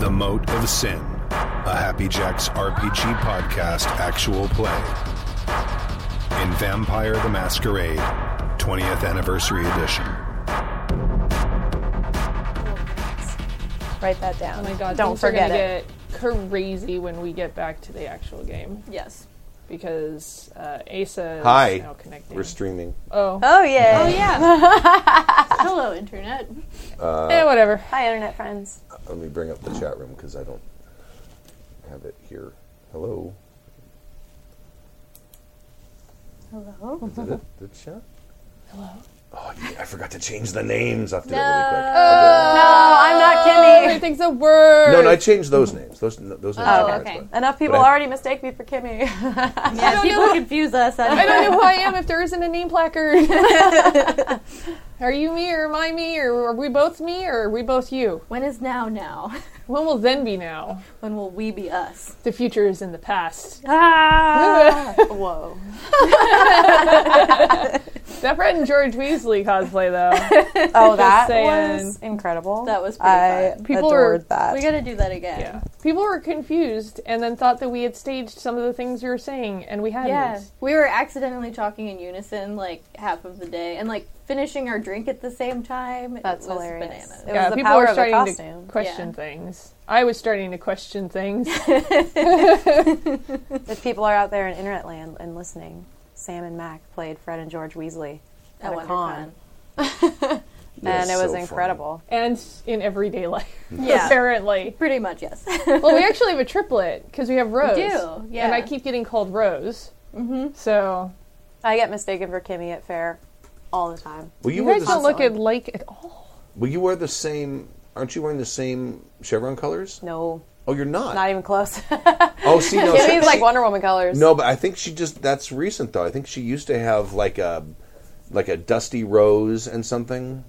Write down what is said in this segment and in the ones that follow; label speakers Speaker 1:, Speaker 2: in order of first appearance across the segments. Speaker 1: The Moat of Sin, a Happy Jacks RPG podcast actual play. In Vampire the Masquerade, 20th Anniversary Edition.
Speaker 2: Write that down.
Speaker 3: Oh my god,
Speaker 2: Don't
Speaker 3: things are
Speaker 2: forget
Speaker 3: gonna
Speaker 2: it.
Speaker 3: get crazy when we get back to the actual game
Speaker 4: Yes.
Speaker 3: because uh, Asa is
Speaker 5: Hi.
Speaker 3: now connecting.
Speaker 5: We're streaming.
Speaker 3: oh,
Speaker 2: Oh yeah.
Speaker 4: Oh yeah. Hello, internet.
Speaker 5: Uh,
Speaker 3: eh, whatever.
Speaker 2: Hi, internet friends.
Speaker 5: Let me bring up the chat room because I don't have it here. Hello.
Speaker 2: Hello.
Speaker 5: Is that it? The chat? Hello. Oh, yeah, I forgot to change the names. I have to do it really quick.
Speaker 2: No, I'm not Kimmy.
Speaker 3: Oh, Everything's a word.
Speaker 5: Oh, No, no, I changed those names. Those, no, those names.
Speaker 4: Oh,
Speaker 5: are fine,
Speaker 4: okay.
Speaker 5: but-
Speaker 2: Enough people
Speaker 5: But I-
Speaker 2: already mistake me for Kimmy.
Speaker 4: Yeah, people confuse us.
Speaker 3: I don't know who I am if there isn't a name placard. are you me or am I me or are we both me or are we both you?
Speaker 4: When is now now?
Speaker 3: When will then be now?
Speaker 4: When will we be us?
Speaker 3: The future is in the past.
Speaker 2: Whoa.
Speaker 3: That Fred and George Weasley cosplay though.
Speaker 2: Oh, that
Speaker 3: saying.
Speaker 2: was incredible.
Speaker 4: That was pretty
Speaker 2: I
Speaker 4: fun.
Speaker 3: People
Speaker 2: adored
Speaker 3: are-
Speaker 2: that.
Speaker 4: We gotta do that again.
Speaker 3: yeah. People were confused and then thought that we had staged some of the things you were saying and we hadn't.
Speaker 4: Yeah, we were accidentally talking in unison like half of the day, and like finishing our drink at the same time.
Speaker 2: That's
Speaker 4: it was
Speaker 2: hilarious.
Speaker 4: Bananas.
Speaker 2: It
Speaker 3: Yeah,
Speaker 2: was the
Speaker 3: people
Speaker 2: power
Speaker 3: were
Speaker 2: of a
Speaker 3: starting
Speaker 2: costume.
Speaker 3: to question
Speaker 4: Yeah.
Speaker 3: things. I was starting to question things.
Speaker 2: If people are out there in internet land and listening, Sam and Mac played Fred and George Weasley at
Speaker 4: At
Speaker 2: a
Speaker 4: WonderCon.
Speaker 2: con,
Speaker 5: Yeah,
Speaker 2: and it was
Speaker 5: so funny.
Speaker 2: incredible.
Speaker 3: and in everyday life,
Speaker 4: Yeah.
Speaker 3: apparently.
Speaker 4: Pretty much, yes.
Speaker 3: Well, we actually have a triplet because we have Rose.
Speaker 4: do, yeah.
Speaker 3: And I keep getting called Rose. Mm-hmm. So
Speaker 2: I get mistaken for Kimmy at fair all the time.
Speaker 5: Well, you,
Speaker 3: you
Speaker 5: were
Speaker 3: guys
Speaker 5: the,
Speaker 3: don't look at like at all.
Speaker 5: well, you wear the same. Aren't you wearing the same chevron colors?
Speaker 2: No,
Speaker 5: Oh, you're not.
Speaker 2: not even close.
Speaker 5: oh, see, no. she-
Speaker 2: Kimmy's like
Speaker 5: she-
Speaker 2: Wonder Woman colors.
Speaker 5: No, but I think she just that's recent though. I think she used to have like a like a dusty rose and something.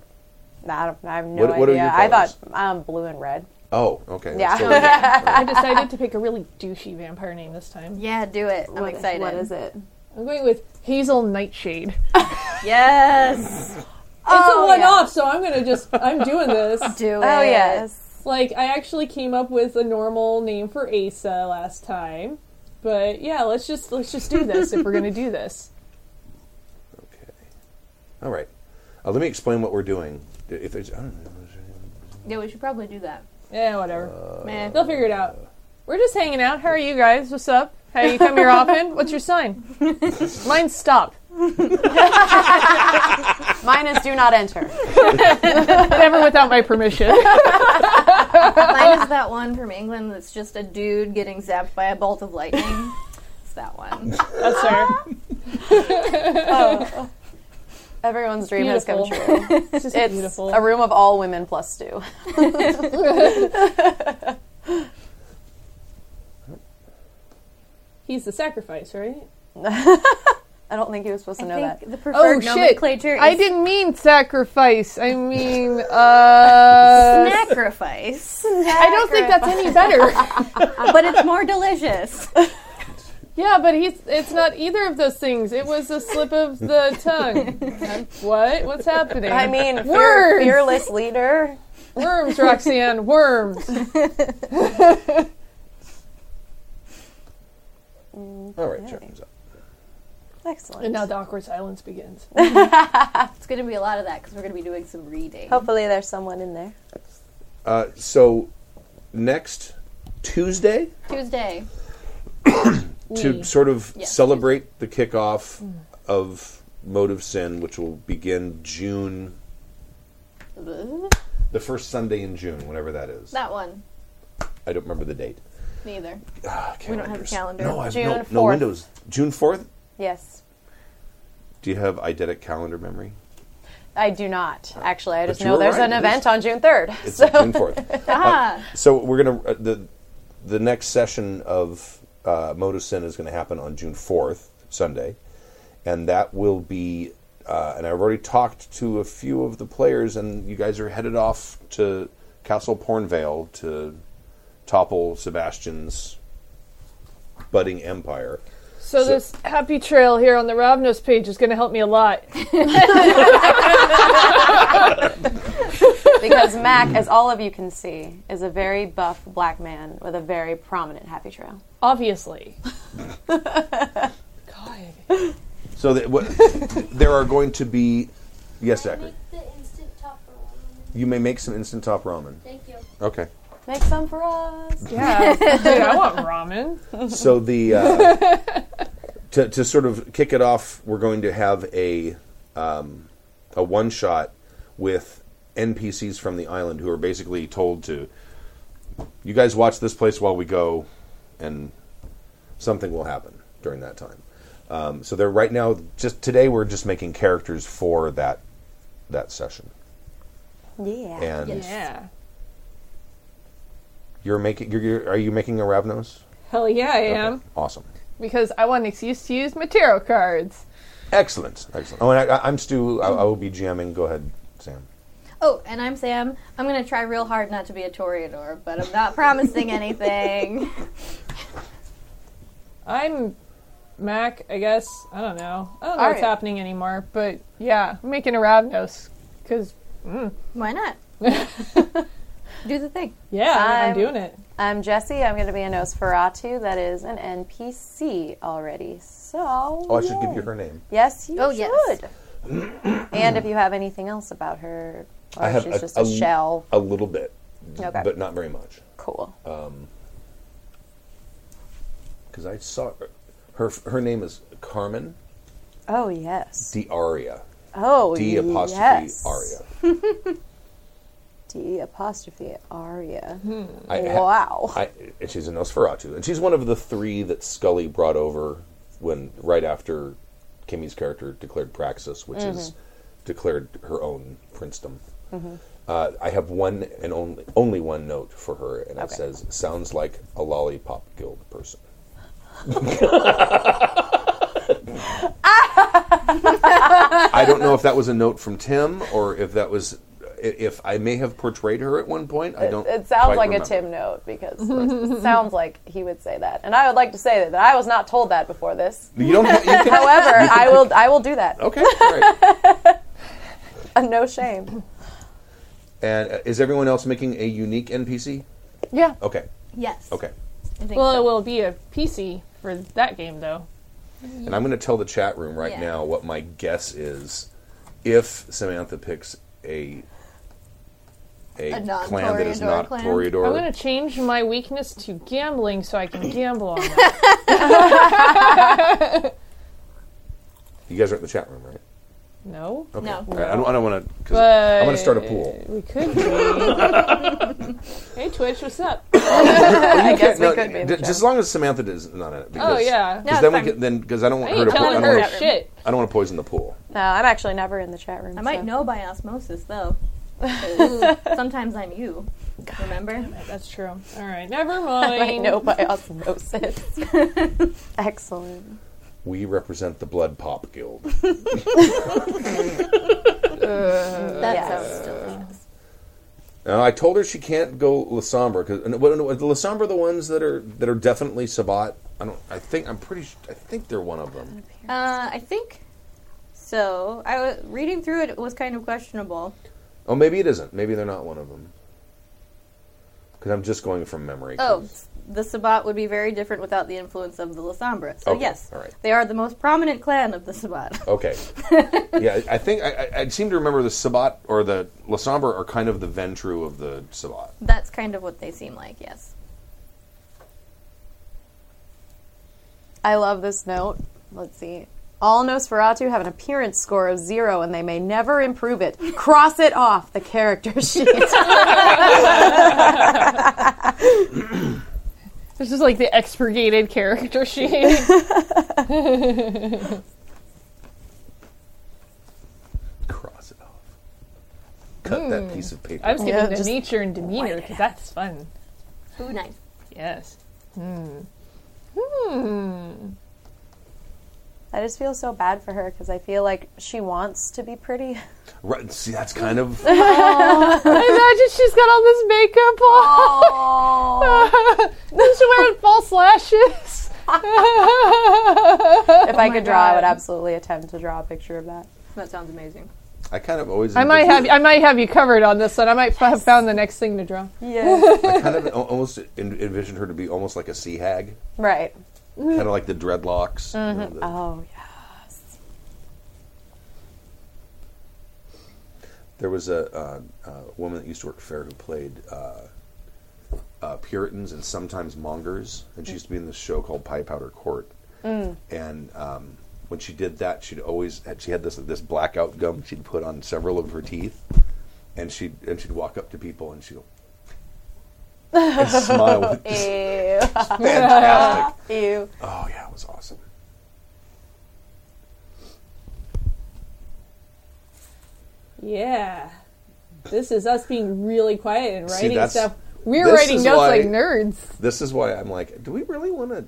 Speaker 2: I, don't, I have no
Speaker 5: What-
Speaker 2: idea.
Speaker 5: what are your
Speaker 2: I
Speaker 5: colors?
Speaker 2: thought um, blue and red.
Speaker 5: Oh, okay.
Speaker 2: Yeah.
Speaker 5: So, yeah.
Speaker 3: I decided to pick a really douchey vampire name this time.
Speaker 4: yeah, do it. I'm
Speaker 2: What-
Speaker 4: excited.
Speaker 2: What is it?
Speaker 3: I'm going with Hazel Nightshade.
Speaker 4: Yes,
Speaker 3: it's a one-off, so I'm gonna just I'm doing this.
Speaker 4: do it.
Speaker 2: Oh yes,
Speaker 3: Like I actually came up with a normal name for Asa last time, but yeah, let's just let's just do this if we're gonna do this.
Speaker 5: okay. All right. Uh, let me explain what we're doing. If there's, I don't know.
Speaker 4: Yeah, we should probably do that.
Speaker 3: Yeah, Eh, whatever.
Speaker 5: Uh,
Speaker 4: Man,
Speaker 3: They'll figure it out. We're just hanging out. How are you guys? What's up? How you come here often? What's your sign? Mine's stop.
Speaker 2: mine is do not enter.
Speaker 3: Never without my permission.
Speaker 4: mine is that one from England that's just a dude getting zapped by a bolt of lightning. it's that one.
Speaker 3: That's her.
Speaker 2: Everyone's dream has come true.
Speaker 3: It's just
Speaker 2: It's
Speaker 3: beautiful.
Speaker 2: a room of all women plus two.
Speaker 3: He's the sacrifice, right?
Speaker 2: I don't think he was supposed to
Speaker 4: I
Speaker 2: know
Speaker 4: think
Speaker 2: that. Oh,
Speaker 4: the preferred nomenclature is
Speaker 3: didn't mean sacrifice. I mean, uh.
Speaker 4: sacrifice, Uh,
Speaker 3: I don't think that's any better.
Speaker 4: but it's more delicious.
Speaker 3: yeah, but he's. It's not either of those things. It was a slip of the tongue. what? What's happening?
Speaker 2: I mean, fear,
Speaker 3: Words.
Speaker 2: fearless leader.
Speaker 3: Worms, Roxanne, worms.
Speaker 5: All right, check these out.
Speaker 2: Excellent.
Speaker 3: And now the awkward silence begins.
Speaker 4: It's going to be a lot of that because we're going to be doing some reading.
Speaker 2: Hopefully, there's someone in there.
Speaker 5: Uh, so next Tuesday
Speaker 4: Tuesday.
Speaker 5: to sort of
Speaker 4: Yeah.
Speaker 5: celebrate the kickoff of Mode of Sin, which will begin June,
Speaker 4: That
Speaker 5: the first Sunday in June, whatever that is.
Speaker 4: one.
Speaker 5: I don't remember the date.
Speaker 4: Neither.
Speaker 5: Ah,
Speaker 4: We don't have a
Speaker 5: calendars.
Speaker 4: calendar.
Speaker 5: No, I have
Speaker 2: June
Speaker 5: no, no
Speaker 2: 4th.
Speaker 5: windows. June fourth.
Speaker 2: Yes,
Speaker 5: Do you have eidetic calendar memory?
Speaker 2: I do not actually. I just
Speaker 5: you
Speaker 2: know
Speaker 5: were
Speaker 2: there's
Speaker 5: right,
Speaker 2: an
Speaker 5: it is-
Speaker 2: event on June 3rd.
Speaker 5: It's
Speaker 2: so
Speaker 5: June fourth.
Speaker 4: Ah,
Speaker 5: so we're gonna uh, the the next session of uh, Moto Sin is going to happen on June fourth, Sunday, and that will be. Uh, and I've already talked to a few of the players, and you guys are headed off to Castle Pornvale to topple Sebastian's budding empire.
Speaker 3: So, this happy trail here on the Ravnos page is going to help me a lot.
Speaker 2: Because
Speaker 5: Mm.
Speaker 2: Mac, as all of you can see, is a very buff black man with a very prominent happy trail.
Speaker 3: Obviously. God.
Speaker 5: So that, what, there are going to be. Yes, Zachary.
Speaker 6: Make the instant top for one.
Speaker 5: You may make some instant top ramen.
Speaker 6: Thank you.
Speaker 5: Okay.
Speaker 2: Make some for us.
Speaker 3: Yeah. Dude, I want ramen.
Speaker 5: So the uh, to to sort of kick it off, we're going to have a um, a one shot with NPCs from the island who are basically told to you guys watch this place while we go, and something will happen during that time. Um, so they're right now just today we're just making characters for that that session,
Speaker 2: Yeah.
Speaker 5: and
Speaker 3: Yeah.
Speaker 5: you're making you're, you're are you making a Ravnos?
Speaker 3: Hell yeah, I am.
Speaker 5: Okay, Awesome.
Speaker 3: Because I want an excuse to use my tarot cards.
Speaker 5: Excellent. Excellent. Oh, and I, I- I'm Stu. I, I will be GMing. Go ahead, Sam.
Speaker 4: Oh, and I'm Sam. I'm gonna try real hard not to be a toreador, but I'm not promising anything.
Speaker 3: I'm Mac, I guess. I don't know. I don't know what's
Speaker 2: Alright.
Speaker 3: happening anymore, but yeah, I'm making a Ravnos. Because,
Speaker 4: Why not? Do the thing.
Speaker 3: yeah, I'm,
Speaker 2: I'm-
Speaker 3: doing it.
Speaker 2: I'm Jesse. I'm going to be a Nosferatu. That is an NPC already. So.
Speaker 5: Oh, I should give you her name.
Speaker 2: Yes, you
Speaker 4: Oh,
Speaker 2: should.
Speaker 4: yes.
Speaker 2: and if you have anything else about her, or
Speaker 5: I
Speaker 2: if
Speaker 5: have
Speaker 2: she's
Speaker 5: a-
Speaker 2: just
Speaker 5: a
Speaker 2: a,
Speaker 5: l-
Speaker 2: shell.
Speaker 5: A little bit,
Speaker 2: Okay.
Speaker 5: but not very much,
Speaker 2: Cool.
Speaker 5: uh, because I saw her, her. Her name is Carmen
Speaker 2: oh yes.
Speaker 5: Diaria.
Speaker 2: oh
Speaker 5: D apostrophe
Speaker 2: yes.
Speaker 5: Aria.
Speaker 2: D apostrophe aria.
Speaker 4: Hmm.
Speaker 5: I ha-
Speaker 2: Wow.
Speaker 5: I, and she's a Nosferatu, and she's one of the three that Scully brought over when right after Kimmy's character declared Praxis, which is
Speaker 2: Mm-hmm.
Speaker 5: declared her own princedom. Uh, I have one and only only one note for her, and it
Speaker 2: Okay.
Speaker 5: says, "Sounds like a lollipop guild person." I don't know if that was a note from Tim or if that was i- if I may have portrayed her at one point. I don't.
Speaker 2: It sounds
Speaker 5: quite
Speaker 2: like
Speaker 5: remember.
Speaker 2: a Tim note because it sounds like he would say that, and I would like to say that, I was not told that before this.
Speaker 5: You don't. Have, you can-
Speaker 2: However, I will I will do that.
Speaker 5: Okay, great.
Speaker 2: no shame.
Speaker 5: and uh, is everyone else making a unique NPC?
Speaker 3: Yeah.
Speaker 5: Okay,
Speaker 4: Yes.
Speaker 5: okay.
Speaker 4: I think
Speaker 3: Well,
Speaker 4: so.
Speaker 3: it will be a PC for that game, though.
Speaker 5: And I'm going to tell the chat room right
Speaker 4: Yeah.
Speaker 5: now what my guess is if Samantha picks a a,
Speaker 4: A
Speaker 5: clan that is
Speaker 4: non-Toreador
Speaker 5: not
Speaker 4: clan.
Speaker 5: Toreador.
Speaker 3: I'm going to change my weakness to gambling so I can gamble on that.
Speaker 5: You guys are in the chat room, right?
Speaker 3: No?
Speaker 5: Okay.
Speaker 4: No.
Speaker 5: All right, I don't, I don't want to. Cause
Speaker 3: But
Speaker 5: I'm going to start a pool.
Speaker 3: We could be. hey, Twitch, what's up?
Speaker 2: I guess we
Speaker 5: No,
Speaker 2: could be. in
Speaker 5: d-
Speaker 2: the
Speaker 5: just as
Speaker 2: show.
Speaker 5: long as Samantha is not in it. Because,
Speaker 3: yeah.
Speaker 5: Because
Speaker 4: No,
Speaker 5: then we
Speaker 4: it's
Speaker 5: can, then because I don't want
Speaker 3: I
Speaker 5: her
Speaker 3: ain't
Speaker 5: to. po- I
Speaker 3: telling
Speaker 5: don't
Speaker 3: her
Speaker 5: wanna-
Speaker 3: shit.
Speaker 5: I don't want to poison the pool.
Speaker 2: no, I'm actually never in the chat room.
Speaker 4: I might
Speaker 2: so-
Speaker 4: know by osmosis though. 'Cause Sometimes I'm you. Remember?
Speaker 3: That's true. All right, never
Speaker 2: I
Speaker 3: mind.
Speaker 2: might know by osmosis. Excellent.
Speaker 5: We represent the Blood Pop Guild.
Speaker 4: That
Speaker 2: Yes.
Speaker 4: sounds delicious.
Speaker 5: No, Uh, I told her she can't go La Sombra because the La Sombra the ones that are that are definitely Sabat. I don't. I think I'm pretty. s- I think they're one of them.
Speaker 4: Uh, I think so. I was reading through it. It was kind of questionable.
Speaker 5: Oh, maybe it isn't. Maybe they're not one of them. Because I'm just going from memory.
Speaker 4: Oh,
Speaker 5: 'cause-
Speaker 4: the Sabbat would be very different without the influence of the Lasombra. So
Speaker 5: Okay,
Speaker 4: yes,
Speaker 5: all right.
Speaker 4: they are the most prominent clan of the Sabbat.
Speaker 5: Okay. yeah, I think I, I, I seem to remember the Sabat or the La Sombra are kind of the Ventru of the Sabat.
Speaker 4: That's kind of what they seem like. Yes.
Speaker 2: I love this note. Let's see. All Nosferatu have an appearance score of zero and they may never improve it. Cross it off the character sheet.
Speaker 3: This is like the expurgated character sheet.
Speaker 5: Cross it off. Cut that piece of paper.
Speaker 3: Mm. I was
Speaker 2: Yeah,
Speaker 3: giving the
Speaker 2: just
Speaker 3: nature and demeanor because that's fun.
Speaker 4: Ooh, nice.
Speaker 3: Yes.
Speaker 2: I just feel so bad for her because I feel like she wants to be pretty.
Speaker 5: Right, see, that's kind of.
Speaker 3: Imagine she's got all this makeup on. she's wearing false lashes.
Speaker 2: if I could draw, I would
Speaker 4: God.
Speaker 2: absolutely attempt to draw a picture of that.
Speaker 4: That sounds amazing.
Speaker 5: I kind of always.
Speaker 3: I might
Speaker 5: envisioned-
Speaker 3: have I might have you covered on this one. I might f- have found the next thing to draw.
Speaker 2: Yeah.
Speaker 5: I kind of al- almost en- envisioned her to be almost like a sea hag,
Speaker 2: right.
Speaker 5: kind of like the dreadlocks. you know, the-
Speaker 2: Oh, yeah.
Speaker 5: There was a, uh, uh woman that used to work fair who played uh, uh, Puritans and sometimes Mongers, and she used to be in this show called Pie Powder Court. And um, when she did that, she'd always had, she had this this blackout gum she'd put on several of her teeth, and she would and she'd walk up to people and she'd go and smile. It was
Speaker 2: Ew.
Speaker 5: fantastic.
Speaker 2: Ew.
Speaker 5: Oh yeah, it was awesome.
Speaker 3: Yeah. This is us being really quiet and
Speaker 5: See,
Speaker 3: writing
Speaker 5: that's-
Speaker 3: stuff. We're
Speaker 5: this
Speaker 3: writing
Speaker 5: is
Speaker 3: notes
Speaker 5: why-
Speaker 3: like nerds.
Speaker 5: This is why I'm like, do we really want to?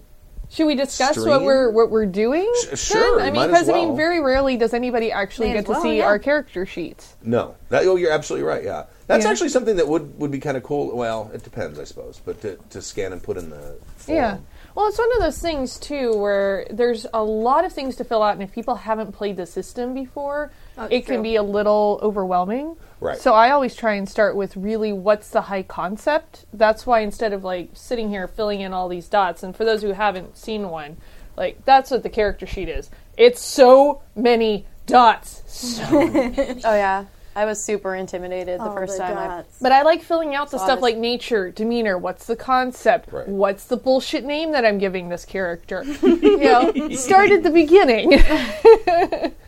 Speaker 3: Should we discuss what
Speaker 5: Stream?
Speaker 3: we're what we're doing?
Speaker 5: Sh- sure,
Speaker 3: I mean,
Speaker 5: might as
Speaker 3: because I mean,
Speaker 5: well.
Speaker 3: very rarely does anybody actually
Speaker 4: May
Speaker 3: get
Speaker 4: as
Speaker 3: to
Speaker 4: well,
Speaker 3: see
Speaker 4: yeah.
Speaker 3: our character sheets.
Speaker 5: No, that, oh, you're absolutely right. Yeah, that's
Speaker 3: Yeah.
Speaker 5: actually something that would would be kind of cool. Well, it depends, I suppose. But to, to scan and put in the form.
Speaker 3: Yeah. Well, it's one of those things too where there's a lot of things to fill out, and if people haven't played the system before,
Speaker 4: That's
Speaker 3: it can
Speaker 4: true.
Speaker 3: be a little overwhelming.
Speaker 5: Right.
Speaker 3: So I always try and start with really what's the high concept. That's why instead of like sitting here filling in all these dots, and for those who haven't seen one, like that's what the character sheet is. It's so many dots,
Speaker 2: Oh, yeah. I was super intimidated Oh, the first time. I,
Speaker 3: But I like filling out the
Speaker 2: So
Speaker 3: stuff
Speaker 2: honest.
Speaker 3: like nature, demeanor, what's the concept,
Speaker 5: Right.
Speaker 3: what's the bullshit name that I'm giving this character. you know, start at the beginning.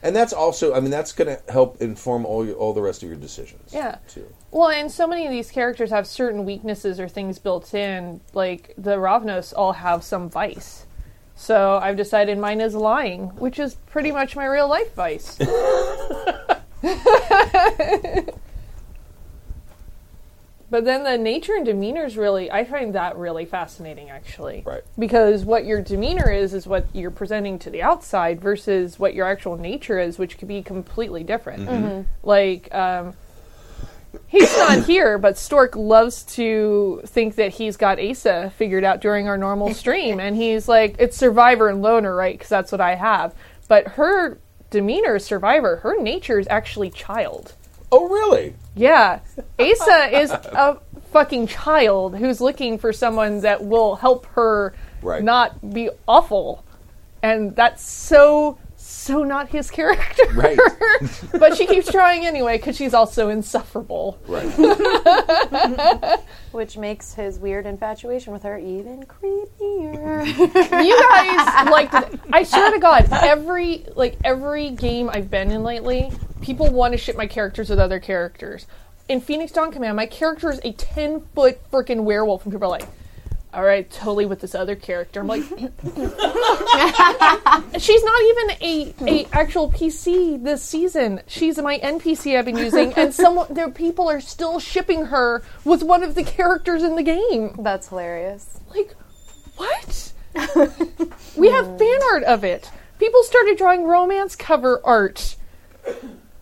Speaker 5: and that's also, I mean, that's going to help inform all your, all the rest of your decisions.
Speaker 3: Yeah.
Speaker 5: Too.
Speaker 3: well, and so many of these characters have certain weaknesses or things built in. Like the Ravnos all have some vice. So I've decided mine is lying, which is pretty much my real life vice. But then the nature and demeanors really, I find that really fascinating, actually.
Speaker 5: Right.
Speaker 3: Because what your demeanor is, is what you're presenting to the outside versus what your actual nature is, which could be completely different. Like, um, he's not here, but Stork loves to think that he's got Asa figured out during our normal stream. and he's like, it's survivor and loner, right? Because that's what I have. But her demeanor is survivor, her nature is actually child.
Speaker 5: Oh, really?
Speaker 3: Yeah. Asa is a fucking child who's looking for someone that will help her
Speaker 5: Right.
Speaker 3: not be awful. And that's so, so not his character.
Speaker 5: Right.
Speaker 3: but she keeps trying anyway because she's also insufferable.
Speaker 5: right.
Speaker 2: which makes his weird infatuation with her even creepier.
Speaker 3: You guys like I swear to God, every like every game I've been in lately, people want to ship my characters with other characters. In Phoenix Dawn Command, my character is a ten foot freaking werewolf, and people are like, "All right, totally with this other character." I'm like, "She's not even a a actual PC this season. She's my NPC I've been using, and someone their people are still shipping her with one of the characters in the game."
Speaker 2: That's hilarious.
Speaker 3: like what we have fan art of it people started drawing romance cover art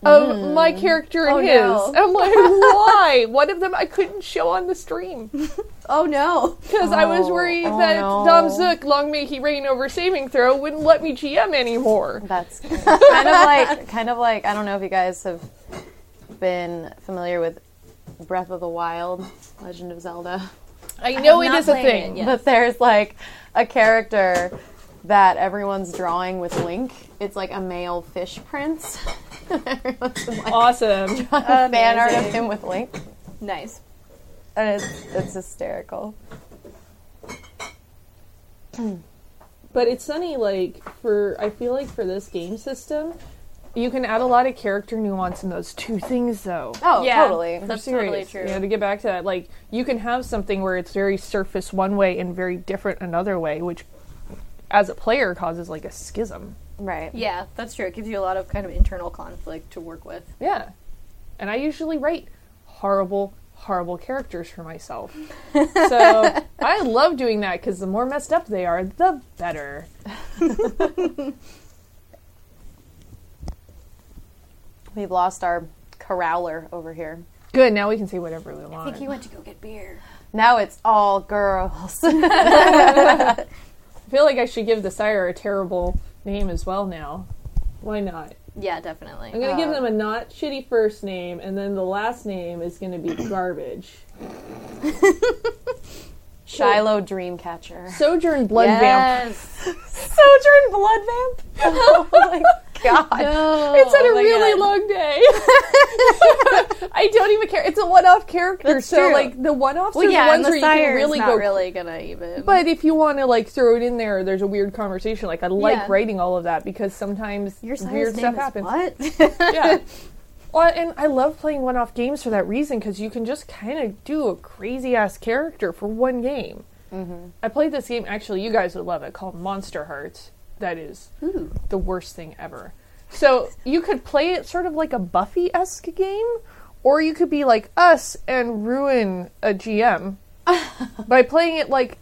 Speaker 3: of my character and
Speaker 4: Oh,
Speaker 3: his
Speaker 4: no.
Speaker 3: i'm like why one of them i couldn't show on the stream
Speaker 4: Oh no!
Speaker 3: because i was worried
Speaker 2: oh,
Speaker 3: that
Speaker 2: no.
Speaker 3: dom zook long may he reign over saving throw wouldn't let me gm anymore
Speaker 2: That's kind of like kind of like I don't know if you guys have been familiar with Breath of the Wild, Legend of Zelda.
Speaker 3: i know it
Speaker 4: not
Speaker 3: is a
Speaker 4: played it
Speaker 3: thing
Speaker 4: yet.
Speaker 2: But there's like a character that everyone's drawing with Link. It's like a male fish prince. everyone's like
Speaker 3: awesome
Speaker 2: fan art of
Speaker 4: Amazing.
Speaker 2: him with Link.
Speaker 4: Nice.
Speaker 2: And it's, it's hysterical.
Speaker 3: But it's funny, like for I feel like for this game system, you can add a lot of character nuance in those two things, though.
Speaker 2: Oh,
Speaker 4: Yeah.
Speaker 2: totally.
Speaker 4: That's
Speaker 3: I'm serious.
Speaker 4: totally true.
Speaker 3: You know, to get back to that, like you can have something where it's very surface one way and very different another way, which as a player causes like a schism.
Speaker 2: Right.
Speaker 4: Yeah, that's true. It gives you a lot of kind of internal conflict to work with.
Speaker 3: Yeah. And I usually write horrible, horrible characters for myself. so I love doing that because the more messed up they are, the better.
Speaker 2: We've lost our corrallor over here.
Speaker 3: Good. Now we can say whatever we want.
Speaker 4: went to go get beer.
Speaker 2: Now it's all girls.
Speaker 3: I feel like I should give the sire a terrible name as well now. Why not?
Speaker 4: Yeah, definitely.
Speaker 3: I'm gonna give them a not shitty first name, and then the last name is gonna be garbage.
Speaker 2: Shiloh Dreamcatcher.
Speaker 3: Sojourn Blood Vamp.
Speaker 4: yes.
Speaker 2: Sojourn Blood Vamp. oh my god.
Speaker 3: It's had a
Speaker 2: my
Speaker 3: really
Speaker 2: God.
Speaker 3: long day. Oh I don't even care. It's a one-off character,
Speaker 4: That's
Speaker 3: so
Speaker 4: true.
Speaker 3: like the one-offs
Speaker 4: Well,
Speaker 3: are
Speaker 4: yeah,
Speaker 3: the
Speaker 4: and
Speaker 3: ones
Speaker 4: the
Speaker 3: where you can
Speaker 4: sire
Speaker 3: really
Speaker 4: is not
Speaker 3: go.
Speaker 4: really gonna even.
Speaker 3: But if you want to like throw it in there, there's a weird conversation. Like I like
Speaker 4: Yeah.
Speaker 3: writing all of that because sometimes
Speaker 4: your sire's
Speaker 3: weird stuff
Speaker 4: name is
Speaker 3: happens.
Speaker 4: What?
Speaker 3: yeah. Well, and I love playing one-off games for that reason because you can just kind of do a crazy ass character for one game. I played this game actually. You guys would love it called Monster Hearts. That is the worst thing ever. So you could play it sort of like a Buffy esque game, or you could be like us and ruin a GM by playing it like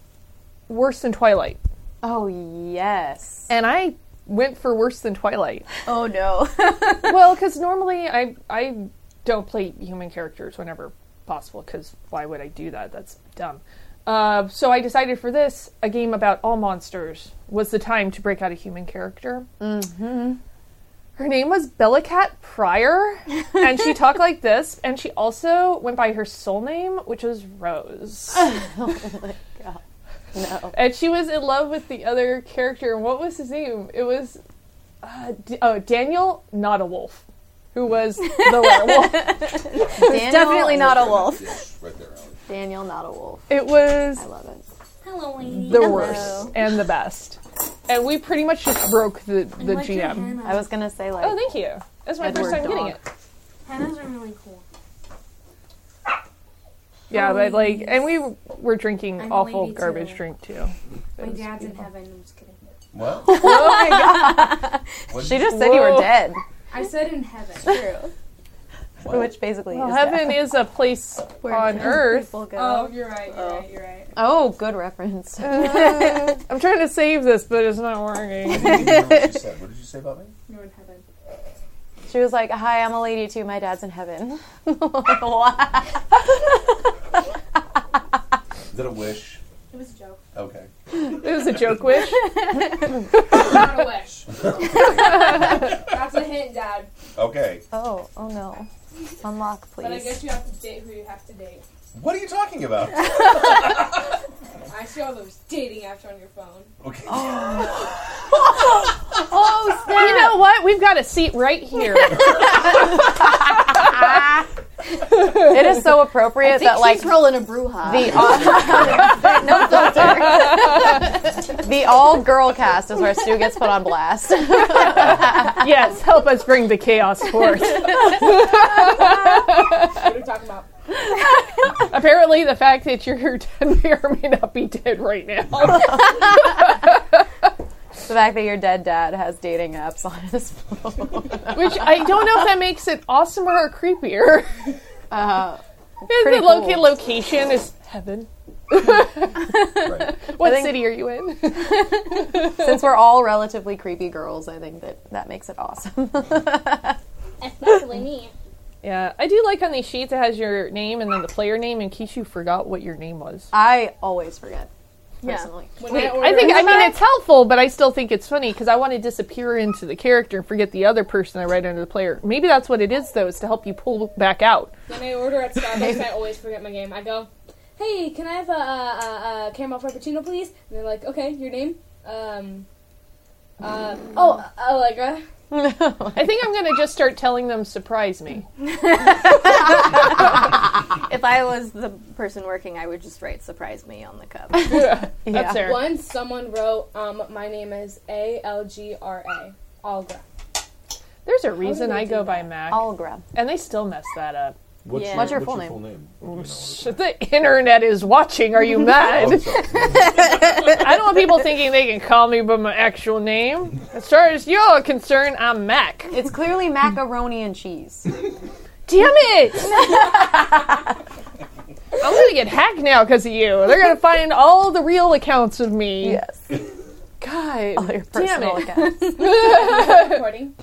Speaker 3: worse than Twilight.
Speaker 2: Oh yes.
Speaker 3: And I went for worse than Twilight.
Speaker 4: oh no.
Speaker 3: well, because normally I I don't play human characters whenever possible. Because why would I do that? That's dumb. Uh, so I decided for this a game about all monsters was the time to break out a human character. Mm-hmm. Her name was Bellacat Pryor, and she talked like this. And she also went by her soul name, which was Rose. And she was in love with the other character. What was his name? It was uh, D- oh Daniel, not a wolf, who was the werewolf.
Speaker 2: Daniel,
Speaker 4: Definitely not a wolf.
Speaker 5: Yes, right there, Alex.
Speaker 2: Daniel, not a wolf.
Speaker 3: It was
Speaker 2: I love it.
Speaker 6: Hello, lady.
Speaker 3: the worst and the best. And we pretty much just broke the the
Speaker 6: like your
Speaker 3: GM.
Speaker 6: henna.
Speaker 2: I was gonna say like
Speaker 3: Oh, thank you. That's my first
Speaker 2: Edward
Speaker 3: time getting
Speaker 2: Dog.
Speaker 3: it.
Speaker 6: Hennas are really cool.
Speaker 3: Yeah, but like, and we were drinking
Speaker 6: I'm a
Speaker 3: awful
Speaker 6: lady,
Speaker 3: garbage
Speaker 6: too.
Speaker 3: drink too.
Speaker 6: My dad's in heaven. I'm just kidding.
Speaker 5: What?
Speaker 2: She just said you were
Speaker 3: Whoa.
Speaker 2: dead,
Speaker 6: I said in heaven.
Speaker 2: which basically
Speaker 3: Well,
Speaker 2: is
Speaker 3: heaven
Speaker 2: death.
Speaker 3: is a place on earth.
Speaker 2: People go.
Speaker 6: Oh, you're right. You're right. You're right.
Speaker 2: Oh, good reference.
Speaker 3: I'm trying to save this, but it's not working.
Speaker 5: I didn't hear what you said. What did you say about me?
Speaker 6: You're in heaven.
Speaker 2: she was like, "Hi, I'm a lady too. My dad's in heaven." What?
Speaker 5: Is that a wish?
Speaker 6: It was a joke.
Speaker 5: Okay.
Speaker 3: it was a joke wish.
Speaker 6: Not a wish. That's a hint, Dad.
Speaker 5: Okay.
Speaker 2: Oh, oh no. Unlock,
Speaker 6: But I guess
Speaker 2: please.
Speaker 6: you have to date who you have to date.
Speaker 5: What are you talking about?
Speaker 6: I see all those dating apps on your phone.
Speaker 5: Okay.
Speaker 2: Oh snap!
Speaker 3: You know what? We've got a seat right here.
Speaker 2: It is so appropriate that like
Speaker 4: she's rolling a brouhaha.
Speaker 2: the all-
Speaker 4: no filter.
Speaker 2: the all girl cast is where Stu gets put on blast.
Speaker 3: yes, help us bring the chaos forth.
Speaker 6: What are you talking about?
Speaker 3: Apparently, the fact that your dad may or may not be dead right now.
Speaker 2: the fact that your dead dad has dating apps on his phone.
Speaker 3: Which I don't know if that makes it awesomer or creepier.
Speaker 2: Uh,
Speaker 3: the
Speaker 2: pretty
Speaker 3: loca-
Speaker 2: cool.
Speaker 3: location is heaven.
Speaker 5: Right.
Speaker 3: What
Speaker 2: think-
Speaker 3: city are you in?
Speaker 2: Since we're all relatively creepy girls, I think that that makes it awesome.
Speaker 6: Especially me.
Speaker 3: yeah, I do like on these sheets it has your name and then the player name in case you forgot what your name was.
Speaker 2: I always forget
Speaker 4: Yeah.
Speaker 2: personally.
Speaker 6: When
Speaker 3: I think I
Speaker 6: order-
Speaker 3: mean it's helpful, but I still think it's funny because I want to disappear into the character and forget the other person I write under the player. Maybe that's what it is though, is to help you pull back out.
Speaker 7: When I order at Starbucks, I always forget my game. I go, "Hey, can I have a, a, a, a caramel frappuccino, please?" And they're like, "Okay, your name?" Um, uh, oh, Allegra.
Speaker 3: I think I'm gonna just start telling them surprise me.
Speaker 4: if I was the person working, I would just write "surprise me" on the cup.
Speaker 3: That's fair.
Speaker 7: Once someone wrote, um, "My name is A L G R A." Algra.
Speaker 3: There's a reason
Speaker 7: they
Speaker 3: I
Speaker 7: do
Speaker 3: go by Mac,
Speaker 2: I'll grab.
Speaker 3: and they still mess that up.
Speaker 5: What's,
Speaker 4: Yeah.
Speaker 2: What's your full name?
Speaker 3: The internet is watching. Are you mad? I don't want people thinking they can call me by my actual name. As far as you're concerned, I'm Mac.
Speaker 2: It's clearly macaroni and cheese.
Speaker 3: Damn it! I'm gonna get hacked now because of you. They're gonna find all the real accounts of me.
Speaker 2: Yes.
Speaker 3: God,
Speaker 7: Oh.
Speaker 2: Your
Speaker 3: damn
Speaker 2: personal
Speaker 3: it!
Speaker 2: account.
Speaker 7: Recording.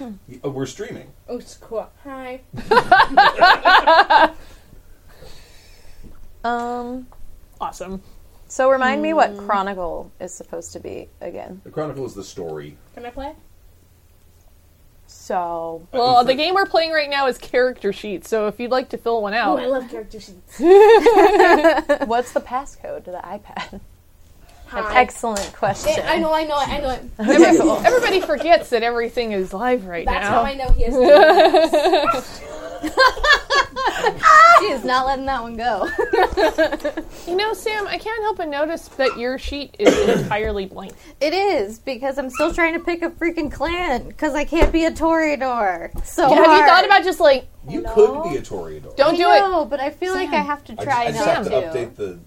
Speaker 5: Oh, we're streaming.
Speaker 7: Oh, it's cool. Hi.
Speaker 2: Um,
Speaker 3: Awesome.
Speaker 2: So remind me what Chronicle is supposed to be again.
Speaker 5: The Chronicle is the story.
Speaker 7: Can I play?
Speaker 2: So
Speaker 3: Well, the game we're playing right now is character sheets, so if you'd like to fill one
Speaker 7: Oh,
Speaker 3: out,
Speaker 7: I love character sheets.
Speaker 2: what's the passcode to the iPad?
Speaker 7: Hi.
Speaker 2: Excellent question.
Speaker 7: I know, I know, I know it.
Speaker 3: every- everybody forgets that everything is live right
Speaker 7: That's
Speaker 3: now.
Speaker 7: how I know he has.
Speaker 4: She is not letting that one go.
Speaker 3: You know, Sam, I can't help but notice that your sheet is entirely blank.
Speaker 4: It is because I'm still trying to pick a freaking clan because I can't be a Toreador. So
Speaker 3: Have you
Speaker 4: hard.
Speaker 3: thought about just like
Speaker 5: You could be a Toreador.
Speaker 3: don't do
Speaker 4: I
Speaker 3: it?
Speaker 4: know, but I feel like I have to
Speaker 5: I,
Speaker 4: try
Speaker 5: I just
Speaker 4: not
Speaker 5: have
Speaker 4: to.
Speaker 5: to update the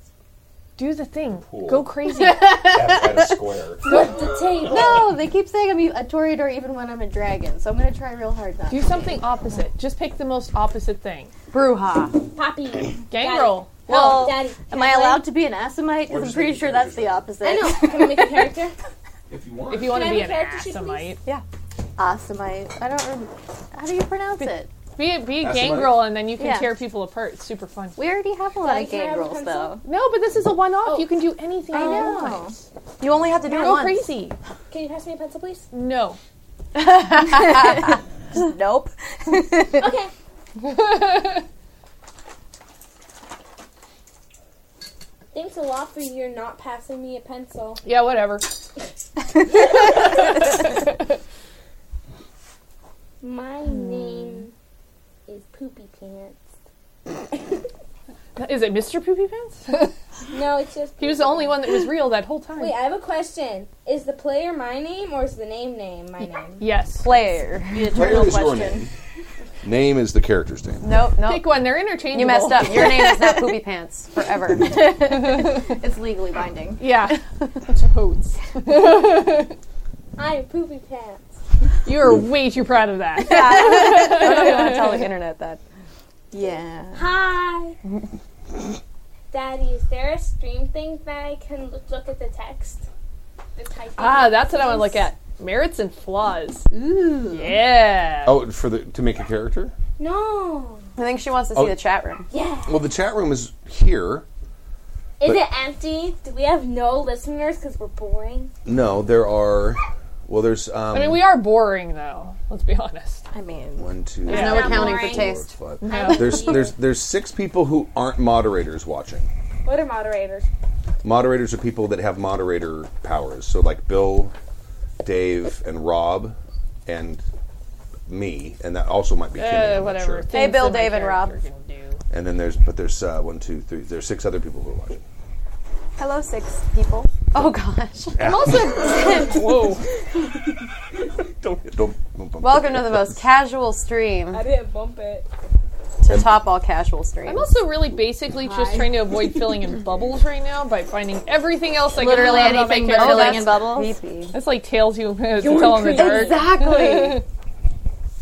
Speaker 3: Do the thing.
Speaker 5: Cool.
Speaker 3: Go crazy.
Speaker 5: F at a square.
Speaker 7: Flip the table.
Speaker 4: No, they keep saying I'm e- a Toreador even when I'm a dragon, so I'm gonna try real hard not.
Speaker 3: do
Speaker 4: to.
Speaker 3: something opposite. Just pick the most opposite thing.
Speaker 2: Bruja.
Speaker 7: Poppy.
Speaker 3: Gang
Speaker 7: Daddy.
Speaker 3: roll.
Speaker 4: Well,
Speaker 7: No, Daddy.
Speaker 4: Am I allowed to be an Asimite? Because I'm
Speaker 5: just
Speaker 4: pretty
Speaker 5: making
Speaker 4: sure
Speaker 5: character
Speaker 4: that's the opposite.
Speaker 7: I know. Can I make a character?
Speaker 5: if you want.
Speaker 3: If you want to
Speaker 7: Can I
Speaker 3: be
Speaker 7: have
Speaker 3: an
Speaker 7: a character sheet,
Speaker 3: Asimite,
Speaker 4: Asimite. I don't remember. How do you pronounce it?
Speaker 3: be a, be a
Speaker 5: Asimite?
Speaker 3: gangrel, and then you can
Speaker 4: Yeah.
Speaker 3: tear people apart. It's super fun.
Speaker 4: We already have a lot
Speaker 7: Daddy,
Speaker 4: of
Speaker 7: can I
Speaker 4: gang
Speaker 7: have a
Speaker 4: rolls,
Speaker 7: pencil?
Speaker 4: though.
Speaker 3: No, but this is a one-off. You can do anything.
Speaker 4: I
Speaker 3: you
Speaker 4: know.
Speaker 3: want.
Speaker 2: You only have to do it
Speaker 3: Oh. Go
Speaker 2: once.
Speaker 3: crazy.
Speaker 7: Can you pass me a pencil, please?
Speaker 3: No.
Speaker 4: Nope.
Speaker 7: Okay. Thanks a lot for your not passing me a pencil.
Speaker 3: Yeah, whatever.
Speaker 7: My
Speaker 3: Hmm.
Speaker 7: name is Poopy Pants.
Speaker 3: Is it Mr. Poopy Pants?
Speaker 7: No, it's just.
Speaker 3: he was the only one that was real that whole time.
Speaker 7: Wait, I have a question. Is the player my name or is the name name my name?
Speaker 3: yes.
Speaker 2: Player.
Speaker 5: Player is your name. Name is the character's name.
Speaker 2: Nope, nope.
Speaker 3: Pick one. They're interchangeable.
Speaker 2: You messed up. Your name is not Poopy Pants forever.
Speaker 4: it's legally binding.
Speaker 3: Yeah. Toads.
Speaker 7: I'm Poopy Pants.
Speaker 3: You're way too proud of that.
Speaker 2: I don't want to tell the internet that.
Speaker 4: Yeah.
Speaker 7: Hi! Daddy, is there a stream thing that I can look, look at the text? The typing
Speaker 3: Ah, that's what I want to
Speaker 7: please?
Speaker 3: look at. Merits and flaws. Ooh. Yeah.
Speaker 5: Oh, for the to make a character.
Speaker 7: No!
Speaker 2: I think she wants to see
Speaker 5: Oh.
Speaker 2: the chat room.
Speaker 7: Yeah!
Speaker 5: Well, the chat room is here.
Speaker 7: Is
Speaker 5: But-
Speaker 7: it empty? Do we have no listeners because we're boring?
Speaker 5: No, there are. Well, there's. Um,
Speaker 3: I mean, we are boring though. Let's be honest.
Speaker 2: I mean,
Speaker 5: One, two,
Speaker 3: Yeah.
Speaker 2: no
Speaker 7: Not
Speaker 2: accounting for
Speaker 7: boring.
Speaker 5: four,
Speaker 2: taste.
Speaker 5: five. There's there's there's six people who aren't moderators watching.
Speaker 7: What are moderators?
Speaker 5: Moderators are people that have moderator powers. So like Bill, Dave, and Rob, and me, and that also might be Kimmy. I'm
Speaker 3: Uh,
Speaker 5: not
Speaker 3: whatever.
Speaker 5: sure.
Speaker 3: Things
Speaker 2: Bill,
Speaker 3: that my
Speaker 2: Dave, and Rob.
Speaker 3: character can do.
Speaker 5: And then there's but there's uh, one, two, three. There's six other people who are watching.
Speaker 2: Hello, six people. Oh gosh.
Speaker 3: Whoa.
Speaker 5: Don't don't. don't-
Speaker 2: Welcome to the most casual stream.
Speaker 7: I didn't bump it.
Speaker 2: To top all casual streams.
Speaker 3: I'm also really basically just trying to avoid filling in bubbles right now by finding everything else I
Speaker 4: Literally
Speaker 3: can learn about my
Speaker 4: anything but
Speaker 3: character.
Speaker 4: filling in bubbles.
Speaker 2: Creepy.
Speaker 3: That's like tales you to tell in the dark.
Speaker 2: Exactly.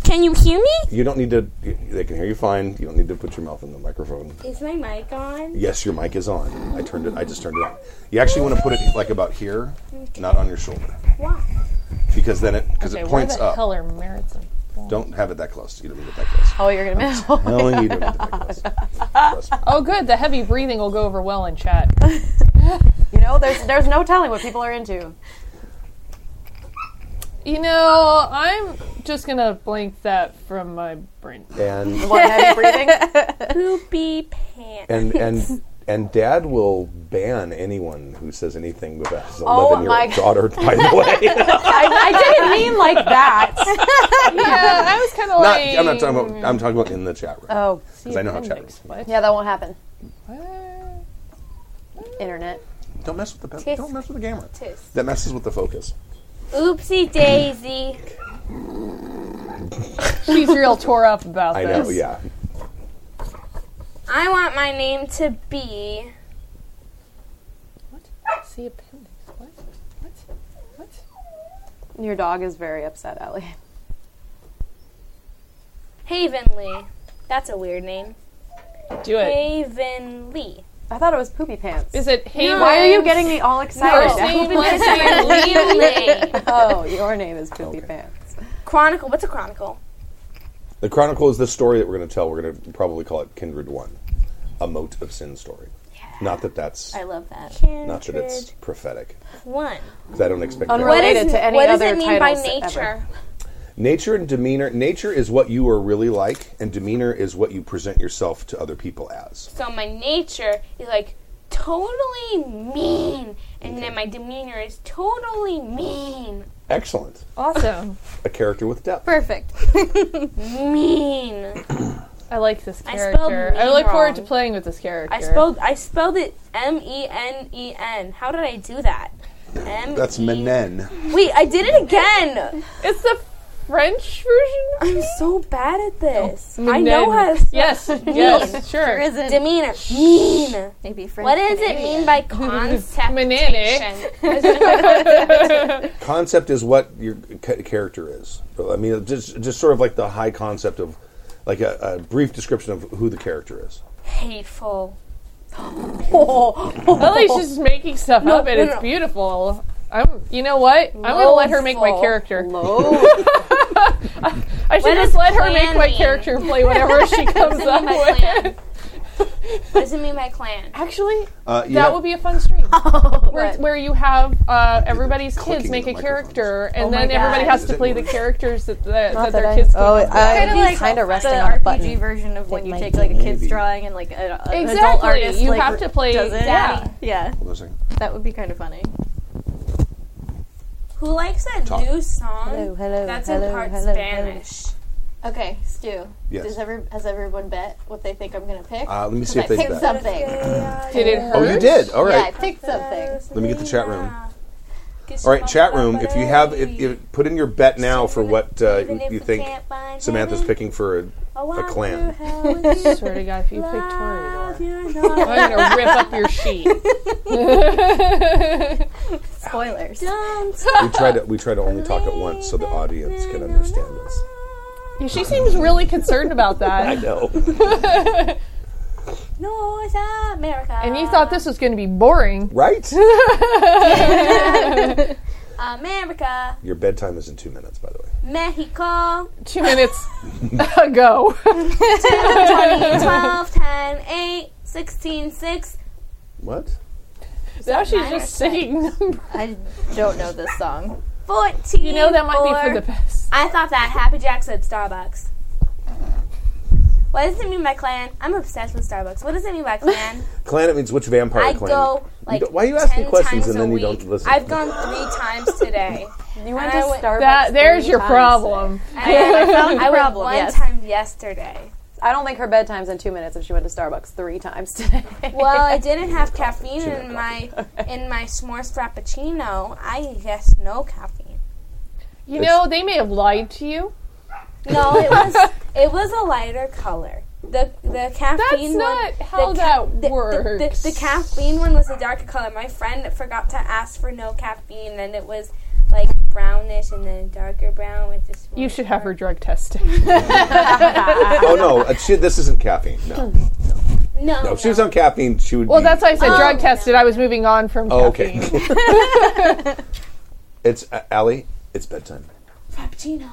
Speaker 7: Can you hear me?
Speaker 5: You don't need to. They can hear you fine. You don't need to put your mouth in the microphone.
Speaker 7: Is my mic on?
Speaker 5: Yes, your mic is on. I turned it. I just turned it on. You actually want to put it like about here, not on your shoulder,
Speaker 7: Why?
Speaker 5: because then it because
Speaker 3: Okay,
Speaker 5: it
Speaker 3: why
Speaker 5: points
Speaker 3: the
Speaker 5: up.
Speaker 3: hell are merits and flaws?
Speaker 5: Don't have it that close. You don't need it that close.
Speaker 2: oh, you're gonna miss. Oh,
Speaker 5: No, you don't need it that close. Trust me.
Speaker 3: Oh, good. The heavy breathing will go over well in chat.
Speaker 2: you know, there's there's no telling what people are into.
Speaker 3: You know, I'm just gonna blank that from my brain.
Speaker 5: And
Speaker 2: One heavy breathing.
Speaker 7: Poopy Pants.
Speaker 5: and and and Dad will ban anyone who says anything about his
Speaker 2: Oh, my
Speaker 5: eleven-year-old
Speaker 2: God.
Speaker 5: daughter. By the way,
Speaker 2: I, I didn't mean like that.
Speaker 3: Yeah, I was kind of
Speaker 5: not,
Speaker 3: like.
Speaker 5: I'm not talking about. I'm talking about in the chat room.
Speaker 2: Oh,
Speaker 3: The
Speaker 5: I know how chat
Speaker 3: appendix, but-
Speaker 2: yeah, that won't happen.
Speaker 3: What?
Speaker 2: Internet.
Speaker 5: don't mess with the pe- don't mess with the camera. That messes with the focus.
Speaker 7: Oopsie Daisy.
Speaker 3: She's real tore up about
Speaker 5: I
Speaker 3: this.
Speaker 5: know. Yeah.
Speaker 7: I want my name to be.
Speaker 3: What? See appendix. What? What? What?
Speaker 2: Your dog is very upset, Ellie.
Speaker 7: Havenly. That's a weird name.
Speaker 3: Do it.
Speaker 7: Havenly.
Speaker 2: I thought it was poopy pants.
Speaker 3: Is it hey?
Speaker 2: Why are you getting me all excited?
Speaker 3: first name, last name?
Speaker 7: Havenly.
Speaker 2: Oh, your name is Poopy Pants.
Speaker 7: Chronicle. What's a chronicle?
Speaker 5: The Chronicle is the story that we're going to tell. We're going to probably call it Kindred One, a moat of sin story. Not that that's
Speaker 4: I love that.
Speaker 5: not that it's prophetic.
Speaker 8: one.
Speaker 5: 'cause I don't expect
Speaker 2: Unrelated.
Speaker 5: miracles.
Speaker 8: What is-
Speaker 2: to any
Speaker 8: what does
Speaker 2: other
Speaker 8: it mean by
Speaker 2: titles ever.
Speaker 8: nature?
Speaker 5: Nature and demeanor. Nature is what you are really like, and demeanor is what you present yourself to other people as.
Speaker 8: So my nature is like totally mean, and then my demeanor is totally mean,
Speaker 5: Excellent.
Speaker 3: Awesome.
Speaker 5: A character with depth.
Speaker 8: perfect, mean.
Speaker 3: I like this
Speaker 8: I
Speaker 3: character.
Speaker 8: spelled
Speaker 3: I, look
Speaker 8: mean
Speaker 3: forward
Speaker 8: wrong.
Speaker 3: to playing with this character.
Speaker 8: I spelled I spelled it M E N E N. How did I do that? M. E
Speaker 5: That's Menen.
Speaker 8: Wait, I did it again.
Speaker 3: It's the French version.
Speaker 8: I'm so bad at this. I know
Speaker 3: Menin.
Speaker 8: how. to spell
Speaker 3: Yes. Yes. Sure.
Speaker 8: Demeanor. Mean.
Speaker 4: Maybe French.
Speaker 8: What does it mean by conceptation?
Speaker 3: Meninic.
Speaker 5: Concept is what your ca- character is. I mean, just just sort of like the high concept of, like a, a brief description of who the character is.
Speaker 8: Hateful.
Speaker 3: Ellie's just making stuff up, and
Speaker 8: no,
Speaker 3: it's
Speaker 8: no.
Speaker 3: beautiful. I'm. You know what? I'm gonna let her make my
Speaker 2: Loathful.
Speaker 3: character.
Speaker 2: Low.
Speaker 3: I should
Speaker 8: What
Speaker 3: just
Speaker 8: does
Speaker 3: let her
Speaker 8: plan
Speaker 3: make my
Speaker 8: mean?
Speaker 3: character and play whatever she comes up
Speaker 8: Doesn't mean my
Speaker 3: with.
Speaker 8: clan. Doesn't mean my clan.
Speaker 3: Actually,
Speaker 5: Uh, you
Speaker 3: that
Speaker 5: have-
Speaker 3: would be a fun stream where, it's-
Speaker 2: What?
Speaker 3: where you have uh, everybody's
Speaker 5: clicking
Speaker 3: kids
Speaker 5: of
Speaker 3: make
Speaker 5: the
Speaker 3: a character, and
Speaker 2: Oh my
Speaker 3: then everybody
Speaker 2: God.
Speaker 3: has
Speaker 5: Is
Speaker 3: to
Speaker 5: it
Speaker 3: play the
Speaker 5: really-
Speaker 3: characters that, that, that,
Speaker 2: that
Speaker 3: their
Speaker 2: I-
Speaker 3: kids.
Speaker 2: oh,
Speaker 3: came up
Speaker 2: I-
Speaker 4: Kinda
Speaker 2: He's
Speaker 4: like
Speaker 2: kinda resting
Speaker 4: the
Speaker 2: on a
Speaker 4: RPG
Speaker 2: button.
Speaker 4: version of when
Speaker 2: It
Speaker 4: you
Speaker 2: might
Speaker 4: take like a
Speaker 5: be.
Speaker 4: kid's drawing and like a, a, an adult
Speaker 3: Exactly.
Speaker 4: artist.
Speaker 3: You
Speaker 4: like,
Speaker 3: have to play
Speaker 4: does it.
Speaker 3: daddy.
Speaker 4: Yeah,
Speaker 5: Hold on a second.
Speaker 4: that would be kind of funny.
Speaker 8: Who likes that
Speaker 5: Talk.
Speaker 8: new song?
Speaker 2: Hello, hello,
Speaker 8: That's
Speaker 2: hello,
Speaker 8: in part
Speaker 2: hello, hello.
Speaker 8: Spanish.
Speaker 9: Okay, Stu.
Speaker 5: Yes.
Speaker 9: Does every has everyone bet what they think I'm gonna pick?
Speaker 5: Uh, let me see if
Speaker 9: I
Speaker 5: they
Speaker 9: picked
Speaker 5: bet.
Speaker 9: something.
Speaker 3: Did it hurt?
Speaker 5: Oh, you did. All
Speaker 9: Yeah, I
Speaker 5: right.
Speaker 9: picked something.
Speaker 5: Let me get the chat room. All right, chat room. If you have, if you put in your bet now for what uh,
Speaker 8: Even if
Speaker 5: you
Speaker 8: we
Speaker 5: think
Speaker 8: can't find
Speaker 5: Samantha's
Speaker 8: heaven,
Speaker 5: picking for a,
Speaker 8: I
Speaker 5: a
Speaker 8: want
Speaker 5: clan.
Speaker 8: to hell with you.
Speaker 3: Swear to God, if you pick
Speaker 8: Love
Speaker 3: Toreador,
Speaker 8: you, not
Speaker 3: I'm gonna rip up your sheet.
Speaker 4: Spoilers.
Speaker 8: done.
Speaker 5: We try to we try to only talk at once so the audience can understand us.
Speaker 3: She seems really concerned about that.
Speaker 5: know.
Speaker 8: North America.
Speaker 3: And you thought this was going to be boring.
Speaker 5: right?
Speaker 8: America,
Speaker 5: Your bedtime is in two minutes, by the way.
Speaker 8: Mexico,
Speaker 3: Two minutes ago.
Speaker 8: 12, 10, 8, 16, 6.
Speaker 5: What?
Speaker 3: now she's just singing numbers.
Speaker 4: I don't know this song.
Speaker 8: 14.
Speaker 3: You know that might be for
Speaker 8: four.
Speaker 3: the best.
Speaker 8: I thought that Happy Jack said Starbucks. What does it mean by clan? I'm obsessed with Starbucks. What does it mean by clan?
Speaker 5: Clan it means which vampire
Speaker 8: I
Speaker 5: clan?
Speaker 8: go like
Speaker 5: don't- why you ask me
Speaker 8: 10
Speaker 5: questions and
Speaker 8: times a
Speaker 5: then you
Speaker 8: week.
Speaker 5: don't listen?
Speaker 8: I've gone three times today.
Speaker 2: You went
Speaker 8: And I
Speaker 2: to
Speaker 8: went-
Speaker 2: Starbucks.
Speaker 3: That there's
Speaker 2: three
Speaker 3: your
Speaker 2: times.
Speaker 3: problem.
Speaker 8: I,
Speaker 4: found the
Speaker 8: I went
Speaker 4: problem,
Speaker 8: one
Speaker 4: yes.
Speaker 8: time yesterday.
Speaker 2: I don't think her bedtime's in two minutes if she went to Starbucks three times today.
Speaker 8: Well, I didn't have caffeine in my in my s'mores frappuccino. I guess no caffeine.
Speaker 3: You know they may have lied to you.
Speaker 8: No, it was it was a lighter color. The the caffeine
Speaker 3: not
Speaker 8: one, the
Speaker 3: how that works.
Speaker 8: The, the, caffeine one was a darker color. My friend forgot to ask for no caffeine, and it was like brownish and then darker brown with this.
Speaker 3: You should have her drug tested.
Speaker 5: oh no, uh, she, this isn't caffeine. No,
Speaker 8: No,
Speaker 5: no. If she was on caffeine, she would.
Speaker 3: Well,
Speaker 5: be,
Speaker 3: that's why I said drug
Speaker 2: Oh.
Speaker 8: no.
Speaker 3: tested. I was moving on from
Speaker 5: Oh,
Speaker 3: caffeine.
Speaker 5: okay. it's uh, Allie. It's bedtime.
Speaker 8: frappuccino.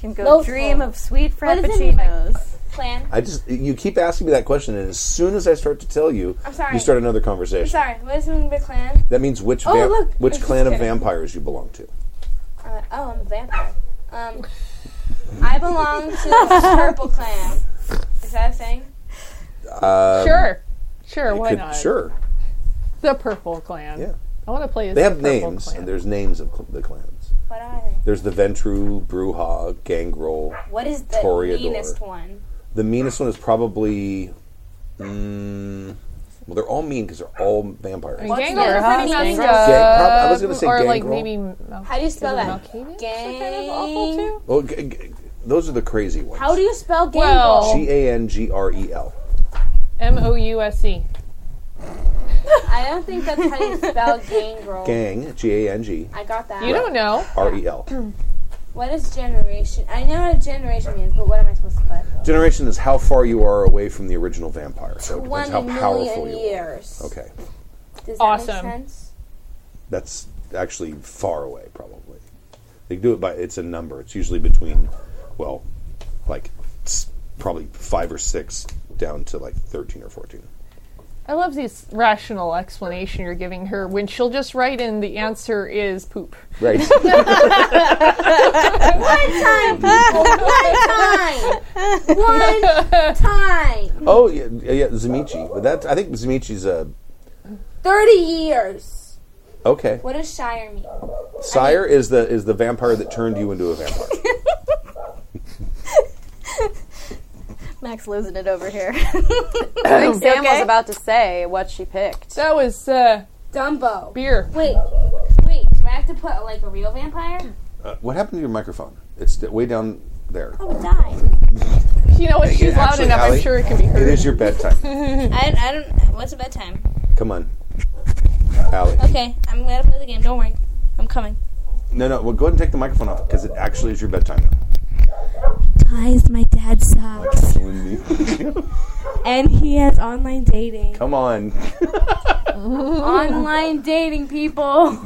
Speaker 4: Can go
Speaker 8: Loathful.
Speaker 4: dream of sweet
Speaker 8: What does it mean by-
Speaker 4: frappuccinos.
Speaker 8: Plan.
Speaker 5: I just you keep asking me that question, and as soon as I start to tell you,
Speaker 8: I'm sorry.
Speaker 5: you start another conversation.
Speaker 8: Sorry, what does it mean by clan?
Speaker 5: That means which vamp-
Speaker 8: look,
Speaker 5: which
Speaker 8: it's
Speaker 5: clan of
Speaker 8: there.
Speaker 5: vampires you belong to.
Speaker 8: Uh, oh, I'm a vampire. Um, I belong to the purple clan. Is that a thing?
Speaker 5: Um,
Speaker 3: Sure, sure.
Speaker 5: you
Speaker 3: Why
Speaker 5: could-
Speaker 3: not?
Speaker 5: Sure.
Speaker 3: The purple clan.
Speaker 5: Yeah.
Speaker 3: I want to play. As
Speaker 5: They
Speaker 3: the
Speaker 5: have
Speaker 3: purple
Speaker 5: names,
Speaker 3: Clan.
Speaker 5: and there's names of cl- the clans.
Speaker 8: What are they?
Speaker 5: There's the Ventru, Bruja, Gangrel.
Speaker 8: What is the
Speaker 5: Toreador.
Speaker 8: meanest one?
Speaker 5: The meanest one is probably. Mm, well, they're all mean because they're all vampires.
Speaker 3: And Gangrel
Speaker 8: the
Speaker 3: are
Speaker 8: difference
Speaker 3: pretty
Speaker 8: between
Speaker 3: messed
Speaker 8: gangrel?
Speaker 3: up.
Speaker 5: Gang- prob- I was gonna say
Speaker 3: or like
Speaker 5: gangrel.
Speaker 3: maybe. Mal-
Speaker 8: How do you spell that?
Speaker 3: Malkavian?
Speaker 8: Gang.
Speaker 3: Awful too.
Speaker 5: Well, g- g- those are the crazy ones.
Speaker 8: How do you spell gangrel?
Speaker 3: Well-
Speaker 5: G A N G R E L.
Speaker 3: M O U S E.
Speaker 8: I don't think that's how you spell gangrel.
Speaker 5: Gang, G A N G
Speaker 8: I got that.
Speaker 3: You don't know.
Speaker 5: R E L.
Speaker 8: What is generation? I know what a generation means, but what am I supposed to put?
Speaker 5: Generation is how far you are away from the original vampire. So it
Speaker 8: One
Speaker 5: depends how
Speaker 8: in
Speaker 5: powerful
Speaker 8: million
Speaker 5: you
Speaker 8: years.
Speaker 5: are. Okay.
Speaker 8: Does that
Speaker 3: Awesome.
Speaker 8: make sense?
Speaker 5: That's actually far away, probably. They do it by, it's a number. It's usually between, well, like, s- probably five or six down to like 13 or 14.
Speaker 3: I love this rational explanation you're giving her when she'll just write in the answer is poop.
Speaker 5: Right.
Speaker 8: Time.
Speaker 5: oh, yeah, yeah, yeah, Zamichi. But that, I think Zamichi's a.
Speaker 8: 30 years.
Speaker 5: Okay.
Speaker 8: What does Shire mean?
Speaker 5: Sire is the is the vampire that turned you into a vampire.
Speaker 9: Max losing it over here.
Speaker 2: I think Sam was about to say what she picked.
Speaker 3: That was uh,
Speaker 8: Dumbo.
Speaker 3: beer.
Speaker 8: Wait, wait. Do I have to put like a real vampire?
Speaker 5: Uh, what happened to your microphone? It's d- way down there.
Speaker 8: Oh, die.
Speaker 3: You know, when she's loud
Speaker 5: Actually,
Speaker 3: enough,
Speaker 5: Allie,
Speaker 3: I'm sure it can be
Speaker 5: It
Speaker 3: heard.
Speaker 5: is your bedtime.
Speaker 8: I, I don't. What's about time?
Speaker 5: Come on, Allie.
Speaker 8: Okay, I'm gonna play the game. Don't worry, I'm coming.
Speaker 5: No, no. Well, go ahead and take the microphone off because it actually is your bedtime now.
Speaker 8: Ties my dad sucks, and he has online dating.
Speaker 5: Come on.
Speaker 8: online dating, people.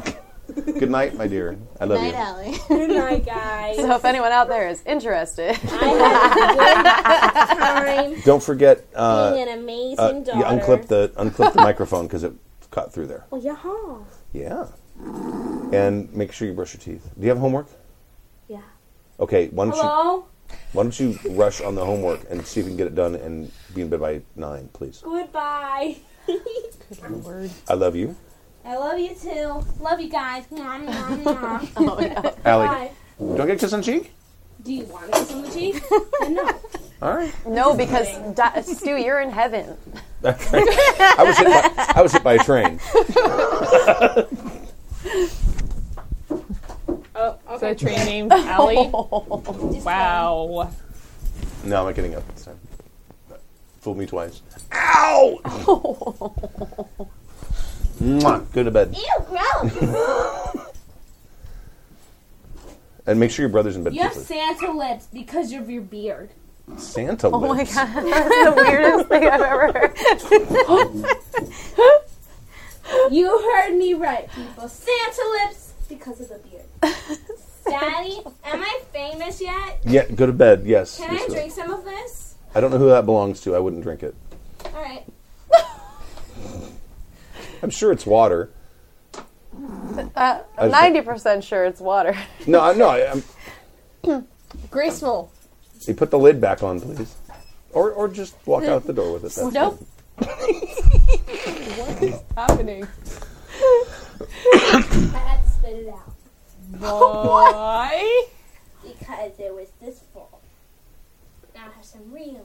Speaker 5: Good night, my dear. I love you.
Speaker 9: Allie.
Speaker 8: Good night, guys.
Speaker 2: So if anyone out there is interested,
Speaker 8: Time
Speaker 5: Don't forget. Uh,
Speaker 8: being an amazing
Speaker 5: uh,
Speaker 8: daughter.
Speaker 5: you unclip the unclip the microphone because it cut through there.
Speaker 8: Oh, yeah.
Speaker 5: Yeah. And make sure you brush your teeth. Do you have homework?
Speaker 8: Yeah.
Speaker 5: Okay. Why don't you
Speaker 8: Hello.
Speaker 5: Why don't you rush on the homework and see if you can get it done and be in bed by nine, please.
Speaker 8: Goodbye.
Speaker 5: I love you,
Speaker 8: I love you too. Love you guys. Nom, nom, nom.
Speaker 5: Allie.
Speaker 8: Bye.
Speaker 5: Do I get a kiss on the cheek?
Speaker 7: Do you want to kiss on the cheek?
Speaker 5: All right.
Speaker 2: no, because Di- Stu, you're in heaven.
Speaker 5: I was hit by, I was hit by a train.
Speaker 7: oh, okay.
Speaker 3: Is that train named Allie? wow.
Speaker 5: No, I'm not getting up this time. Fooled me twice. Ow! Mwah. Go to bed.
Speaker 8: Ew, gross.
Speaker 5: And make sure your brother's in bed.
Speaker 7: You have
Speaker 5: too, please.
Speaker 7: Santa lips because of your beard.
Speaker 5: Santa
Speaker 2: Oh my
Speaker 5: lives.
Speaker 2: god, that's the weirdest thing I've ever heard.
Speaker 7: You heard me right.
Speaker 8: Well, Santa lips because of the beard. Daddy, am I famous yet?
Speaker 5: Yeah, go to bed. Yes.
Speaker 8: Can
Speaker 5: yes,
Speaker 8: I
Speaker 5: yes.
Speaker 8: drink some of this?
Speaker 5: I don't know who that belongs to. I wouldn't drink it.
Speaker 8: All right.
Speaker 5: I'm sure it's water.
Speaker 2: I'm 90% sure it's water.
Speaker 5: No, I- no. I, I'm,
Speaker 3: Graceful.
Speaker 5: you put the lid back on, please, or or just walk out the door with it. That's
Speaker 2: Nope.
Speaker 3: Happening.
Speaker 8: I had to spit it out
Speaker 3: Why?
Speaker 8: because it was this full. Now I have some real.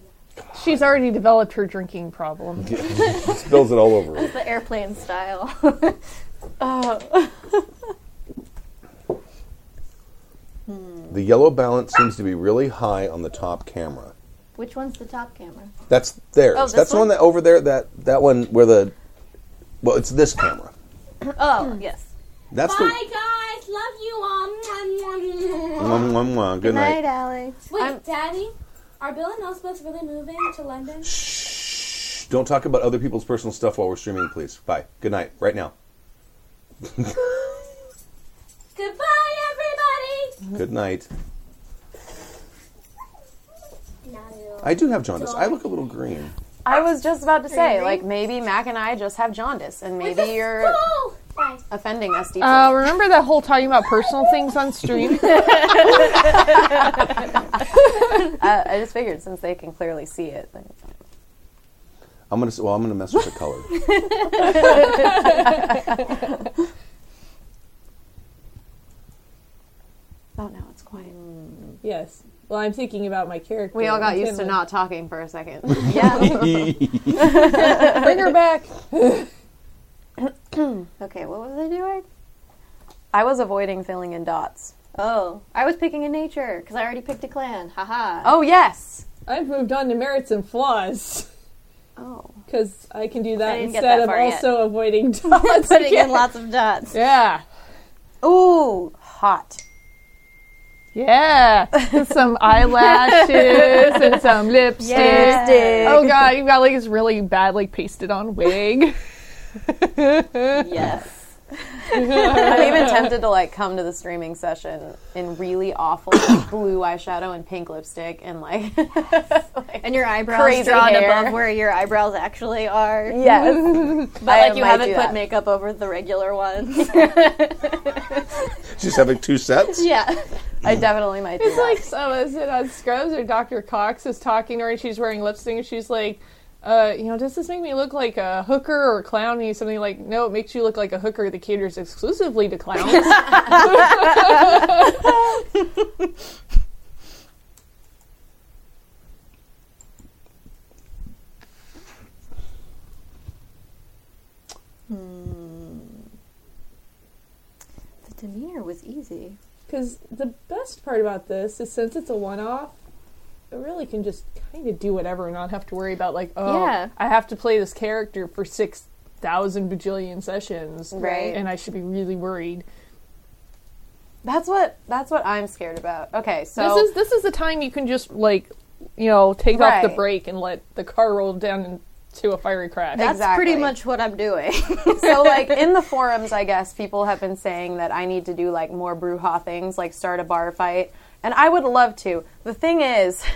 Speaker 3: She's already developed her drinking problem.
Speaker 5: it. Spills it all over.
Speaker 9: the airplane style.
Speaker 5: The yellow balance seems to be really high on the top camera.
Speaker 9: Which one's the top camera?
Speaker 5: That's theirs.
Speaker 9: Oh, this
Speaker 5: That's the one
Speaker 9: one?
Speaker 5: that over there. That that one where the well, it's this camera.
Speaker 4: Hmm.
Speaker 9: Oh, yes.
Speaker 5: That's
Speaker 8: Bye guys, love you all. Mwah, mwah,
Speaker 5: the.
Speaker 8: mwah.
Speaker 5: Mwah, mwah, mwah. Good night.
Speaker 9: Allie.
Speaker 8: Wait, Daddy, are Bill and Elspeth really moving to London?
Speaker 5: Shh. Don't talk about other people's personal stuff while we're streaming, please. Bye. Good night. Right now.
Speaker 8: Goodbye, everybody.
Speaker 4: Mm-hmm.
Speaker 5: Good night.
Speaker 8: No.
Speaker 5: I do have jaundice. I look a little green.
Speaker 2: I was just about to say, like, maybe Mac and I just have jaundice, and maybe you're
Speaker 8: Oh, guys.
Speaker 2: offending us deeply.
Speaker 9: Oh.
Speaker 3: Uh, remember that whole talking about personal things on stream?
Speaker 2: I, Uh, I just figured since they can clearly see it. Like,
Speaker 5: I'm gonna. s- Well, I'm gonna mess with the color.
Speaker 2: oh, now it's quiet.
Speaker 3: yes. Well, I'm thinking about my character.
Speaker 2: We all got used to not talking for a second. yeah.
Speaker 3: Bring her back.
Speaker 9: Okay, what was I doing?
Speaker 2: I was avoiding filling in dots.
Speaker 9: Oh, I was picking a nature because I already picked a clan. Haha.
Speaker 2: Oh, yes.
Speaker 3: I've moved on to merits and flaws
Speaker 2: Oh.
Speaker 3: because I can do that
Speaker 9: didn't get
Speaker 3: instead
Speaker 9: that
Speaker 3: of
Speaker 9: far yet.
Speaker 3: also avoiding dots.
Speaker 9: Putting
Speaker 3: again.
Speaker 9: in lots of dots.
Speaker 3: Yeah.
Speaker 2: Ooh, hot.
Speaker 3: Yeah. And some eyelashes and some lipstick. Oh god, you've got like this really badly pasted on wig.
Speaker 9: Yes.
Speaker 2: I'm even tempted to like come to the streaming session in really awful like, blue eyeshadow and pink lipstick and like
Speaker 4: And your eyebrows
Speaker 2: Crazy
Speaker 4: drawn
Speaker 2: hair.
Speaker 4: above where your eyebrows actually are.
Speaker 2: yes,
Speaker 4: But like you
Speaker 2: might
Speaker 4: haven't
Speaker 2: do
Speaker 4: put
Speaker 2: that.
Speaker 4: makeup over the regular ones.
Speaker 5: Just having two sets?
Speaker 4: yeah.
Speaker 2: I definitely might. Do
Speaker 3: It's
Speaker 2: that.
Speaker 3: like so is it on Scrubs or Dr. Cox is talking to her and she's wearing lipstick and she's like, uh, you know, does this make me look like a hooker or a clown? And he's something like, no, it makes you look like a hooker that caters exclusively to clowns.
Speaker 4: The demeanor was easy.
Speaker 3: Because the best part about this is since it's a one off, it really can just kind of do whatever and not have to worry about, like, oh,
Speaker 4: Yeah.
Speaker 3: I have to play this character for 6,000 bajillion sessions.
Speaker 2: Right.
Speaker 3: And I should be really worried.
Speaker 2: that's what that's what I'm scared about. Okay, so
Speaker 3: This is this is the time you can just like, you know, take off the
Speaker 2: Right.
Speaker 3: brake and let the car roll down into a fiery crash.
Speaker 4: That's pretty
Speaker 2: Exactly.
Speaker 4: much what I'm doing.
Speaker 2: so like in the forums, I guess people have been saying that I need to do like more brouhaha things, like start a bar fight, and I would love to. The thing is,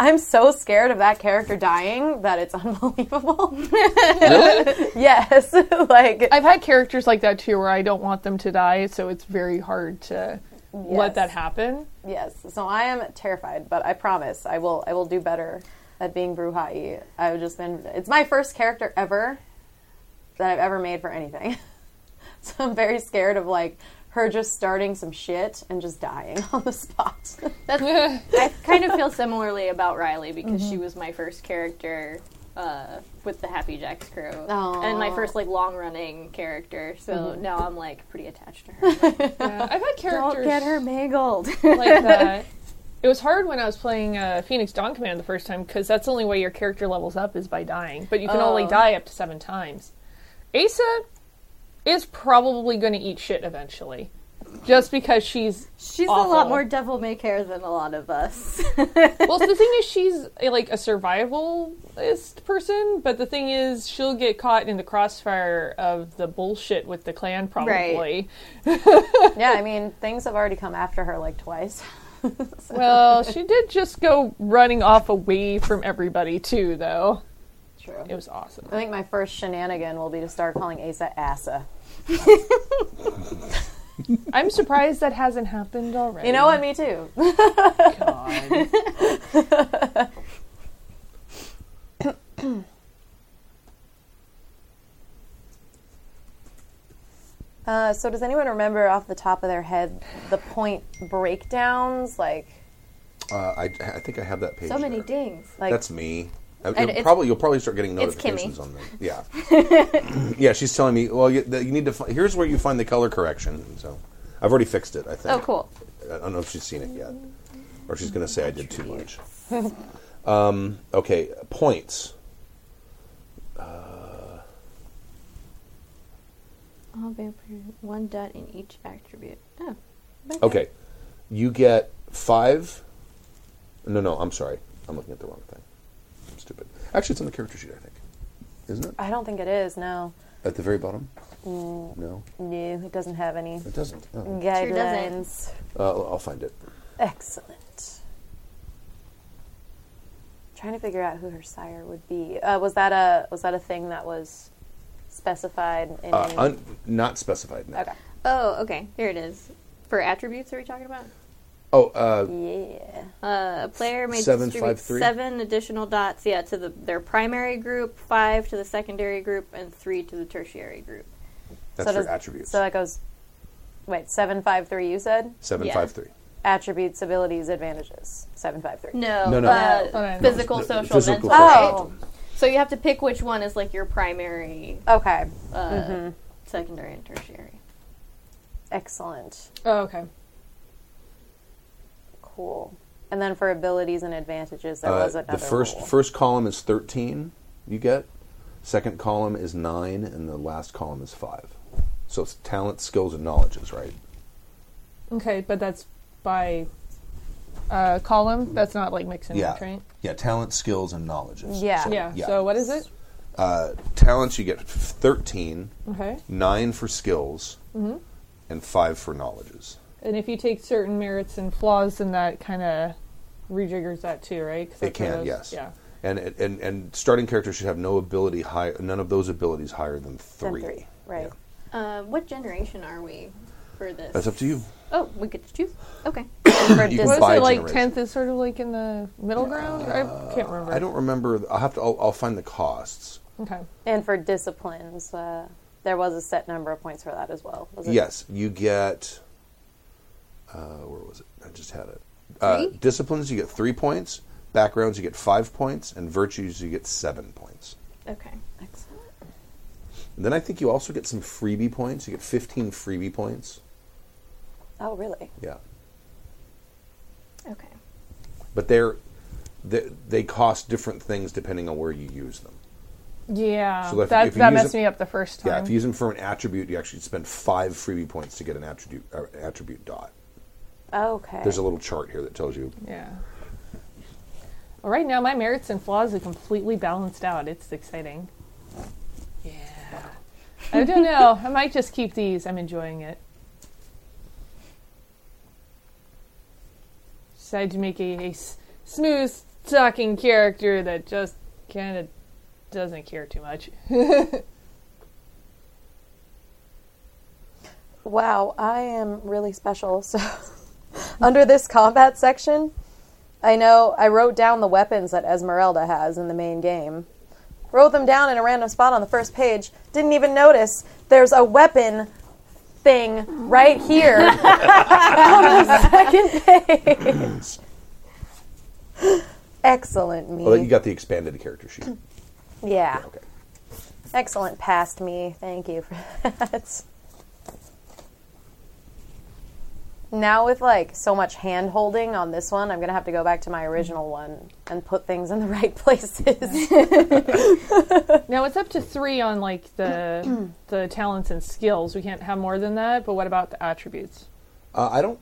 Speaker 2: I'm so scared of that character dying that it's unbelievable. yes, like
Speaker 3: I've had characters like that too, where I don't want them to die, so it's very hard to
Speaker 2: Yes.
Speaker 3: let that happen.
Speaker 2: yes. So I am terrified, but I promise I will. I will do better at being brouhaha. I've just been. It's my first character ever that I've ever made for anything. So I'm very scared of like her just starting some shit and just dying on the spot.
Speaker 4: I kind of feel similarly about Riley because
Speaker 2: Mm-hmm.
Speaker 4: she was my first character uh, with the Happy Jacks crew,
Speaker 2: Aw. Mm-hmm.
Speaker 4: and my first like long running character. So now I'm like pretty attached to her.
Speaker 3: I've had characters
Speaker 4: mangled.
Speaker 3: like that. It was hard when I was playing uh, Phoenix Dawn Command the first time because that's the only way your character levels up is by dying, but you can only die up to seven times. Asa is probably going to eat shit eventually, just because she's
Speaker 4: She's a lot
Speaker 3: Awful.
Speaker 4: more devil may care than a lot of us.
Speaker 3: well. the thing is, she's a, like a survivalist person, but the thing is, she'll get caught in the crossfire of the bullshit with the clan probably.
Speaker 2: yeah, I mean, things have already come after her like twice.
Speaker 3: Well, she did just go running off away from everybody too, though.
Speaker 2: True.
Speaker 3: It was awesome.
Speaker 2: I think my first shenanigan will be to start calling Asa Asa.
Speaker 3: I'm surprised that hasn't happened already.
Speaker 2: You know what? Me too.
Speaker 3: God.
Speaker 2: Uh, so, does anyone remember off the top of their head the point breakdowns? Like,
Speaker 5: Uh, I, I think I have that page.
Speaker 4: so many
Speaker 5: there.
Speaker 4: dings.
Speaker 2: like
Speaker 5: That's me. I-
Speaker 4: And
Speaker 5: you'll
Speaker 4: it's-
Speaker 5: probably you'll probably start getting
Speaker 4: it's Kimmy.
Speaker 5: notifications on them. Yeah, yeah. She's telling me, well, you, that you need to. Fi- here's where you find the color correction. So, I've already fixed it. I think.
Speaker 4: Oh, cool.
Speaker 5: I don't know if she's seen it yet, or she's going to say I did too much. um, okay, points.
Speaker 4: All vampire one dot in each attribute. Oh,
Speaker 5: Okay, you get five. No, no. I'm sorry. I'm looking at the wrong thing. I'm stupid. Actually, it's on the character sheet. I think, isn't it?
Speaker 2: I don't think it is. No,
Speaker 5: At the very bottom.
Speaker 2: Mm.
Speaker 5: No,
Speaker 2: no, it doesn't have any
Speaker 5: it doesn't.
Speaker 2: Mm.
Speaker 5: Oh.
Speaker 2: guidelines.
Speaker 5: Uh, I'll find it.
Speaker 2: Excellent. Trying to figure out who her sire would be. Uh, was that a was that a thing that was specified in?
Speaker 5: Uh,
Speaker 2: any-
Speaker 5: un- not specified. No.
Speaker 2: okay.
Speaker 4: Oh, okay. Here it is. For attributes, are we talking about?
Speaker 5: Oh, uh,
Speaker 2: Mm. Yeah.
Speaker 4: Uh, a player may
Speaker 5: Seven,
Speaker 4: distribute
Speaker 5: five, three?
Speaker 4: seven additional dots, yeah, to the, their primary group, five to the secondary group, and three to the tertiary group.
Speaker 5: that's
Speaker 2: does-
Speaker 5: for attributes.
Speaker 2: So that goes. Wait, seven five three. You said
Speaker 5: Seven
Speaker 4: yeah.
Speaker 5: five three.
Speaker 2: attributes, abilities, advantages. Seven five three.
Speaker 4: No,
Speaker 5: No, no.
Speaker 4: uh,
Speaker 3: No. No.
Speaker 4: physical,
Speaker 5: No,
Speaker 4: social,
Speaker 5: physical,
Speaker 4: mental.
Speaker 5: social.
Speaker 2: Oh.
Speaker 4: So you have to pick which one is like your primary,
Speaker 2: Okay.
Speaker 4: uh,
Speaker 2: Mm-hmm.
Speaker 4: secondary, and tertiary.
Speaker 2: Excellent.
Speaker 3: Oh, okay.
Speaker 2: Cool. And then for abilities and advantages, there
Speaker 5: Uh,
Speaker 2: was another.
Speaker 5: the first
Speaker 2: rule.
Speaker 5: first column is thirteen. You get. Second column is nine, and the last column is five. So it's talent, skills, and knowledges, right?
Speaker 3: Okay, but that's by uh, column. That's not like mixing,
Speaker 5: Yeah.
Speaker 3: right?
Speaker 5: Yeah. Talent, skills, and knowledges.
Speaker 2: Yeah.
Speaker 5: So,
Speaker 3: Yeah. So what is it?
Speaker 5: Uh, talents, you get 13,
Speaker 3: Okay.
Speaker 5: 9 for skills, and 5 for knowledges.
Speaker 3: And if you take certain merits and flaws, then that kind of rejiggers that too, right? 'Cause
Speaker 5: It
Speaker 3: that's how
Speaker 5: can,
Speaker 3: those-
Speaker 5: yes.
Speaker 3: Yeah.
Speaker 5: And, it- and and starting characters should have no ability high, none of those abilities higher than
Speaker 2: Then
Speaker 5: three.
Speaker 2: three, right?
Speaker 5: Yeah.
Speaker 9: Uh, what generation are we for this?
Speaker 5: That's up to you.
Speaker 9: oh, we get to choose. Okay.
Speaker 2: For
Speaker 5: You
Speaker 2: Disney.
Speaker 5: can
Speaker 3: What
Speaker 5: buy
Speaker 3: is it like?
Speaker 5: generation. Uh,
Speaker 3: Tenth is sort of like in the middle ground. I can't remember.
Speaker 5: I don't remember. I'll have to. I'll, I'll find the costs.
Speaker 3: Okay.
Speaker 2: And for disciplines, uh, there was a set number of points for that as well. Was it?
Speaker 5: Yes, you get. Uh, where was it? I just had it. Uh, disciplines, you get three points. Backgrounds, you get five points, and virtues, you get seven points.
Speaker 4: Okay.
Speaker 2: Excellent.
Speaker 5: And then I think you also get some freebie points. You get fifteen freebie points.
Speaker 2: Oh, really?
Speaker 5: Yeah,
Speaker 4: Okay.
Speaker 5: but they're they, they cost different things depending on where you use them.
Speaker 3: Yeah.
Speaker 5: So if-
Speaker 3: that
Speaker 5: if you
Speaker 3: that
Speaker 5: use
Speaker 3: messed
Speaker 5: a-
Speaker 3: me up the first time.
Speaker 5: Yeah, if you use them for an attribute, you actually spend five freebie points to get an attribute uh, attribute dot.
Speaker 2: Okay.
Speaker 5: There's a little chart here that tells you.
Speaker 3: Yeah. Well, right now my merits and flaws are completely balanced out. It's exciting. Yeah. I don't know. I might just keep these. I'm enjoying it. Decided to make a, a s- smooth talking character that just kind of doesn't care too much.
Speaker 2: Wow, I am really special. So, under this combat section, I know I wrote down the weapons that Esmeralda has in the main game. Wrote them down in a random spot on the first page. Didn't even notice there's a weapon thing right here on the second page. Excellent me.
Speaker 5: Well, you got the expanded character
Speaker 3: Hmm.
Speaker 5: sheet.
Speaker 2: yeah.
Speaker 5: Okay.
Speaker 2: Excellent past me. Thank you for that. Now with like so much hand holding on this one, I'm gonna have to go back to my original one and put things in the right places.
Speaker 3: now it's up to three on like the the talents and skills. We can't have more than that. But what about the attributes?
Speaker 5: Uh, I don't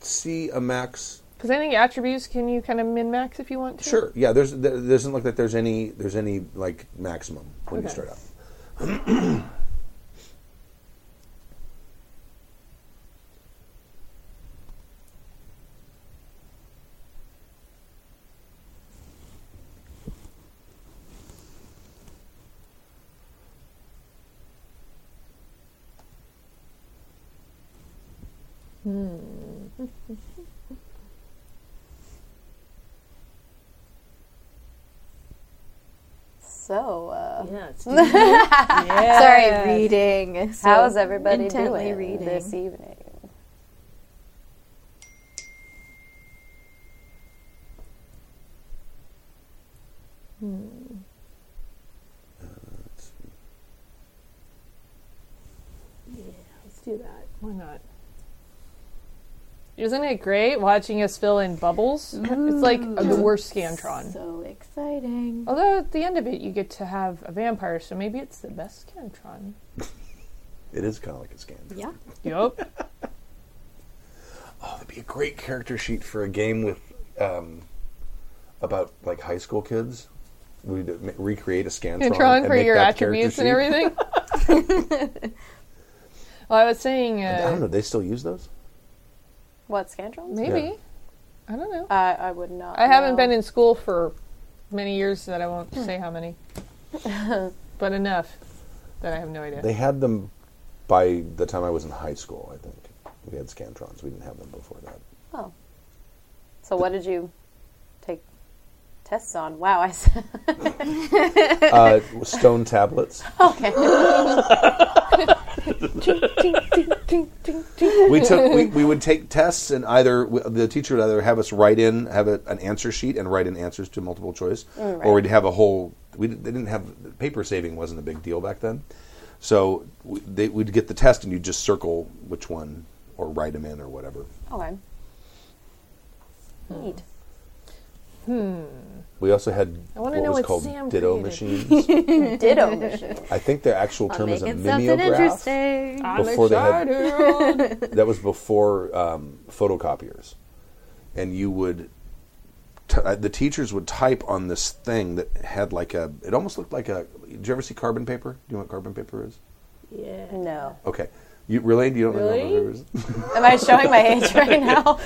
Speaker 5: see a max.
Speaker 3: Because I think attributes can you kind of min max if you want to.
Speaker 5: Sure, yeah. There's there doesn't look like there's any there's any like maximum when you
Speaker 3: Okay.
Speaker 5: start out.
Speaker 2: so, uh,
Speaker 3: Yeah, it's
Speaker 4: Sorry, reading. So
Speaker 2: how's everybody
Speaker 4: intently
Speaker 2: doing
Speaker 4: reading.
Speaker 2: this evening?
Speaker 3: Let's do that. Why not? Isn't it great watching us fill in bubbles? it's like the worst Scantron.
Speaker 4: So exciting.
Speaker 3: Although at the end of it, you get to have a vampire, so maybe it's the best Scantron.
Speaker 5: It is kind of like a scan.
Speaker 4: Yeah.
Speaker 3: Yup.
Speaker 5: Oh, that'd be a great character sheet for a game with um, about like high school kids. We'd ma- recreate a scantron,
Speaker 3: Scantron
Speaker 5: and
Speaker 3: for
Speaker 5: make
Speaker 3: your
Speaker 5: that character
Speaker 3: attributes and
Speaker 5: sheet.
Speaker 3: everything. well, I was saying
Speaker 5: I don't know.
Speaker 3: uh,
Speaker 5: They still use those?
Speaker 2: What Scantrons?
Speaker 3: maybe.
Speaker 5: Yeah.
Speaker 3: I don't know.
Speaker 2: I, I would not.
Speaker 3: I haven't
Speaker 2: know.
Speaker 3: been in school for many years that I won't say how many, but enough that I have no idea.
Speaker 5: They had them by the time I was in high school. I think we had scantrons. We didn't have them before that.
Speaker 2: Oh. So what did you take tests on? Wow, I said
Speaker 5: Uh, stone tablets.
Speaker 2: okay.
Speaker 5: we took we, we would take tests and either w- the teacher would either have us write in have a, an answer sheet and write in answers to multiple choice
Speaker 3: Mm,
Speaker 2: right.
Speaker 5: or we'd have a whole we didn't- they didn't have paper saving wasn't a big deal back then so we, they, we'd get the test and you'd just circle which one or write them in or whatever
Speaker 2: Okay. Neat.
Speaker 5: Hmm. we also had
Speaker 3: I
Speaker 5: what
Speaker 3: wanna know
Speaker 5: was
Speaker 3: what
Speaker 5: called
Speaker 3: Sam
Speaker 5: ditto
Speaker 3: created.
Speaker 5: machines
Speaker 2: Ditto machine.
Speaker 5: i think their actual term is a
Speaker 4: Making something
Speaker 5: mimeograph
Speaker 4: interesting.
Speaker 3: I'm
Speaker 5: Before they had-
Speaker 3: excited.
Speaker 5: that was before um, photocopiers, and you would t- but I, the teachers would type on this thing that had like a. It almost looked like a. Did you ever see carbon paper? Do you know what carbon paper is?
Speaker 2: No.
Speaker 5: Okay, you really? You don't remember? What paper
Speaker 2: Am I showing my age right now?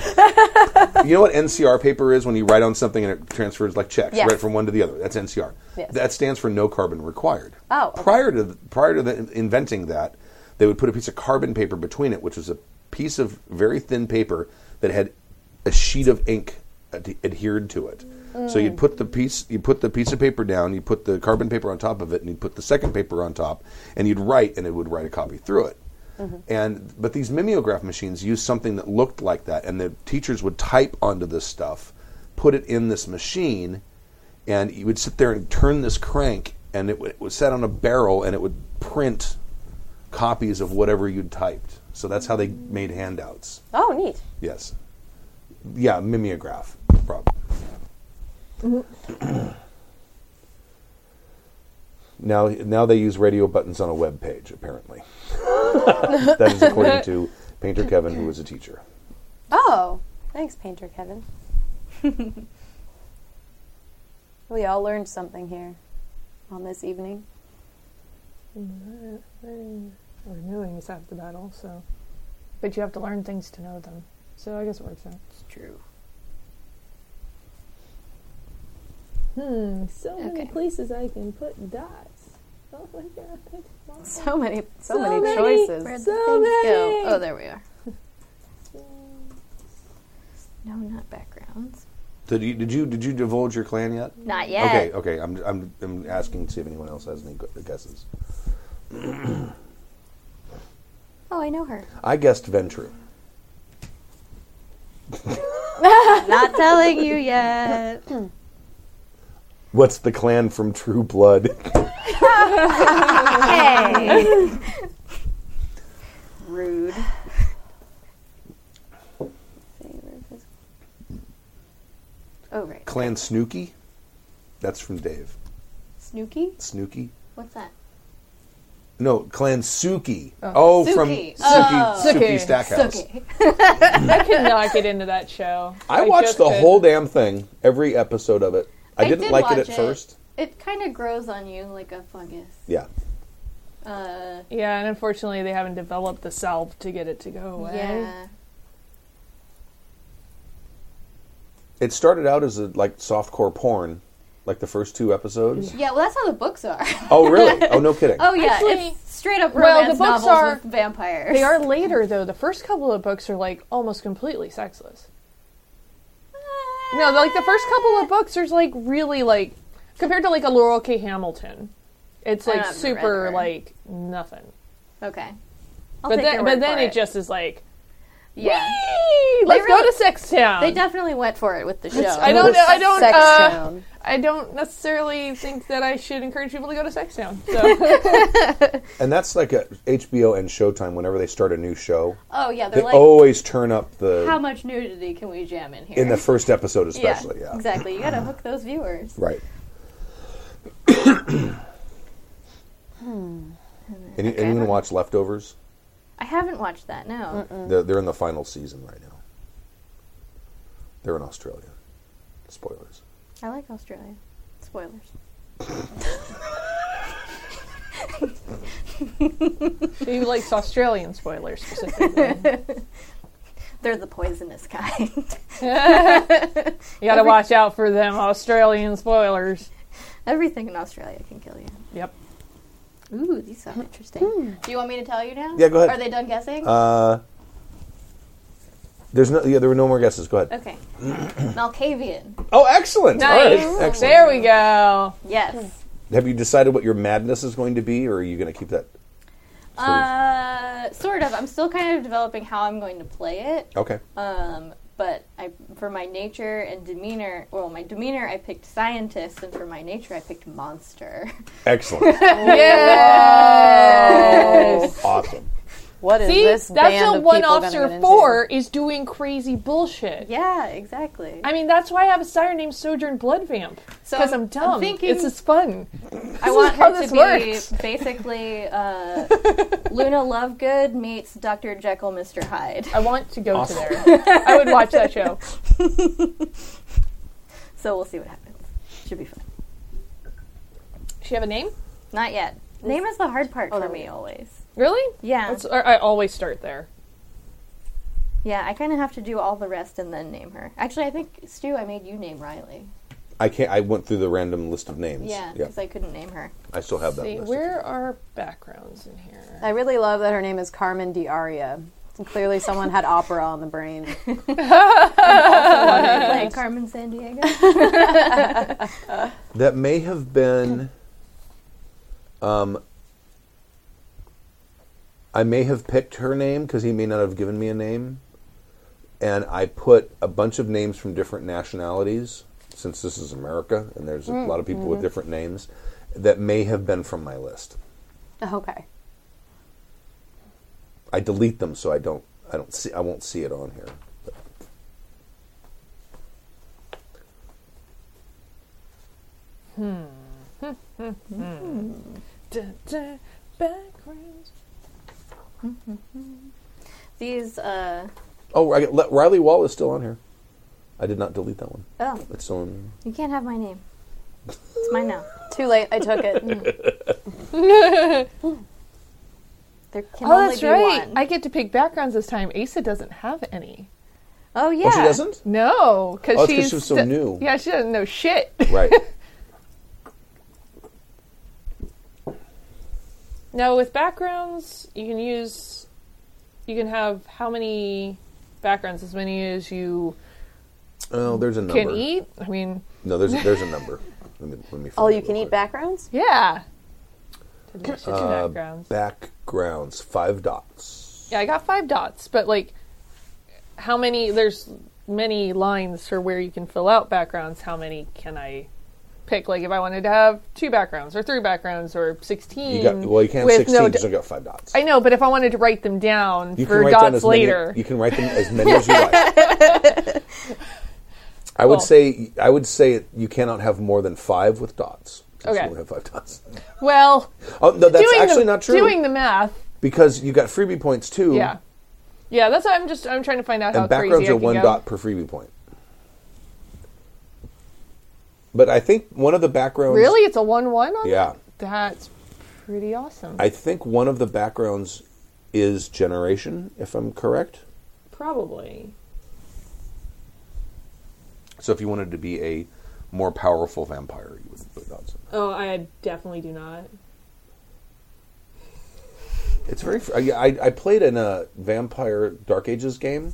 Speaker 5: is? you know what NCR paper is when you write on something and it transfers like checks
Speaker 2: Yes.
Speaker 5: right from one to the other. That's NCR.
Speaker 2: Yes.
Speaker 5: That stands for no carbon required.
Speaker 2: Oh, okay.
Speaker 5: Prior to prior to the, inventing that, they would put a piece of carbon paper between it, which was a piece of very thin paper that had a sheet of ink ad- adhered to it. So you'd put the piece you put the piece of paper down, you put the carbon paper on top of it, and you'd put the second paper on top, and you'd write, and it would write a copy through it.
Speaker 2: Mm-hmm.
Speaker 5: And but these mimeograph machines used something that looked like that, and the teachers would type onto this stuff, put it in this machine, and you would sit there and turn this crank, and it, would it was set on a barrel, and it would print copies of whatever you'd typed. So that's how they made handouts.
Speaker 2: Oh, neat.
Speaker 5: Yes. Yeah, mimeograph. Prob. now, now they use radio buttons on a web page. Apparently, that is according to painter Kevin, who was a teacher.
Speaker 2: Oh, thanks, Painter Kevin. we all learned something here on this evening.
Speaker 3: Or knowing is half the battle, so. But you have to learn things to know them. So I guess it works out. It's true. Hmm, so many places I can put dots. Oh my god.
Speaker 2: So many, so,
Speaker 3: So
Speaker 2: many,
Speaker 3: many.
Speaker 2: choices.
Speaker 10: Where'd
Speaker 3: So
Speaker 10: the things go?
Speaker 3: many.
Speaker 10: Oh, there we are. No, not backgrounds.
Speaker 5: Did you did you did you divulge your clan yet?
Speaker 4: Not yet.
Speaker 5: Okay, okay. I'm, I'm I'm asking to see if anyone else has any gu- guesses.
Speaker 10: Oh, I know her.
Speaker 5: I guessed Ventru.
Speaker 10: Not telling you yet.
Speaker 5: What's the clan from True Blood?
Speaker 10: hey.
Speaker 4: Rude.
Speaker 2: Oh, right.
Speaker 5: clan Snooky. That's from Dave.
Speaker 4: Snooky?
Speaker 5: Snooky.
Speaker 4: What's that?
Speaker 5: No, Clan Suki. Oh, from Suki.
Speaker 4: Suki.
Speaker 5: Suki,
Speaker 3: Suki.
Speaker 5: Stackhouse.
Speaker 3: I could not get into that show.
Speaker 5: I watched
Speaker 3: just
Speaker 5: the
Speaker 3: could-
Speaker 5: whole damn thing, every episode of it. I,
Speaker 4: I
Speaker 5: didn't
Speaker 4: did
Speaker 5: like it at
Speaker 4: watch it.
Speaker 5: first.
Speaker 4: It kind of grows on you like a fungus.
Speaker 5: Yeah.
Speaker 4: Uh,
Speaker 3: Yeah, and unfortunately, they haven't developed the salve to get it to go away.
Speaker 4: yeah.
Speaker 5: It started out as a like softcore porn, like the first two episodes.
Speaker 4: Yeah, well, that's how the books are.
Speaker 5: oh, really? Oh, no kidding.
Speaker 4: Oh, yeah.
Speaker 3: Actually-
Speaker 4: it's straight up
Speaker 3: Well,
Speaker 4: romance
Speaker 3: the books
Speaker 4: novels
Speaker 3: are-
Speaker 4: with vampires.
Speaker 3: They are later, though. The first couple of books are like almost completely sexless. No, like the first couple of books are like really like compared to like a Laurel K. Hamilton, it's
Speaker 4: I
Speaker 3: like
Speaker 4: haven't read
Speaker 3: super
Speaker 4: her.
Speaker 3: like nothing.
Speaker 4: Okay. I'll
Speaker 3: but
Speaker 4: take
Speaker 3: then,
Speaker 4: your
Speaker 3: but
Speaker 4: word
Speaker 3: then
Speaker 4: for
Speaker 3: it just is like,
Speaker 4: Yeah.
Speaker 3: "Hey, let's go
Speaker 4: really-
Speaker 3: to Sex Town.
Speaker 4: They definitely went for it with the show.
Speaker 3: I don't. I don't.
Speaker 2: Sex
Speaker 3: uh,
Speaker 2: town.
Speaker 3: I don't necessarily think that I should encourage people to go to Sex Town. So
Speaker 5: And that's like a HBO and Showtime. Whenever they start a new show,
Speaker 4: Oh, yeah. They're
Speaker 5: they
Speaker 4: like,
Speaker 5: always turn up the
Speaker 4: how much nudity can we jam in here?
Speaker 5: in the first episode,
Speaker 4: yeah,
Speaker 5: especially. Yeah.
Speaker 4: exactly. You gotta hook those viewers.
Speaker 5: Right.
Speaker 4: Hmm.
Speaker 5: Any, anyone watch Leftovers?
Speaker 4: I haven't watched that. No.
Speaker 5: They're, they're in the final season right now. They're in Australia. Spoilers.
Speaker 4: I like Australia. Spoilers.
Speaker 3: he likes Australian spoilers specifically.
Speaker 4: They're the poisonous kind.
Speaker 3: You gotta watch out for them Australian spoilers.
Speaker 4: Everything in Australia can kill you.
Speaker 3: Yep.
Speaker 4: Ooh, these sound interesting. Do you want me to tell you now?
Speaker 5: Hmm. Yeah, go ahead.
Speaker 4: Are they done guessing?
Speaker 5: Uh, there's no. Yeah, there were no more guesses. Go ahead.
Speaker 4: okay. Malkavian.
Speaker 5: Oh, excellent!
Speaker 3: Nice.
Speaker 5: All right, excellent.
Speaker 3: There we go.
Speaker 4: Yes.
Speaker 5: Have you decided what your madness is going to be, or are you going to keep that? sort of-
Speaker 4: Uh, sort of. I'm still kind of developing how I'm going to play it.
Speaker 5: okay.
Speaker 4: Um, but I, for my nature and demeanor, well, my demeanor I picked scientist, and for my nature I picked monster.
Speaker 5: Excellent.
Speaker 3: Oh, Yes.
Speaker 5: awesome.
Speaker 2: What is
Speaker 3: See,
Speaker 2: this
Speaker 3: that's
Speaker 2: band
Speaker 3: what
Speaker 2: of people
Speaker 3: one
Speaker 2: gonna get
Speaker 3: officer
Speaker 2: into?
Speaker 3: four is doing crazy bullshit.
Speaker 4: yeah, exactly.
Speaker 3: I mean, that's why I have a siren named Sojourn Blood Vamp.
Speaker 4: So
Speaker 3: Because
Speaker 4: I'm-
Speaker 3: I'm,
Speaker 4: I'm
Speaker 3: dumb.
Speaker 4: thinking-
Speaker 3: it's just fun.
Speaker 4: I want
Speaker 3: how
Speaker 4: her
Speaker 3: this
Speaker 4: to
Speaker 3: works.
Speaker 4: be basically uh, Luna Lovegood meets Dr. Jekyll, Mr. Hyde.
Speaker 3: I want to go to there. I would watch that show.
Speaker 4: So we'll see what happens. Should be fun.
Speaker 3: She have a name?
Speaker 4: Not yet. Oh, Name is the hard part for
Speaker 2: there
Speaker 4: me
Speaker 2: we go.
Speaker 4: always.
Speaker 3: Really?
Speaker 4: Yeah.
Speaker 3: That's, I, I always start there.
Speaker 4: Yeah, I kind of have to do all the rest and then name her. Actually, I think Stu, I made you name Riley.
Speaker 5: I can't. I went through the random list of names.
Speaker 4: Yeah,
Speaker 5: yeah.
Speaker 4: because I couldn't name her.
Speaker 5: I still have that
Speaker 3: See,
Speaker 5: list.
Speaker 3: where are backgrounds in here?
Speaker 2: I really love that her name is Carmen Diaria. Clearly, someone had opera on the brain.
Speaker 4: like Carmen San Diego.
Speaker 5: That may have been.
Speaker 3: Mm.
Speaker 5: Um. I may have picked her name because he may not have given me a name, and I put a bunch of names from different nationalities since this is America and there's a
Speaker 3: Mm,
Speaker 5: lot of people
Speaker 3: mm-hmm.
Speaker 5: with different names that may have been from my list.
Speaker 2: Okay.
Speaker 5: I delete them so I don't I don't see I won't see it on here. But-
Speaker 3: Dun, dun, backgrounds.
Speaker 4: These, uh,
Speaker 5: Oh, I got, Le- Riley Wall is still on here. I did not delete that one.
Speaker 4: oh,
Speaker 5: It's still on.
Speaker 4: you can't have my name. It's mine now.
Speaker 2: Too late. I took it.
Speaker 4: There can
Speaker 3: Oh,
Speaker 4: only
Speaker 3: that's
Speaker 4: be
Speaker 3: right.
Speaker 4: one.
Speaker 3: I get to pick backgrounds this time. Asa doesn't have any.
Speaker 4: oh yeah.
Speaker 5: Oh, she doesn't.
Speaker 3: No, because
Speaker 5: Oh, it's 'cause
Speaker 3: she's
Speaker 5: she was so
Speaker 3: sti-
Speaker 5: new.
Speaker 3: Yeah, she doesn't know shit.
Speaker 5: Right.
Speaker 3: Now with backgrounds, you can use, you can have how many backgrounds? As many as you
Speaker 5: Oh, there's a number.
Speaker 3: can eat. I mean,
Speaker 5: No, there's a, there's a number. Let me, let me find
Speaker 2: All
Speaker 5: it
Speaker 2: you
Speaker 5: real
Speaker 2: can eat
Speaker 5: quick.
Speaker 2: backgrounds.
Speaker 3: yeah. Such a
Speaker 5: uh,
Speaker 3: backgrounds.
Speaker 5: Backgrounds five dots.
Speaker 3: yeah, I got five dots, but like, how many? There's many lines for where you can fill out backgrounds. How many can I? Pick like if I wanted to have two backgrounds or three backgrounds or sixteen.
Speaker 5: You got well. You can't
Speaker 3: Mm. with
Speaker 5: sixteen.
Speaker 3: no
Speaker 5: because you got five dots.
Speaker 3: I know, but if I wanted to write them down
Speaker 5: you
Speaker 3: for
Speaker 5: down
Speaker 3: dots
Speaker 5: as many-
Speaker 3: later,
Speaker 5: you can write them as many as you like. I would
Speaker 3: Well-
Speaker 5: say I would say you cannot have more than five with dots. since
Speaker 3: Okay.
Speaker 5: You only have five dots.
Speaker 3: well,
Speaker 5: Oh no, that's
Speaker 3: doing
Speaker 5: actually
Speaker 3: the,
Speaker 5: not true.
Speaker 3: Doing the math,
Speaker 5: because you got freebie points too.
Speaker 3: yeah, yeah. That's I'm just I'm trying to find out how
Speaker 5: and
Speaker 3: crazy I
Speaker 5: backgrounds are
Speaker 3: can
Speaker 5: one
Speaker 3: go.
Speaker 5: dot per freebie point. But I think one of the backgrounds.
Speaker 3: Really, it's a one one on
Speaker 5: Yeah.
Speaker 3: that? That's pretty awesome.
Speaker 5: I think one of the backgrounds is generation, if I'm correct.
Speaker 3: Probably.
Speaker 5: So if you wanted to be a more powerful vampire, you would put dots in.
Speaker 3: Oh, I definitely do not.
Speaker 5: It's very. fr- I, I- I played in a vampire Dark Ages game,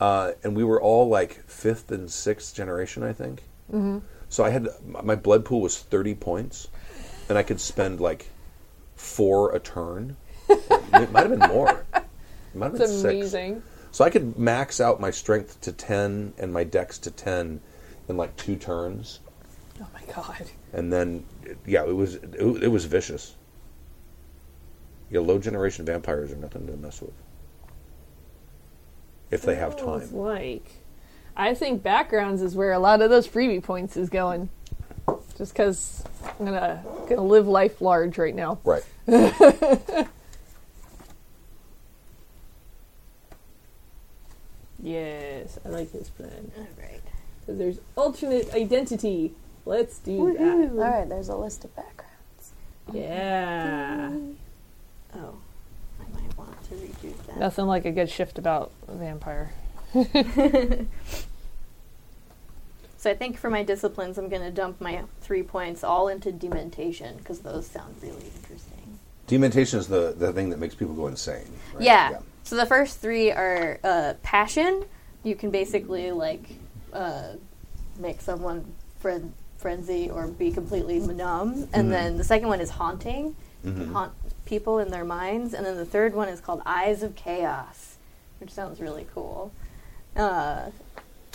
Speaker 5: uh, and we were all like fifth and sixth generation, I think. Mm-hmm. So I had my blood pool was thirty points, and I could spend like four a turn. it might have been more. It might have been
Speaker 3: It's
Speaker 5: six.
Speaker 3: amazing.
Speaker 5: So I could max out my strength to ten and my dex to ten in like two turns,
Speaker 3: Oh my god.
Speaker 5: and then yeah, it was it, it was vicious. Yeah, low generation vampires are nothing to mess with if they have
Speaker 3: What it's
Speaker 5: time.
Speaker 3: like, I think backgrounds is where a lot of those freebie points is going. Just because I'm gonna gonna live life large right now.
Speaker 5: Right.
Speaker 3: Yes, I like this plan.
Speaker 4: All right.
Speaker 3: Because there's alternate identity. Let's do
Speaker 2: All right. There's a list of backgrounds.
Speaker 3: that. Yeah.
Speaker 4: Oh, I might want to redo that.
Speaker 3: Nothing like a good shift about a vampire.
Speaker 4: So I think for my disciplines, I'm going to dump my three points all into dementation because those sound really interesting.
Speaker 5: Dementation is the, the thing that makes people go insane. right?
Speaker 4: Yeah. So the first three are uh, passion. You can basically like uh, make someone fren- frenzy or be completely numb. And then the second one is haunting. You can haunt people in their minds. And then the third one is called Eyes of Chaos, which sounds really cool. Uh,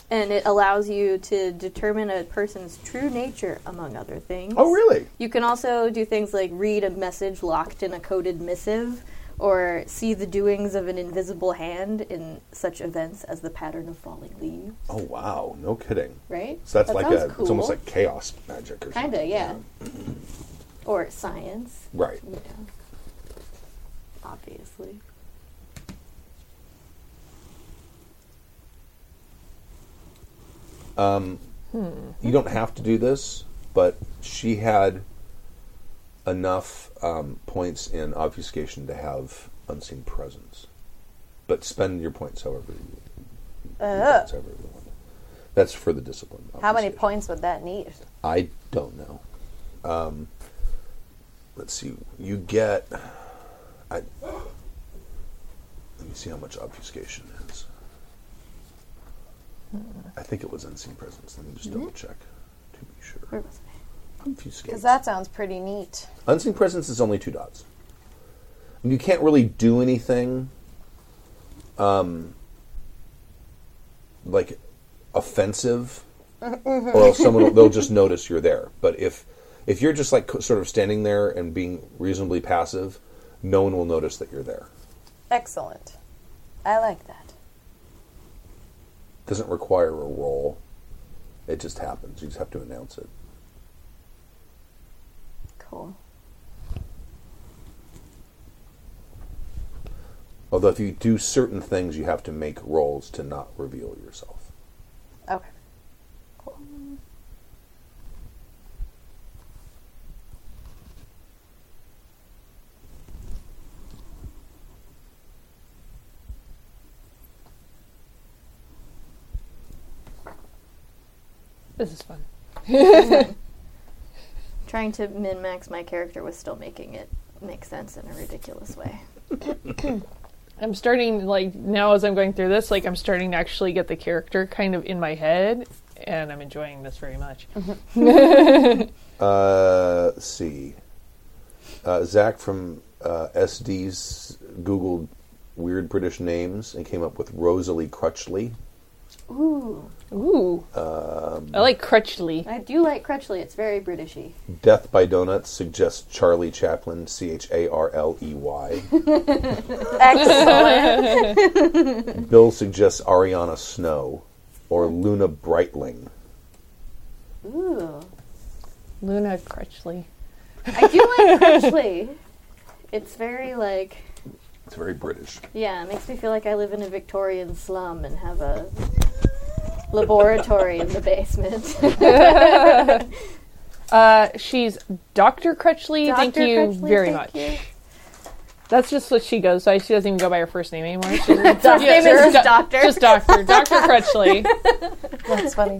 Speaker 4: and it allows you to determine a person's true nature, among other things.
Speaker 5: Oh, really?
Speaker 4: You can also do things like read a message locked in a coded missive or see the doings of an invisible hand in such events as the pattern of falling leaves,
Speaker 5: Oh, wow. No kidding.
Speaker 4: right?
Speaker 5: So that's
Speaker 4: That
Speaker 5: like
Speaker 4: sounds
Speaker 5: a, it's
Speaker 4: cool.
Speaker 5: almost like chaos magic or something.
Speaker 4: Kinda, yeah. or science,
Speaker 5: Right.
Speaker 4: you know, obviously.
Speaker 5: you don't have to do this, but she had enough um, points in obfuscation to have unseen presence. But spend your points however you, you points however you want. That's for the discipline.
Speaker 2: Uh. How many
Speaker 5: obfuscation.
Speaker 2: points would that need?
Speaker 5: I don't know. Um, let's see. You get. I, let me see how much obfuscation is. I think it was unseen presence. Let me just double check to be sure. Obfuscate.
Speaker 2: Because that sounds pretty neat.
Speaker 5: Unseen presence is only two dots. And you can't really do anything, um, like offensive, or else someone will, they'll just notice you're there. But if if you're just like co- sort of standing there and being reasonably passive, no one will notice that you're there.
Speaker 2: Excellent. I like that.
Speaker 5: doesn't require a roll. It just happens. You just have to announce it.
Speaker 2: Cool.
Speaker 5: Although if you do certain things, you have to make rolls to not reveal yourself.
Speaker 2: Okay.
Speaker 3: This is fun.
Speaker 4: Trying to min max my character was still making it make sense in a ridiculous way.
Speaker 3: I'm starting like now as I'm going through this, like I'm starting to actually get the character kind of in my head, and I'm enjoying this very much.
Speaker 4: Mm-hmm.
Speaker 5: Uh, let's see. Uh, Zach from uh, SD's Googled weird British names and came up with Rosalie Crutchley.
Speaker 3: Ooh, I like Crutchley.
Speaker 4: I do like Crutchley, it's very Britishy.
Speaker 5: Death by Donuts suggests Charlie Chaplin, C H A R L E Y.
Speaker 2: Excellent.
Speaker 5: Bill suggests Ariana Snow or Luna Brightling.
Speaker 4: Ooh.
Speaker 3: Luna Crutchley.
Speaker 4: I do like Crutchley. It's very like
Speaker 5: It's very British.
Speaker 4: yeah, it makes me feel like I live in a Victorian slum and have a laboratory in the basement.
Speaker 3: Uh, she's Doctor Crutchley. thank
Speaker 4: Dr.
Speaker 3: you
Speaker 4: Crutchley,
Speaker 3: very
Speaker 4: thank
Speaker 3: much.
Speaker 4: you.
Speaker 3: That's just what she goes by. She doesn't even go by her first name anymore. She's just,
Speaker 4: Last name is
Speaker 3: just,
Speaker 4: Doctor.
Speaker 3: just Doctor. Doctor Crutchley.
Speaker 2: That's funny.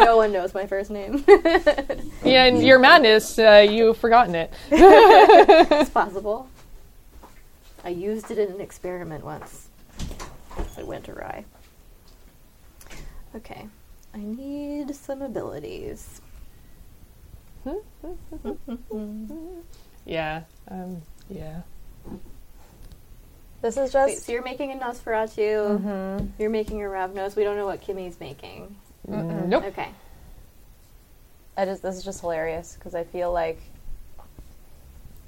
Speaker 4: no one knows my first name.
Speaker 3: Yeah, and your madness, uh, you've forgotten it.
Speaker 4: It's possible. I used it in an experiment once. It went awry. Okay. I need some abilities.
Speaker 3: Yeah. Um, yeah.
Speaker 2: This is
Speaker 4: Wait,
Speaker 2: just
Speaker 4: so you're making a Nosferatu.
Speaker 3: Mm-hmm.
Speaker 4: You're making a Ravnos. We don't know what Kimmy's making.
Speaker 3: Nope.
Speaker 4: Okay.
Speaker 2: I just this is just hilarious because I feel like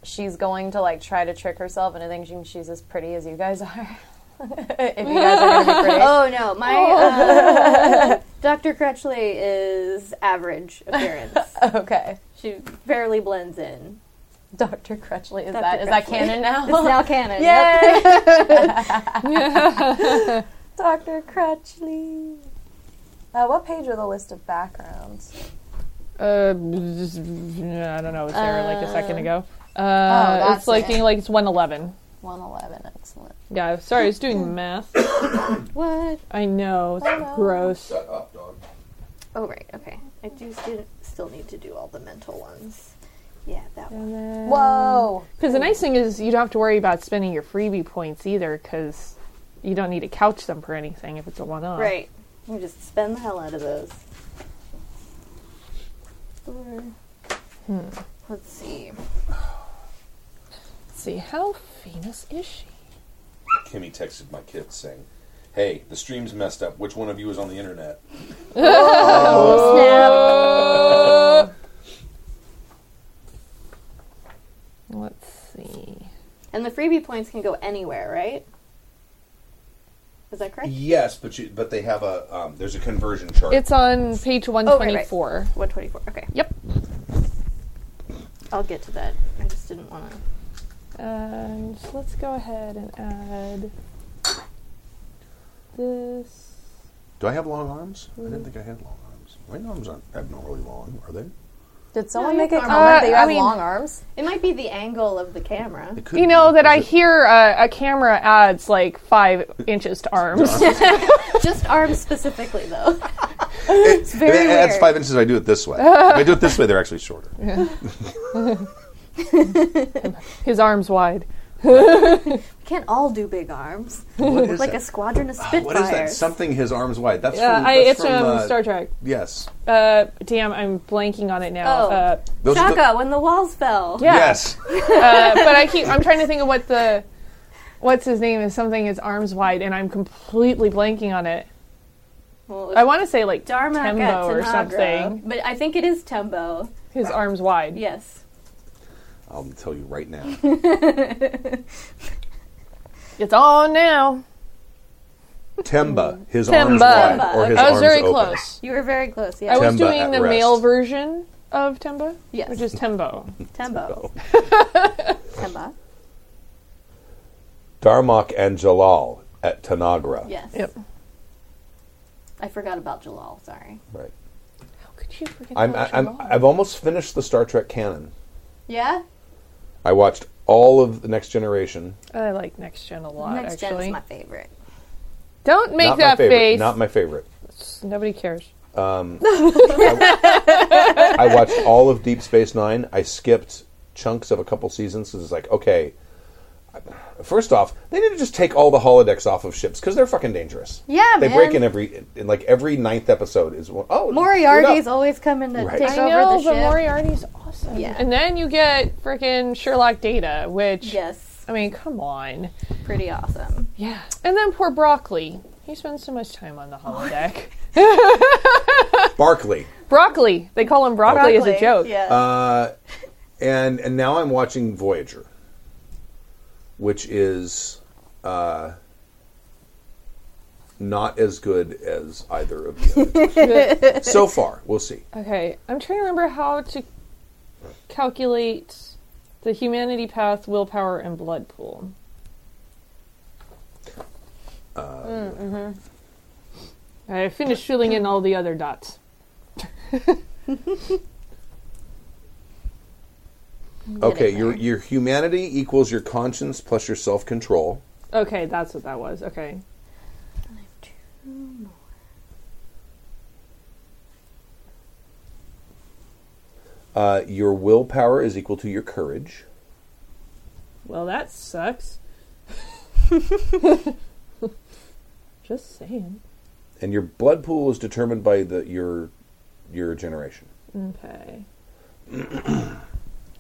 Speaker 2: she's going to like try to trick herself into thinking she's as pretty as you guys are. if you guys are going to be pretty.
Speaker 4: Oh no, my uh, Dr. Crutchley is average appearance.
Speaker 2: Okay.
Speaker 4: she barely blends in.
Speaker 2: Dr. Crutchley is
Speaker 4: Dr.
Speaker 2: that is that
Speaker 4: Crutchley.
Speaker 2: canon
Speaker 4: It's
Speaker 2: now?
Speaker 4: now canon. yep.
Speaker 2: Yay! Dr. Crutchley. Uh, what page are the list of backgrounds?
Speaker 3: Uh, just, I don't know. Was there like a second ago? Uh,
Speaker 2: that's
Speaker 3: it's like
Speaker 2: it.
Speaker 3: like it's one eleven.
Speaker 2: 111, excellent.
Speaker 3: Yeah, sorry, I was doing math.
Speaker 4: What?
Speaker 3: I know it's
Speaker 2: Hello.
Speaker 3: gross.
Speaker 4: Oh right, okay. I do stu- still need to do all the mental ones. Yeah, that one.
Speaker 2: Whoa!
Speaker 3: Because the nice thing is you don't have to worry about spending your freebie points either, because you don't need to couch them for anything if it's a one-off.
Speaker 4: Right. You just spend the hell out of those. Or- Hmm. Let's see.
Speaker 3: Let's see, how famous is she?
Speaker 5: Kimmy texted my kids saying, Hey, the stream's messed up. Which one of you is on the internet?
Speaker 3: Let's see.
Speaker 4: And the freebie points can go anywhere, right? Is that correct?
Speaker 5: Yes, but you, but they have a um, there's a conversion chart.
Speaker 3: It's on page one
Speaker 4: Oh, right, right.
Speaker 3: twenty-four.
Speaker 4: 124. Okay.
Speaker 3: Yep.
Speaker 4: I'll get to that. I just didn't want to.
Speaker 3: And let's go ahead and add this.
Speaker 5: Do I have long arms? I didn't think I had long arms. My arms aren't abnormally long, are they?
Speaker 2: Did someone make
Speaker 9: you
Speaker 2: a
Speaker 9: have
Speaker 2: comment
Speaker 4: Uh,
Speaker 9: normal-
Speaker 2: that you
Speaker 9: I
Speaker 2: have
Speaker 9: mean-
Speaker 2: long arms?
Speaker 9: It might be the angle of the camera.
Speaker 5: It could
Speaker 3: You
Speaker 5: be.
Speaker 3: know that
Speaker 5: Is
Speaker 3: I
Speaker 5: it-
Speaker 3: hear uh, a, a camera adds like five inches to arms.
Speaker 9: Just arms specifically, though.
Speaker 5: It's
Speaker 9: very
Speaker 5: it adds
Speaker 9: weird.
Speaker 5: five inches. if I do it this way. if I do it this way, they're actually shorter.
Speaker 3: His arms wide.
Speaker 4: Can't all do big arms.
Speaker 5: What is
Speaker 4: like
Speaker 5: that?
Speaker 4: a squadron of
Speaker 5: Ah, what is that?
Speaker 4: Spitfires.
Speaker 5: Something his arms wide. That's
Speaker 3: Yeah,
Speaker 5: from,
Speaker 3: I,
Speaker 5: that's
Speaker 3: it's
Speaker 5: from,
Speaker 3: from
Speaker 5: uh,
Speaker 3: Star Trek.
Speaker 5: Yes.
Speaker 3: Uh, damn, I'm blanking on it now.
Speaker 4: Oh.
Speaker 3: Uh,
Speaker 5: Those are the-
Speaker 4: Shaka, when the walls fell.
Speaker 3: yeah.
Speaker 5: Yes.
Speaker 3: uh, but I keep. I'm trying to think of what the, what's his name is something his arms wide, and I'm completely blanking on it.
Speaker 4: Well,
Speaker 3: I want to say like
Speaker 4: Dharma
Speaker 3: Tembo or something.
Speaker 9: But I think it is Tembo.
Speaker 3: His arms wide.
Speaker 9: Yes.
Speaker 5: I'll tell you right now.
Speaker 3: It's on now.
Speaker 5: Temba, his arms
Speaker 3: Temba.
Speaker 5: wide, or his
Speaker 3: I was
Speaker 5: arms
Speaker 3: very
Speaker 5: open.
Speaker 3: close.
Speaker 9: You were very close.
Speaker 3: I
Speaker 9: Yeah.
Speaker 3: was
Speaker 5: Temba
Speaker 3: doing
Speaker 5: at
Speaker 3: the male
Speaker 5: rest.
Speaker 3: version of Temba,
Speaker 9: Yes.
Speaker 3: which is Tembo.
Speaker 9: Tembo. Tembo.
Speaker 5: Darmok and Jalal at Tanagra.
Speaker 9: Yes.
Speaker 3: Yep.
Speaker 9: I forgot about Jalal. Sorry.
Speaker 5: Right.
Speaker 3: How Oh, could you forget
Speaker 5: I'm,
Speaker 3: about
Speaker 5: I'm,
Speaker 3: Shabbat?
Speaker 5: I've almost finished the Star Trek canon.
Speaker 9: Yeah.
Speaker 5: I watched all of the Next Generation.
Speaker 3: I like Next Gen a lot.
Speaker 4: Next gen
Speaker 3: actually,
Speaker 4: is my favorite.
Speaker 3: don't make
Speaker 5: not my
Speaker 3: that
Speaker 5: favorite.
Speaker 3: face.
Speaker 5: Not my favorite.
Speaker 3: Nobody cares.
Speaker 5: I watched all of Deep Space Nine. I skipped chunks of a couple seasons because it's like, okay. First off, they need to just take all the holodecks off of ships because they're fucking dangerous.
Speaker 9: Yeah,
Speaker 5: they
Speaker 9: man.
Speaker 5: break in every in like every ninth episode is one, oh
Speaker 9: Moriarty's
Speaker 5: screwed up.
Speaker 9: always coming to
Speaker 5: Right.
Speaker 9: take
Speaker 5: I
Speaker 9: over
Speaker 3: I know,
Speaker 9: the
Speaker 3: but
Speaker 9: ship.
Speaker 3: Moriarty's awesome.
Speaker 9: Yeah.
Speaker 3: And then you get freaking Sherlock Data, which
Speaker 9: yes.
Speaker 3: I mean, come on.
Speaker 9: Pretty awesome.
Speaker 3: Yeah. Oh, And then poor Broccoli. He spends so much time on the holodeck.
Speaker 5: Barkley.
Speaker 3: broccoli. They call him Broccoli, as a joke.
Speaker 9: Yeah.
Speaker 5: Uh, and and now I'm watching Voyager, which is uh, not as good as either of the other two. so far. We'll see.
Speaker 3: Okay. I'm trying to remember how to calculate the humanity path, willpower, and blood pool. hmm Mm, I finished filling in all the other dots.
Speaker 5: Okay, your your humanity equals your conscience plus your self control.
Speaker 3: Okay, that's what that was. Okay.
Speaker 5: Uh, your willpower is equal to your courage.
Speaker 3: Well, that sucks. Just saying.
Speaker 5: and your blood pool is determined by the your your generation.
Speaker 3: Okay. I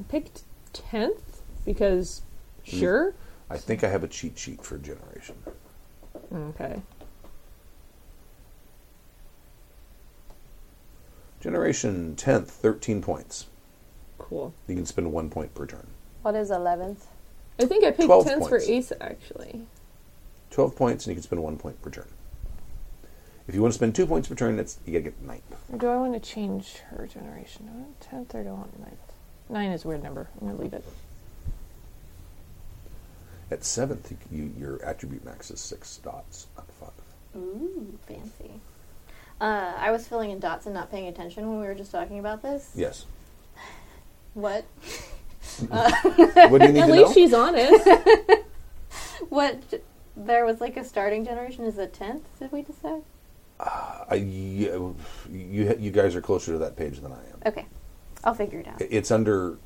Speaker 3: picked 10th because sure.
Speaker 5: I think I have a cheat sheet for generation.
Speaker 3: Okay.
Speaker 5: Generation tenth, thirteen points.
Speaker 3: Cool.
Speaker 5: You can spend one point per turn.
Speaker 2: What is 11th?
Speaker 3: I think I picked
Speaker 5: 12
Speaker 3: 10th
Speaker 5: points.
Speaker 3: for Asa actually.
Speaker 5: Twelve points, and you can spend one point per turn. If you want to spend two points per turn, that's you gotta get ninth.
Speaker 3: Or do I want to change her generation? Do I want 10th or do I want 9th? 9 is a weird number. I'm going to leave it.
Speaker 5: At seventh, you, you, your attribute max is six dots, not five.
Speaker 9: Ooh, fancy. Uh, I was filling in dots and not paying attention when we were just talking about this.
Speaker 5: Yes.
Speaker 9: What?
Speaker 5: What do you need
Speaker 3: At
Speaker 5: to
Speaker 3: least
Speaker 5: know?
Speaker 3: she's honest.
Speaker 9: What? There was like a starting generation. Is it tenth? Did we decide?
Speaker 5: I, you, you you guys are closer to that page than I am.
Speaker 9: Okay, I'll figure it out.
Speaker 5: It- It's under.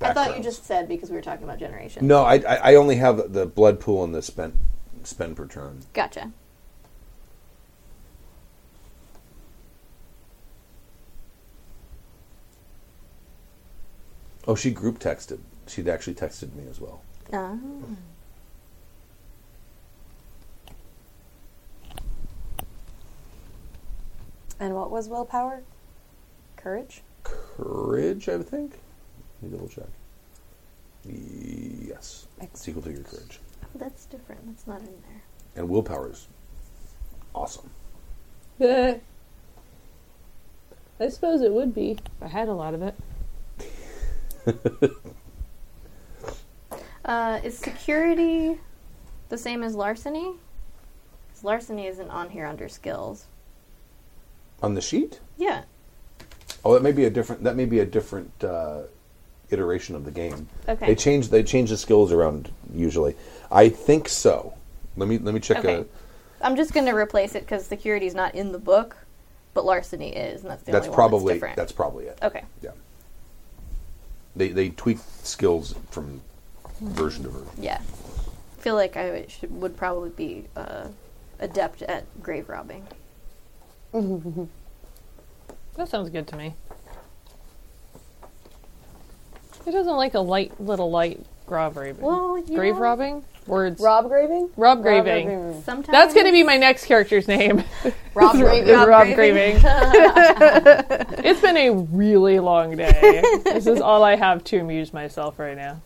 Speaker 9: I thought you
Speaker 5: backgrounds.
Speaker 9: just said because we were talking about generations.
Speaker 5: No, I, I I only have the blood pool and the spend spend per turn.
Speaker 9: Gotcha.
Speaker 5: Oh, she group texted. She'd actually texted me as well.
Speaker 9: Uh,
Speaker 2: And what was willpower? Courage?
Speaker 5: Courage, I would think. Let me double check. Yes, it's equal to your courage,
Speaker 9: Oh, that's different. That's not in there.
Speaker 5: and willpower is awesome.
Speaker 3: I suppose it would be. if I had a lot of it.
Speaker 9: Uh, is security the same as larceny? 'Cause larceny isn't on here under skills.
Speaker 5: on the sheet.
Speaker 9: Yeah.
Speaker 5: Oh, that may be a different. That may be a different uh, iteration of the game.
Speaker 9: Okay.
Speaker 5: They change. They change the skills around usually. I think so. Let me let me check.
Speaker 9: Okay.
Speaker 5: A,
Speaker 4: I'm just going to replace it because security's not in the book, but larceny is, and that's the
Speaker 5: that's
Speaker 4: only
Speaker 5: probably
Speaker 4: one that's different.
Speaker 5: that's probably it.
Speaker 4: okay.
Speaker 5: Yeah. They they tweak skills from version to version.
Speaker 4: Yeah, I feel like I should, would probably be uh, adept at grave robbing.
Speaker 3: That sounds good to me. It doesn't like a light little light grave robbing.
Speaker 4: Well, you
Speaker 3: grave
Speaker 4: know-
Speaker 3: robbing words.
Speaker 2: Rob Graving?
Speaker 3: Rob Graving.
Speaker 4: Sometimes
Speaker 3: That's going to be my next character's name.
Speaker 2: Rob Graving.
Speaker 3: Rob, Graving. it's been a really long day. this is all I have to amuse myself right now.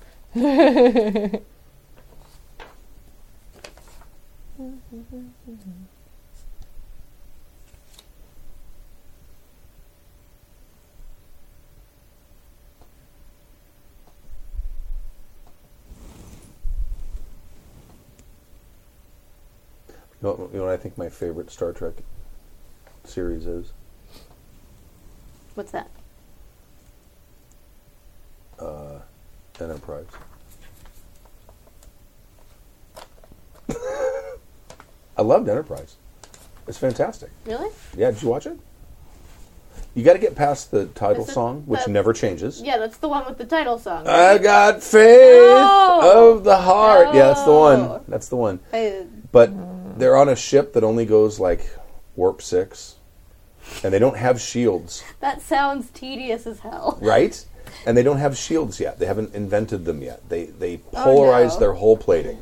Speaker 5: You know, what- you know what I think my favorite Star Trek series is
Speaker 4: what's that?
Speaker 5: Enterprise. I loved Enterprise. It's fantastic.
Speaker 4: Really?
Speaker 5: Yeah, did you watch it? You got to get past the title
Speaker 4: Is it
Speaker 5: song, which
Speaker 4: the-
Speaker 5: never changes.
Speaker 4: Yeah, that's the one with the title song.
Speaker 5: I got faith of the heart. Yeah, that's the one. That's the one.
Speaker 4: I-
Speaker 5: But they're on a ship that only goes like warp six, and they don't have shields,
Speaker 4: that sounds tedious as hell.
Speaker 5: right? And they don't have shields yet. They haven't invented them yet. They they polarize
Speaker 4: Oh, no.
Speaker 5: their hull plating.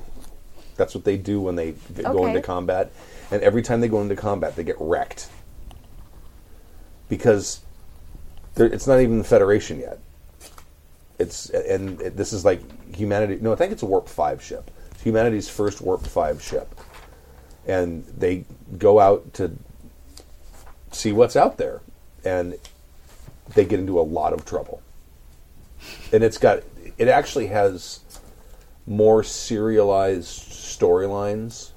Speaker 5: That's what they do when they g- go
Speaker 4: Okay.
Speaker 5: into combat. And every time they go into combat, they get wrecked because they're- it's not even the Federation yet. It's and it, this is like humanity. No, I think it's a warp five ship. It's humanity's first warp five ship, and they go out to see what's out there, and they get into a lot of trouble. And it's got it actually has more serialized storylines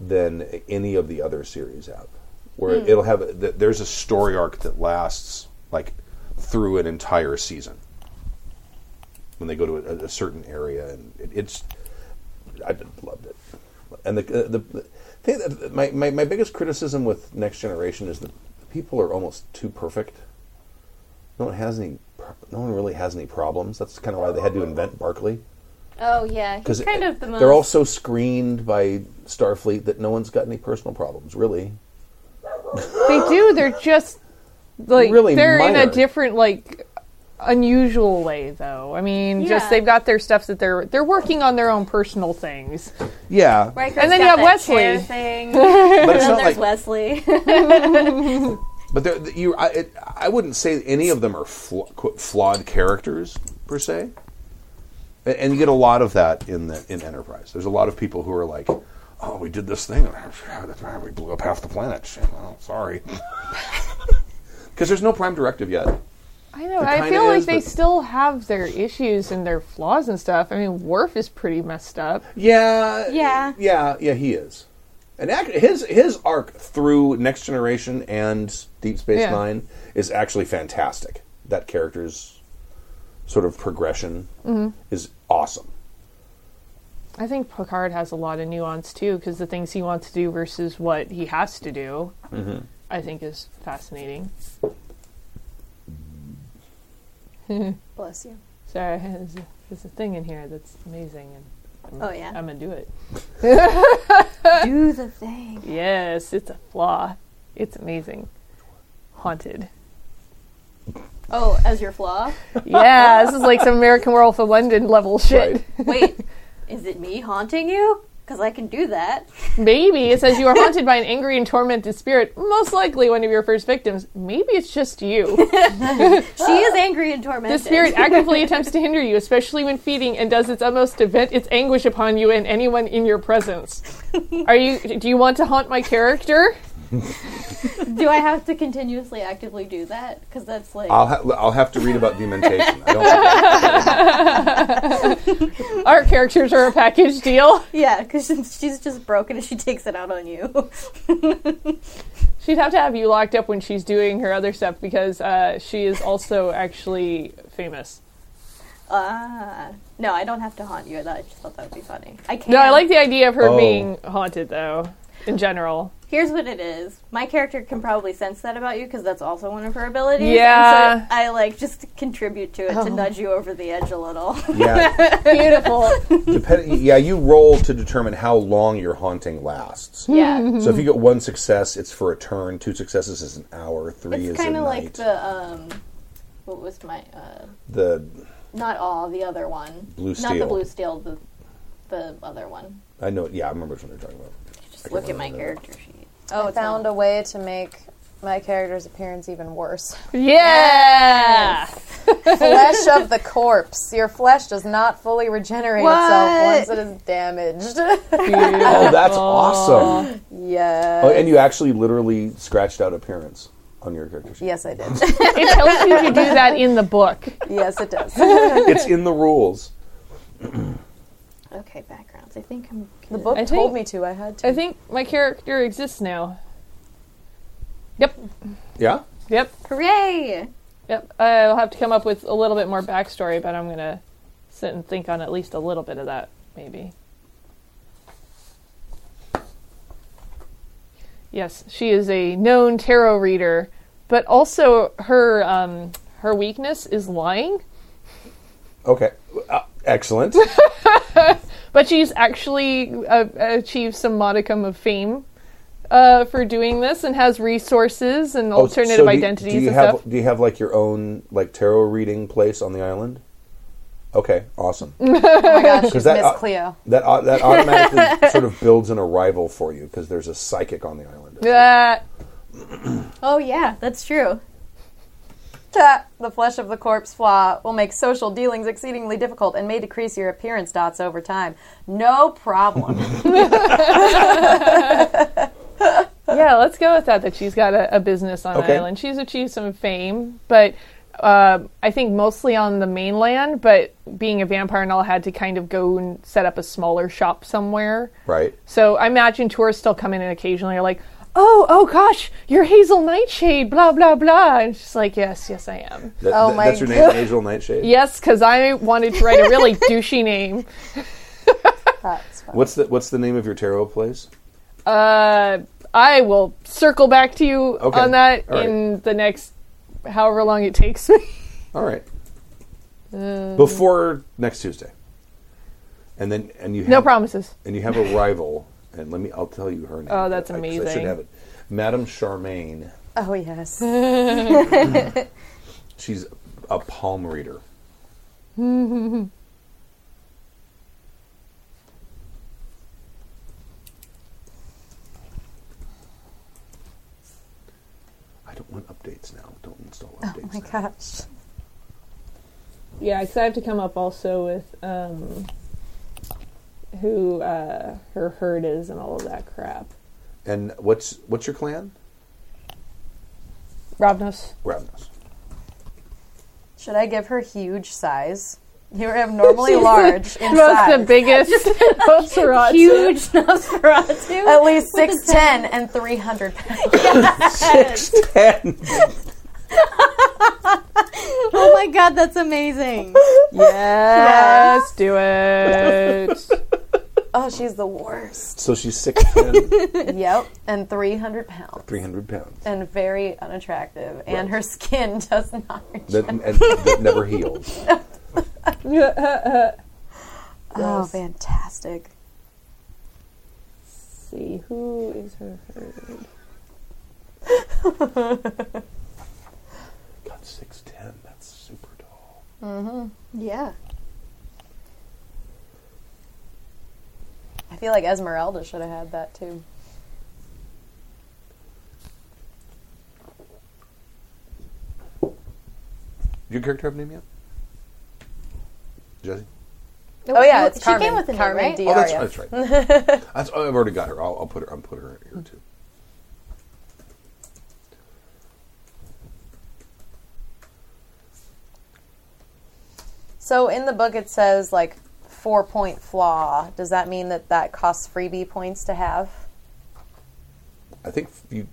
Speaker 5: than any of the other series have. Where it'll have th- there's a story arc that lasts like through an entire season when they go to a, a certain area, and it, it's I d- loved it. And the the, the thing that my, my my biggest criticism with Next Generation is that people are almost too perfect. No one has any. pro- No one really has any problems. That's kind of why they had to invent Barkley
Speaker 4: Oh yeah, he's
Speaker 5: because
Speaker 4: kind of the most.
Speaker 5: they're all so screened by Starfleet that no one's got any personal problems, really.
Speaker 3: They do. They're just like
Speaker 5: Really
Speaker 3: they're in
Speaker 5: minor.
Speaker 3: a different like unusual way though. I mean, just
Speaker 4: Yeah.
Speaker 3: they've got their stuff that they're they're working on their own personal things.
Speaker 5: Yeah,
Speaker 4: Riker's
Speaker 3: And then you have
Speaker 4: got that
Speaker 3: Wesley.
Speaker 4: chair Thing. and
Speaker 5: but it's
Speaker 4: then
Speaker 5: not
Speaker 4: there's
Speaker 5: like.
Speaker 4: Wesley.
Speaker 5: But they're, th- you, I, it, I wouldn't say any of them are fla- qu- flawed characters per se. And, and you get a lot of that in the in Enterprise. There's a lot of people who are like, "Oh, we did this thing, and we blew up half the planet." Shit, well, sorry, because there's no prime directive yet.
Speaker 3: I know.
Speaker 5: There
Speaker 3: I
Speaker 5: kinda
Speaker 3: feel like
Speaker 5: is,
Speaker 3: they
Speaker 5: but-
Speaker 3: still have their issues and their flaws and stuff. I mean, Worf is pretty messed up.
Speaker 5: Yeah.
Speaker 4: Yeah.
Speaker 5: Yeah. Yeah. He is, and act, his his arc through Next Generation and Deep Space
Speaker 3: Yeah.
Speaker 5: Nine is actually fantastic. That character's sort of progression is awesome.
Speaker 3: I think Picard has a lot of nuance too, because the things he wants to do versus what he has to do, I think is fascinating.
Speaker 2: Bless you.
Speaker 3: Sorry, there's a, there's a thing in here that's amazing, and
Speaker 4: oh yeah,
Speaker 3: I'm gonna do it.
Speaker 4: do the thing.
Speaker 3: Yes, it's a flaw. It's amazing. Haunted.
Speaker 4: Oh, as your flaw.
Speaker 3: Yeah, this is like some American Werewolf in London level shit.
Speaker 5: Right.
Speaker 4: Wait, is it me haunting you? Because I can do that.
Speaker 3: Maybe it says you are haunted by an angry and tormented spirit, most likely one of your first victims. Maybe it's just you.
Speaker 4: She is angry and tormented.
Speaker 3: The spirit actively attempts to hinder you, especially when feeding, and does its utmost to vent its anguish upon you and anyone in your presence. Are you? Do you want to haunt my character?
Speaker 4: Do I have to continuously actively do that? Because that's like
Speaker 5: I'll ha- I'll have to read about dementation. I don't.
Speaker 3: Our characters are a package deal.
Speaker 4: yeah, because she's just broken and she takes it out on you.
Speaker 3: She'd have to have you locked up when she's doing her other stuff because uh, she is also actually famous.
Speaker 4: Ah. No, I don't have to haunt you. I thought- I just thought that would be funny. I can't.
Speaker 3: No, I like the idea of her
Speaker 5: Oh.
Speaker 3: being haunted though, in general.
Speaker 4: Here's what it is. My character can probably sense that about you because that's also one of her abilities. and so
Speaker 3: Yeah.
Speaker 4: I like just contribute to it to nudge you over the edge a little.
Speaker 5: Yeah,
Speaker 9: Beautiful.
Speaker 5: depend- yeah. You roll to determine how long your haunting lasts.
Speaker 4: yeah.
Speaker 5: So if you get one success, it's for a turn. Two successes is an hour. Three
Speaker 4: It's
Speaker 5: is a
Speaker 4: kind of like
Speaker 5: night.
Speaker 4: the um, what was my uh,
Speaker 5: the
Speaker 4: not all the other one.
Speaker 5: Blue
Speaker 4: Not the
Speaker 5: Steel.
Speaker 4: blue steel. The the other one.
Speaker 5: I know. Yeah, I remember what you're talking about.
Speaker 4: Just look at my character sheet.
Speaker 2: Oh, I found a way to make my character's appearance even worse.
Speaker 3: Yeah.
Speaker 2: flesh of the corpse. Your flesh does not fully regenerate itself once it is damaged.
Speaker 5: Oh, that's awesome!
Speaker 2: yeah.
Speaker 5: Oh, and you actually literally scratched out appearance on your character sheet.
Speaker 2: Yes, I did.
Speaker 3: it tells you to do that in the book.
Speaker 2: yes, it does. The
Speaker 5: It's in the rules.
Speaker 4: Okay, backgrounds. I think I'm.
Speaker 2: book
Speaker 3: I
Speaker 2: told me
Speaker 3: think-
Speaker 2: to. I had to.
Speaker 3: I think my character exists now. Yep.
Speaker 5: Yeah.
Speaker 3: Yep.
Speaker 4: Hooray!
Speaker 3: Yep. I'll have to come up with a little bit more backstory, but I'm gonna sit and think on at least a little bit of that, maybe. Yes, she is a known tarot reader, but also her um, her weakness is lying.
Speaker 5: Okay. Uh, excellent.
Speaker 3: But she's actually uh, achieved some modicum of fame uh, for doing this, and has resources and
Speaker 5: Oh,
Speaker 3: alternative
Speaker 5: so do you-
Speaker 3: identities
Speaker 5: Do you
Speaker 3: and
Speaker 5: have
Speaker 3: stuff.
Speaker 5: do you have like your own like tarot reading place on the island? Okay, awesome.
Speaker 2: oh my gosh, she's
Speaker 5: that,
Speaker 2: Miss
Speaker 5: uh,
Speaker 2: Cleo.
Speaker 5: That au- that automatically sort of builds an arrival for you because there's a psychic on the island.
Speaker 3: Yeah.
Speaker 4: Oh yeah, that's true.
Speaker 2: Ta- The flesh of the corpse flaw will make social dealings exceedingly difficult and may decrease your appearance dots over time. No problem.
Speaker 3: yeah, let's go with that. That she's got a, a business on
Speaker 5: Okay.
Speaker 3: island. She's achieved some fame, but uh, I think mostly on the mainland. But being a vampire and all, had to kind of go and set up a smaller shop somewhere.
Speaker 5: Right.
Speaker 3: So I imagine tourists still come in and occasionally are like, "Oh, oh gosh, you're Hazel Nightshade, blah blah blah," and she's like, "Yes, yes, I am.
Speaker 5: That,
Speaker 2: Oh
Speaker 5: that-
Speaker 2: my
Speaker 5: that's your name, Angel Nightshade.
Speaker 3: Yes, because I wanted to write a really douchey name."
Speaker 2: That's fine.
Speaker 5: What's the What's the name of your tarot place?
Speaker 3: Uh, I will circle back to you
Speaker 5: Okay.
Speaker 3: on that
Speaker 5: All right.
Speaker 3: in the next however long it takes me.
Speaker 5: All right.
Speaker 3: Um.
Speaker 5: Before next Tuesday, and then and you have,
Speaker 3: No promises.
Speaker 5: And you have a rival, and let me I'll tell you her name.
Speaker 3: Oh, that's
Speaker 5: I- 'cause I should
Speaker 3: amazing.
Speaker 5: have it, Madame Charmaine.
Speaker 2: Oh, yes.
Speaker 5: She's a palm reader. I don't want updates now. Don't install updates.
Speaker 2: Oh my
Speaker 5: now.
Speaker 2: gosh.
Speaker 3: Yeah, because I have to come up also with um, who uh, her herd is and all of that crap.
Speaker 5: And what's what's your clan?
Speaker 3: Ravnos.
Speaker 5: Ravnos.
Speaker 2: Should I give her huge size? You're abnormally large in size.
Speaker 3: the biggest Nosferatu.
Speaker 4: Huge Nosferatu.
Speaker 2: At least 6'10 and 300 pounds.
Speaker 5: Six ten.
Speaker 4: oh my god, that's amazing.
Speaker 3: Yes, do it.
Speaker 2: Oh, she's the worst.
Speaker 5: So she's six ten,
Speaker 2: Yep. And 300 pounds.
Speaker 5: three hundred pounds.
Speaker 2: And very unattractive. And her skin does not reach.
Speaker 5: That, and, that never heals.
Speaker 2: Oh, fantastic.
Speaker 3: see, who is her herd?
Speaker 5: God, six ten. That's super tall.
Speaker 4: Yeah.
Speaker 2: I feel like Esmeralda should have had that too.
Speaker 5: Did your character have a name yet? Jesse.
Speaker 2: Oh, yeah, it's
Speaker 4: she
Speaker 2: Carmen.
Speaker 4: came with a name,
Speaker 2: Carmen
Speaker 4: right?
Speaker 5: Oh, that's,
Speaker 2: Diaria.
Speaker 5: that's right. That's, oh, I've already got her. I'll, I'll put her. I'll put her here too.
Speaker 2: So in the book it says like four point flaw. Does that mean that that costs freebie points to have?
Speaker 5: I think you.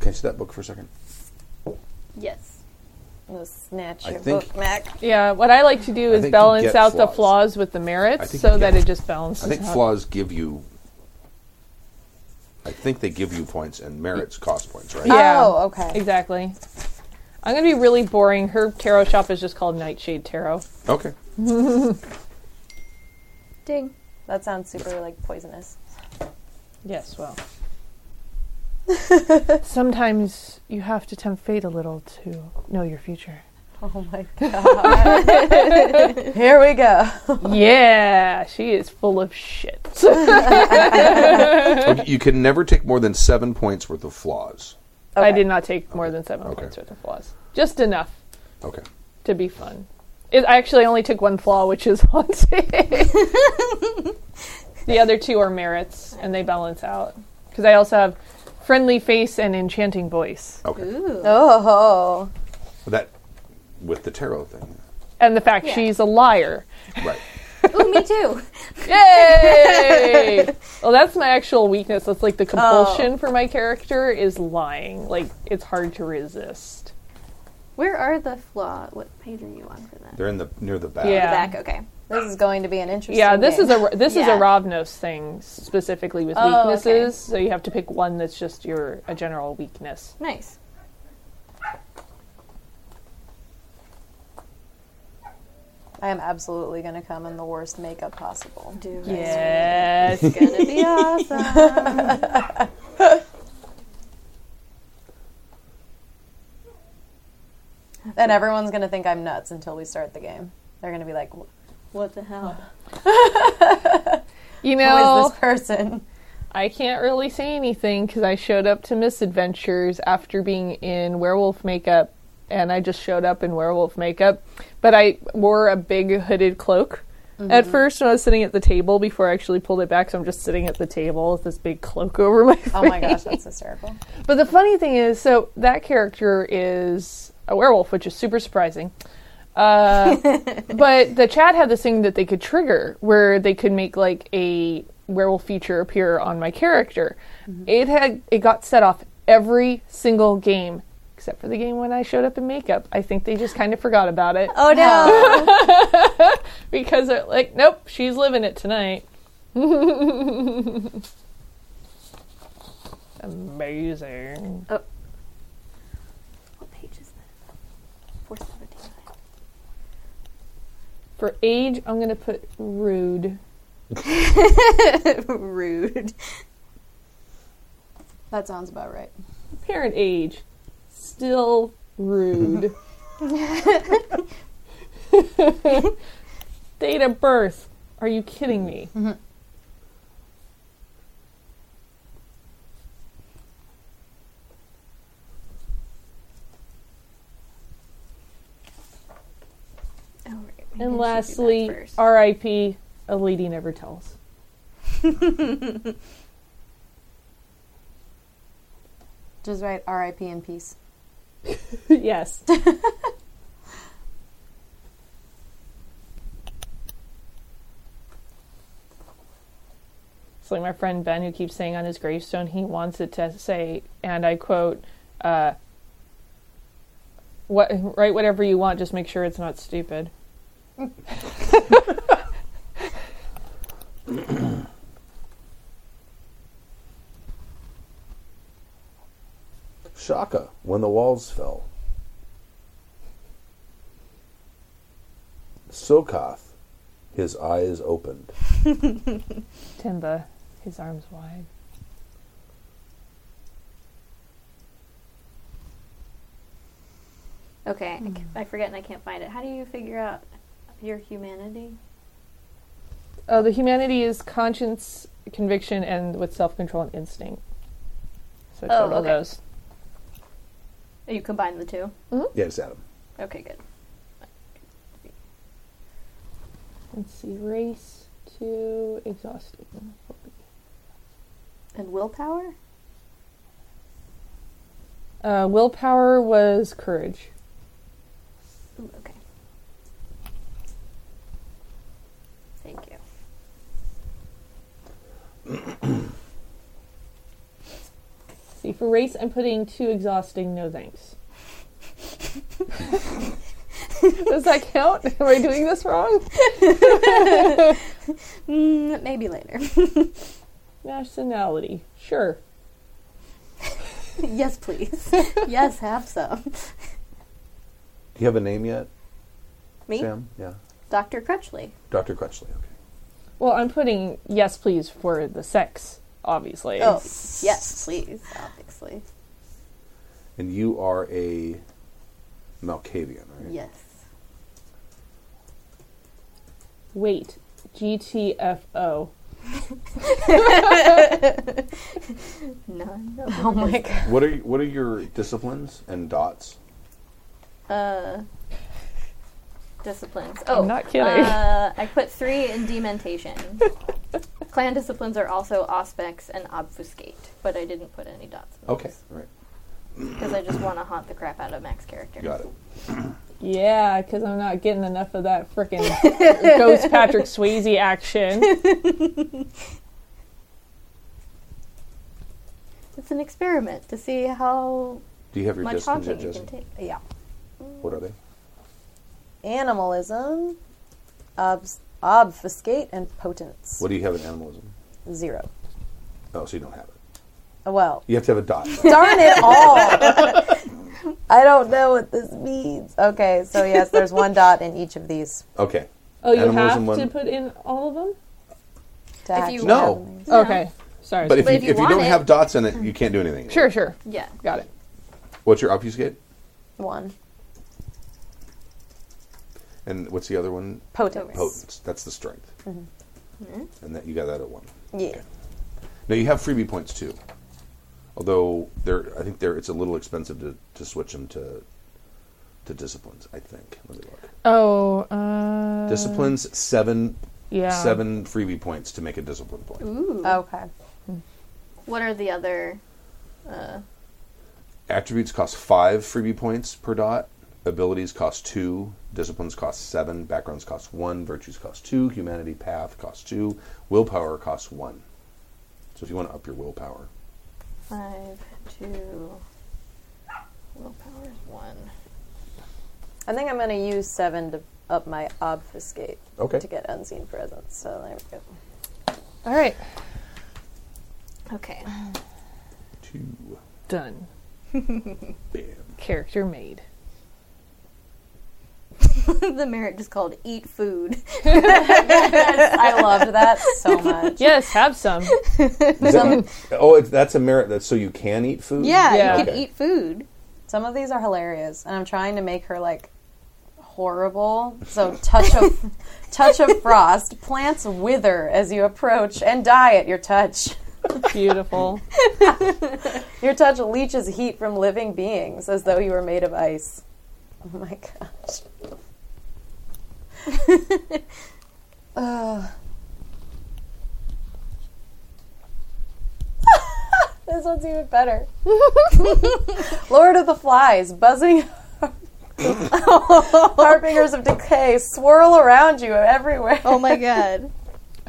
Speaker 5: Can I see that book for a second?
Speaker 9: Yes.
Speaker 2: I'm gonna snatch
Speaker 5: I
Speaker 2: your
Speaker 5: think-
Speaker 2: book back.
Speaker 3: Yeah, what I like to do
Speaker 5: I
Speaker 3: is
Speaker 5: think you
Speaker 3: balance
Speaker 5: get
Speaker 3: out the
Speaker 5: flaws.
Speaker 3: flaws with the
Speaker 5: I
Speaker 3: merits
Speaker 5: think
Speaker 3: so
Speaker 5: you
Speaker 3: that
Speaker 5: get-
Speaker 3: it just balances
Speaker 5: I think
Speaker 3: out.
Speaker 5: flaws give you. I think they give you points and merits cost points, right?
Speaker 3: Yeah.
Speaker 2: Oh, okay.
Speaker 3: Exactly. I'm going to be really boring. Her tarot shop is just called Nightshade Tarot.
Speaker 5: Okay.
Speaker 2: Ding. That sounds super like poisonous.
Speaker 3: Yes, well. Sometimes you have to tempt fate a little to know your future.
Speaker 2: Oh my god. Here we go.
Speaker 3: yeah, she is full of shit.
Speaker 5: Okay, Oh, You can never take more than seven points worth of flaws.
Speaker 3: I
Speaker 2: Okay.
Speaker 3: did not take more than seven
Speaker 5: Okay.
Speaker 3: points worth of flaws. Just enough
Speaker 5: Okay.
Speaker 3: to be fun. It, I actually only took one flaw, which is haunted. the other two are merits, and they balance out. Because I also have friendly face and enchanting voice.
Speaker 5: Okay.
Speaker 2: Oh.
Speaker 5: That with the tarot thing,
Speaker 3: And the fact she's a liar.
Speaker 5: right?
Speaker 4: Ooh, me too.
Speaker 3: Yay! well, that's my actual weakness. That's like the compulsion for my character is lying. Like it's hard to resist.
Speaker 4: Where are the flaw? What page are you on for that?
Speaker 5: They're in the near Oh, the back.
Speaker 3: Yeah.
Speaker 4: Back. Okay.
Speaker 2: This is going to be an interesting
Speaker 3: Yeah, this
Speaker 2: game.
Speaker 3: is a this is
Speaker 4: Yeah.
Speaker 3: a Rovnos thing specifically with
Speaker 4: Oh,
Speaker 3: weaknesses.
Speaker 4: okay.
Speaker 3: So you have to pick one that's just your a general weakness.
Speaker 4: Nice.
Speaker 2: I am absolutely going to come in the worst makeup possible.
Speaker 4: Do it.
Speaker 3: Yes.
Speaker 4: Gonna be awesome.
Speaker 2: And everyone's going to think I'm nuts until we start the game. They're going to be like, "Wh-
Speaker 4: What the hell?
Speaker 3: you
Speaker 2: who is
Speaker 3: know,
Speaker 2: this person?
Speaker 3: I can't really say anything because I showed up to Misadventures after being in werewolf makeup, and I just showed up in werewolf makeup. But I wore a big hooded cloak at first when I was sitting at the table before I actually pulled it back. So I'm just sitting at the table with this big cloak over my face.
Speaker 2: Oh my gosh, that's hysterical.
Speaker 3: But the funny thing is, so that character is a werewolf, which is super surprising. Uh, but the chat had this thing that they could trigger where they could make like a werewolf feature appear on my character. It had it got set off every single game except for the game when I showed up in makeup. I think they just kind of forgot about it
Speaker 4: Oh no.
Speaker 3: because they're like, nope, she's living it tonight. Amazing.
Speaker 4: what page is that? Four seventeen.
Speaker 3: For age, I'm gonna put rude.
Speaker 4: Rude.
Speaker 2: That sounds about right.
Speaker 3: Parent age, still rude. Date of birth. Are you kidding me?
Speaker 4: Oh, right. Maybe I should do
Speaker 3: And
Speaker 4: that
Speaker 3: lastly,
Speaker 4: first.
Speaker 3: R.I.P. A lady never tells.
Speaker 2: Just write RIP in peace.
Speaker 3: yes. It's like my friend Ben, who keeps saying on his gravestone, he wants it to say, and I quote, uh, "What write whatever you want, just make sure it's not stupid."
Speaker 5: Shaka, when the walls fell. Sokoth, his eyes opened.
Speaker 3: Timba, his arms wide.
Speaker 4: Okay,
Speaker 3: Hmm.
Speaker 4: I, c- I forget and I can't find it. How do you figure out your humanity?
Speaker 3: Oh, the humanity is conscience, conviction, and with self-control and instinct. So
Speaker 4: Oh,
Speaker 3: total
Speaker 4: okay.
Speaker 3: those.
Speaker 4: Oh, You combine the two.
Speaker 3: Mm-hmm.
Speaker 5: Yeah, it's Adam.
Speaker 4: Okay, good.
Speaker 3: Let's see, race to exhausting.
Speaker 4: And willpower?
Speaker 3: Uh, willpower was courage.
Speaker 4: Ooh, okay. Thank you.
Speaker 3: See, for race, I'm putting too exhausting. No thanks. Does that count? Am I doing this wrong?
Speaker 4: Mm, maybe later.
Speaker 3: Nationality. Sure.
Speaker 4: yes, please. yes, have some.
Speaker 5: Do you have a name yet,
Speaker 4: Me,
Speaker 5: Sam? Yeah.
Speaker 4: Dr. Crutchley.
Speaker 5: Dr. Crutchley. Okay.
Speaker 3: Well, I'm putting yes, please for the sex, obviously.
Speaker 4: Oh, yes, please. Obviously,
Speaker 5: And you are a Malkavian, right?
Speaker 4: yes.
Speaker 3: Wait, GTFO.
Speaker 4: None.
Speaker 2: Oh my god.
Speaker 5: What are y- what are your disciplines and dots?
Speaker 4: Uh, disciplines. Oh,
Speaker 3: I'm not kidding.
Speaker 4: Uh, I put three in dementation. Clan disciplines are also auspex and obfuscate, but I didn't put any dots.
Speaker 5: Okay. All right.
Speaker 4: Because I just want to haunt the crap out of Mac's character.
Speaker 5: Got it.
Speaker 3: Yeah, because I'm not getting enough of that frickin' ghost Patrick Swayze action.
Speaker 4: It's an experiment to see how
Speaker 5: Do you have your
Speaker 4: much
Speaker 5: disciplines yet,
Speaker 4: haunting you
Speaker 5: Jesse?
Speaker 4: can take.
Speaker 2: Yeah.
Speaker 5: What are they?
Speaker 2: Animalism, obs- obfuscate, and potence.
Speaker 5: What do you have in animalism?
Speaker 2: Zero.
Speaker 5: Oh, so you don't have it.
Speaker 2: Well,
Speaker 5: You have to have a dot.
Speaker 2: Darn it all! I don't know what this means. Okay, so yes, there's one dot in each of these.
Speaker 5: Okay.
Speaker 3: Oh, you
Speaker 5: Animals
Speaker 3: have
Speaker 5: and one-
Speaker 3: to put in all of them?
Speaker 2: to
Speaker 4: If
Speaker 2: actually
Speaker 4: you-
Speaker 5: No.
Speaker 2: have these.
Speaker 3: Okay, sorry.
Speaker 5: But if, you,
Speaker 4: if you
Speaker 5: if you
Speaker 4: want
Speaker 5: don't
Speaker 4: it-
Speaker 5: have dots in it, you can't do anything.
Speaker 3: sure, sure.
Speaker 4: Yeah.
Speaker 3: Got it.
Speaker 5: What's your obfuscate?
Speaker 2: One.
Speaker 5: And what's the other one?
Speaker 2: Potence.
Speaker 5: Potence. That's the strength. And that you got that at one.
Speaker 2: Yeah.
Speaker 5: Now you have freebie points too. Although they're, I think they're, it's a little expensive to, to switch them to to disciplines. I think. Let me look.
Speaker 3: Oh, uh.
Speaker 5: disciplines seven
Speaker 3: Yeah.
Speaker 5: seven freebie points to make a discipline point.
Speaker 2: Okay.
Speaker 4: What are the other?
Speaker 5: Attributes cost five freebie points per dot. Abilities cost two. Disciplines cost seven. Backgrounds cost one. Virtues cost two. Humanity path costs two. Willpower costs one. So if you want to up your willpower,
Speaker 4: Five, two. Willpower is one.
Speaker 2: I think I'm going to use seven to up my obfuscate
Speaker 5: Okay.
Speaker 2: to get unseen presence. So there we go.
Speaker 3: All right,
Speaker 4: Okay.
Speaker 5: two.
Speaker 3: done.
Speaker 5: Bam.
Speaker 3: Character made.
Speaker 4: the merit just called eat food.
Speaker 2: I loved that so much.
Speaker 3: Yes, have some.
Speaker 5: Is that- oh, it's, that's a merit. That's so you can eat food.
Speaker 4: Yeah,
Speaker 3: Yeah.
Speaker 4: you can
Speaker 5: Okay.
Speaker 4: eat food.
Speaker 2: Some of these are hilarious, and I'm trying to make her like horrible. So touch of touch of frost. Plants wither as you approach and die at your touch.
Speaker 3: Beautiful.
Speaker 2: Your touch leaches heat from living beings as though you were made of ice. Oh my gosh. Ugh. this one's even better. Lord of the Flies, buzzing harbingers of decay swirl around you everywhere.
Speaker 4: Oh my god.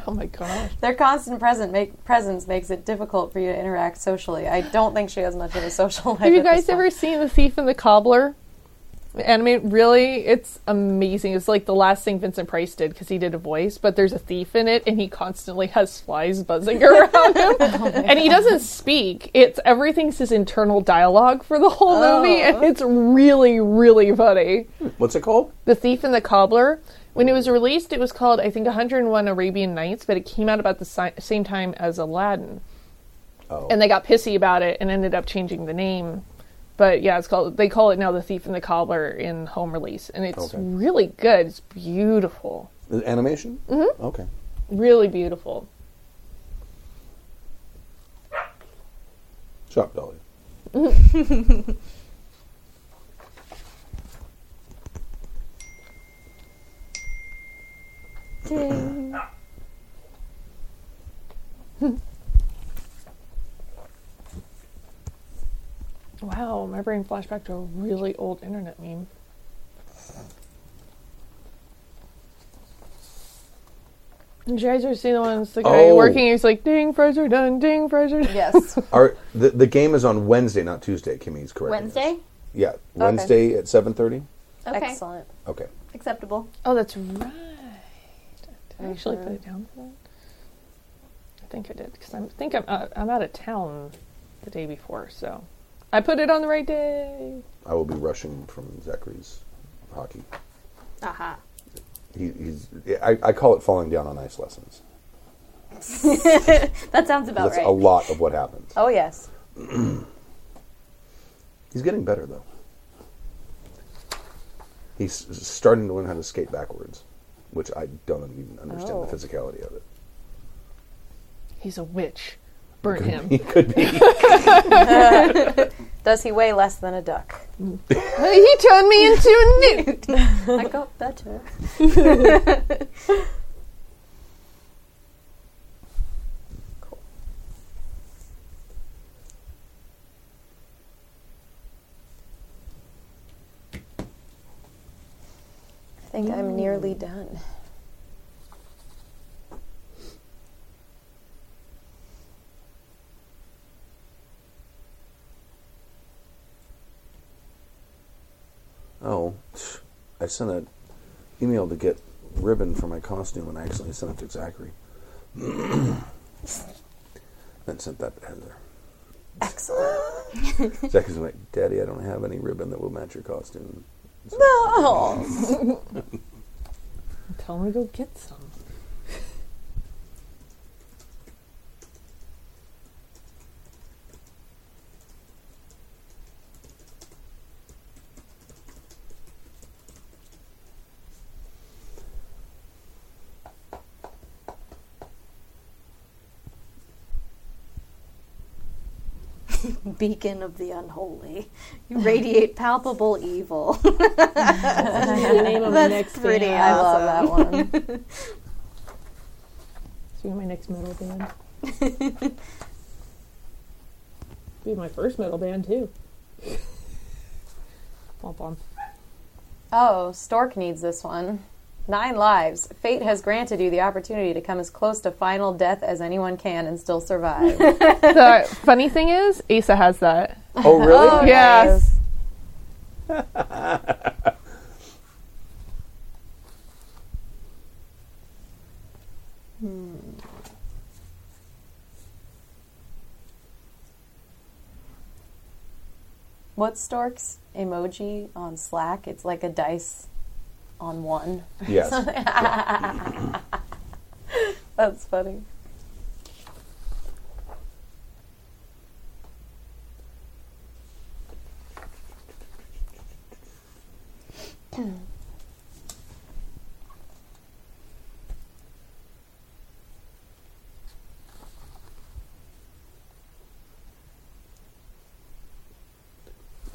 Speaker 3: Oh my gosh.
Speaker 2: Their constant present make, presence makes it difficult for you to interact socially. I don't think she has much of a social life.
Speaker 3: Have you
Speaker 2: at this
Speaker 3: guys ever
Speaker 2: point.
Speaker 3: seen The Thief and the Cobbler? The anime, really, it's amazing. It's like the last thing Vincent Price did because he did a voice, but there's a thief in it and he constantly has flies buzzing around him. and he doesn't speak. It's everything's his internal dialogue for the whole movie, and it's really, really funny.
Speaker 5: What's it called?
Speaker 3: The Thief and the Cobbler. When it was released, it was called, I think, 101 Arabian Nights, but it came out about the si- same time as Aladdin.
Speaker 5: Oh.
Speaker 3: And they got pissy about it and ended up changing the name. But yeah, it's called. They call it now the Thief and the Cobbler in home release, and it's
Speaker 5: Okay.
Speaker 3: really good. It's beautiful,
Speaker 5: The animation. Mm-hmm. Okay.
Speaker 3: really beautiful.
Speaker 5: Shop Dolly.
Speaker 3: Wow, my brain flashed back to a really old internet meme. Did you guys ever see the ones the guy
Speaker 5: Oh.
Speaker 3: working? He's like, "Ding, fries are done. Ding, fries are done."
Speaker 2: Yes.
Speaker 5: Our the, the game is on Wednesday, not Tuesday. Kimmy's correct.
Speaker 9: Wednesday?
Speaker 5: Yeah, Wednesday at seven thirty.
Speaker 9: Okay.
Speaker 2: Excellent.
Speaker 5: Okay.
Speaker 9: Acceptable.
Speaker 3: Oh, that's right. Did I actually put it down for that? I think I did because I think I'm uh, I'm out of town the day before, so I put it on the right day.
Speaker 5: I will be rushing from Zachary's hockey.
Speaker 4: Aha.
Speaker 5: He, he's I, I call it falling down on ice lessons.
Speaker 9: That sounds about
Speaker 5: That's
Speaker 9: right.
Speaker 5: a lot of what happens.
Speaker 2: Oh yes.
Speaker 5: He's getting better though. He's s- starting to learn how to skate backwards, which I don't even understand
Speaker 2: Oh.
Speaker 5: the physicality of it.
Speaker 3: He's a witch. Burn him.
Speaker 5: He could be.
Speaker 2: Does he weigh less than a duck?
Speaker 3: Mm. he turned me into a newt.
Speaker 9: I got better.
Speaker 2: I think I'm nearly done.
Speaker 5: Oh, I sent an email to get ribbon for my costume, and I accidentally sent it to Zachary. then sent that to Heather. Excellent. Zachary's like, Daddy, I don't have any ribbon that will match your costume.
Speaker 2: No.
Speaker 3: Tell him to go get some.
Speaker 4: Beacon of the unholy. You radiate palpable evil.
Speaker 9: the name of the next
Speaker 4: pretty
Speaker 9: band.
Speaker 2: I love that one.
Speaker 3: So you're my next metal band. Be my first metal band too. Bump on.
Speaker 2: Oh, Stork needs this one. Nine lives. Fate has granted you the opportunity to come as close to final death as anyone can and still survive.
Speaker 3: The funny thing is, Asa has that.
Speaker 5: Oh, really?
Speaker 3: yes.
Speaker 2: What's Stork's emoji on Slack? It's like a dice on one.
Speaker 5: Yes.
Speaker 2: That's funny.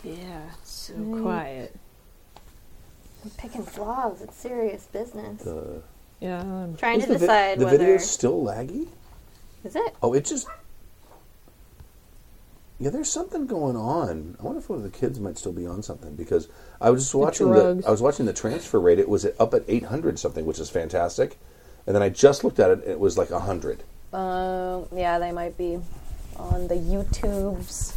Speaker 9: Yeah, so quiet.
Speaker 4: We're picking flaws. It's serious business.
Speaker 5: the,
Speaker 3: Yeah. I'm-
Speaker 4: Trying
Speaker 5: is
Speaker 4: to
Speaker 5: the vi-
Speaker 4: decide
Speaker 5: the
Speaker 4: whether
Speaker 5: video's still laggy?
Speaker 4: is it.
Speaker 5: Oh, it just. Yeah, there's something going on. I wonder if one of the kids might still be on something because I was just watching the,
Speaker 3: drugs.
Speaker 5: I was watching the transfer rate. It was up at 800 something, which is fantastic. And then I just looked at it. It was like 100.
Speaker 2: Um, yeah, they might be on the YouTubes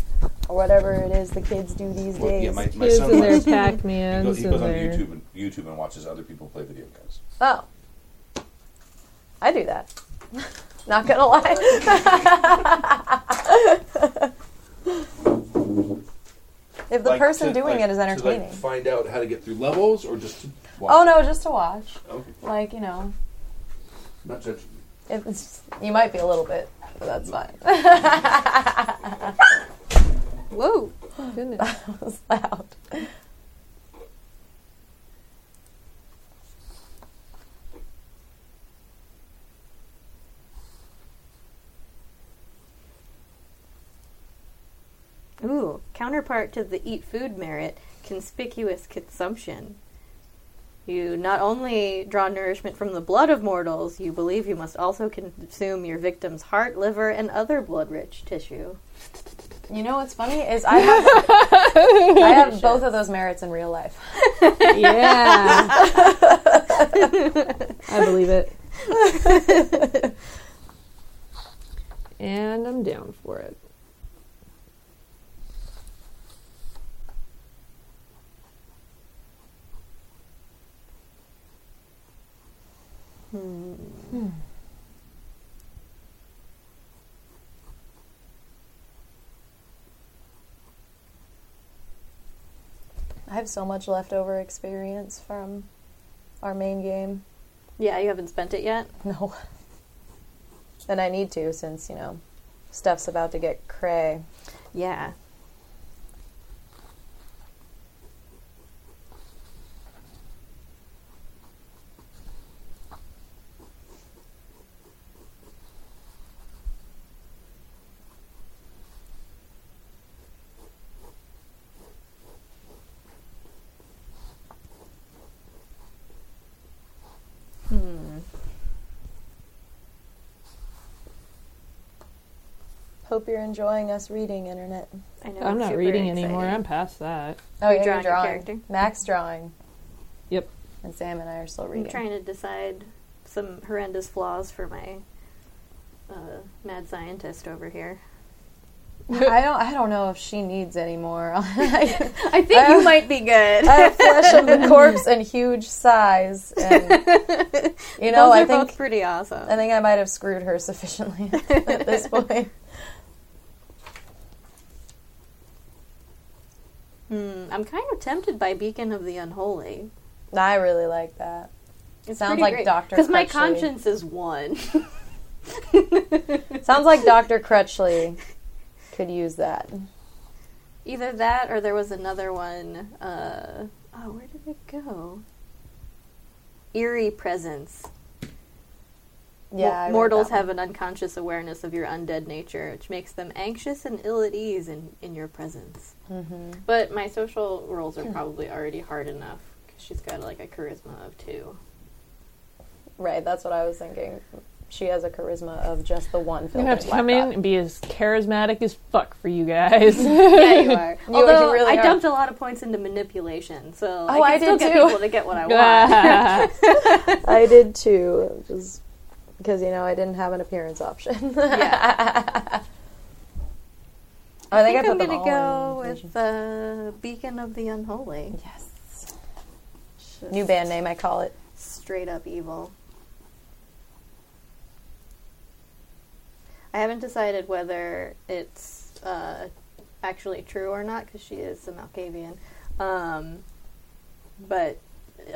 Speaker 2: or whatever it is the kids do these days.
Speaker 3: Kids and their Pac-Mans and their...
Speaker 5: and YouTube and watches other people play video games.
Speaker 2: Oh. I do that. Not gonna lie. if the person doing it is entertaining.
Speaker 5: find out how to get through levels or just to
Speaker 2: oh no, just to watch.
Speaker 5: Okay.
Speaker 2: Like, you know,
Speaker 5: Not judging.
Speaker 2: it's you might be a little bit, but that's fine. Whoa.
Speaker 3: Goodness.
Speaker 2: That was loud.
Speaker 4: Ooh, counterpart to the eat food merit, conspicuous consumption. You not only draw nourishment from the blood of mortals, you believe you must also consume your victim's heart, liver, and other blood rich tissue.
Speaker 2: You know what's funny is I have I have both of those merits in real life.
Speaker 3: Yeah. I believe it. And I'm down for it.
Speaker 4: Hmm.
Speaker 2: I have so much leftover experience from our main game.
Speaker 4: Yeah, you haven't spent it yet.
Speaker 2: No. And I need to since, you know, stuff's about to get cray.
Speaker 4: Yeah.
Speaker 2: Hope you're enjoying us reading, Internet.
Speaker 4: I know.
Speaker 3: I'm not
Speaker 4: super
Speaker 3: reading anymore.
Speaker 4: excited.
Speaker 3: I'm past that.
Speaker 2: Oh,
Speaker 4: You're
Speaker 2: yeah,
Speaker 4: drawing your
Speaker 2: drawing.
Speaker 4: character?
Speaker 2: Max drawing.
Speaker 3: Yep.
Speaker 2: And Sam and I are still
Speaker 4: I'm
Speaker 2: reading.
Speaker 4: trying to decide some horrendous flaws for my uh, mad scientist over here.
Speaker 2: I don't. I don't know if she needs any more. I
Speaker 4: I think
Speaker 2: I-
Speaker 4: you might be good.
Speaker 2: have flesh of the corpse and huge size, and you know,
Speaker 4: Those are
Speaker 2: I think
Speaker 4: both pretty awesome.
Speaker 2: I think I might have screwed her sufficiently at this point.
Speaker 4: Hmm, I'm kind of tempted by Beacon of the Unholy.
Speaker 2: I really like that.
Speaker 4: It
Speaker 2: Sounds like Dr.
Speaker 4: Because my
Speaker 2: Crutchley.
Speaker 4: conscience is one.
Speaker 2: Sounds like Doctor Crutchley could use that.
Speaker 4: Either that or there was another one. Uh, oh, where did it go? Eerie presence.
Speaker 2: Yeah,
Speaker 4: Mo-
Speaker 2: I read
Speaker 4: mortals
Speaker 2: that
Speaker 4: have an unconscious awareness of your undead nature, which makes them anxious and ill at ease in, in your presence. Mm-hmm. But my social rolls
Speaker 2: Hmm.
Speaker 4: are probably already hard enough because she's got like a charisma of two.
Speaker 2: one. right. That's what I was thinking. She has a charisma of just the one.
Speaker 3: I'm
Speaker 2: Filter
Speaker 3: gonna have to come in and be as charismatic as fuck for you guys.
Speaker 4: yeah, you are.
Speaker 2: You- you
Speaker 4: Although
Speaker 2: really
Speaker 4: I
Speaker 2: are.
Speaker 4: dumped a lot of points into manipulation, so
Speaker 2: Oh,
Speaker 4: I
Speaker 2: I
Speaker 4: can still
Speaker 2: did
Speaker 4: get
Speaker 2: too.
Speaker 4: people to get what I want.
Speaker 3: Ah.
Speaker 2: I did too, just because you know I didn't have an appearance option. I think I, put
Speaker 4: am
Speaker 2: them
Speaker 4: gonna
Speaker 2: all
Speaker 4: go
Speaker 2: in
Speaker 4: with uh, Beacon of the Unholy.
Speaker 2: Yes.
Speaker 4: Just
Speaker 2: New band name, I call it.
Speaker 4: Straight up evil. I haven't decided whether it's uh, actually true or not because she is a Malkavian. Um, but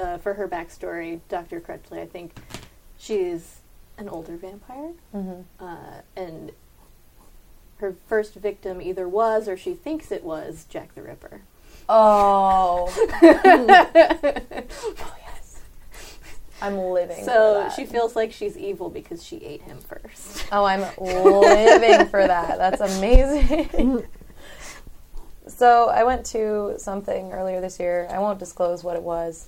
Speaker 4: uh, for her backstory, Dr. Crutchley, I think she's an older vampire.
Speaker 3: Mm-hmm.
Speaker 4: Uh, and her first victim either was or she thinks it was Jack the Ripper.
Speaker 2: Oh,
Speaker 4: Oh, yes.
Speaker 2: I'm living. for
Speaker 4: So
Speaker 2: that.
Speaker 4: she feels like she's evil because she ate him first.
Speaker 2: Oh, I'm living for that. That's amazing. so I went to something earlier this year. I won't disclose what it was,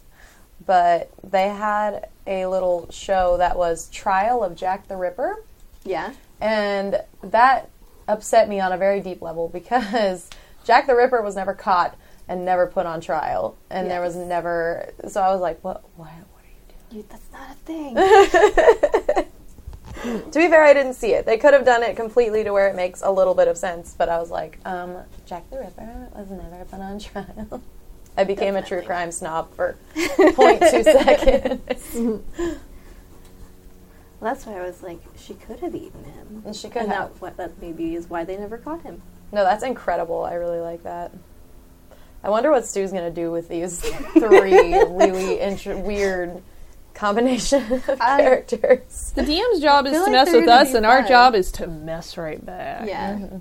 Speaker 2: but they had a little show that was Trial of Jack the Ripper.
Speaker 4: Yeah.
Speaker 2: And that upset me on a very deep level because Jack the Ripper was never caught and never put on trial. And there was
Speaker 4: Yes.
Speaker 2: never. So I was like, what? What, what are you
Speaker 4: You, that's not a thing.
Speaker 2: doing? To be fair, I didn't see it. They could have done it completely to where it makes a little bit of sense. But I was like, um, Jack the Ripper was never put on trial. I became a true crime snob for 0.2 seconds.
Speaker 4: that's why I was like, she could have eaten him.
Speaker 2: And she could
Speaker 4: And
Speaker 2: have.
Speaker 4: that, what, that maybe is why they never caught him.
Speaker 2: No, that's incredible. I really like that. I wonder what Stu's gonna do with these three really intr weird combination of characters.
Speaker 3: the DM's job is
Speaker 4: feel
Speaker 3: to
Speaker 4: like
Speaker 3: mess
Speaker 4: they're
Speaker 3: with
Speaker 4: gonna
Speaker 3: us,
Speaker 4: be
Speaker 3: and our
Speaker 4: fun.
Speaker 3: job is to mess right back.
Speaker 4: Yeah.
Speaker 2: Mm-hmm.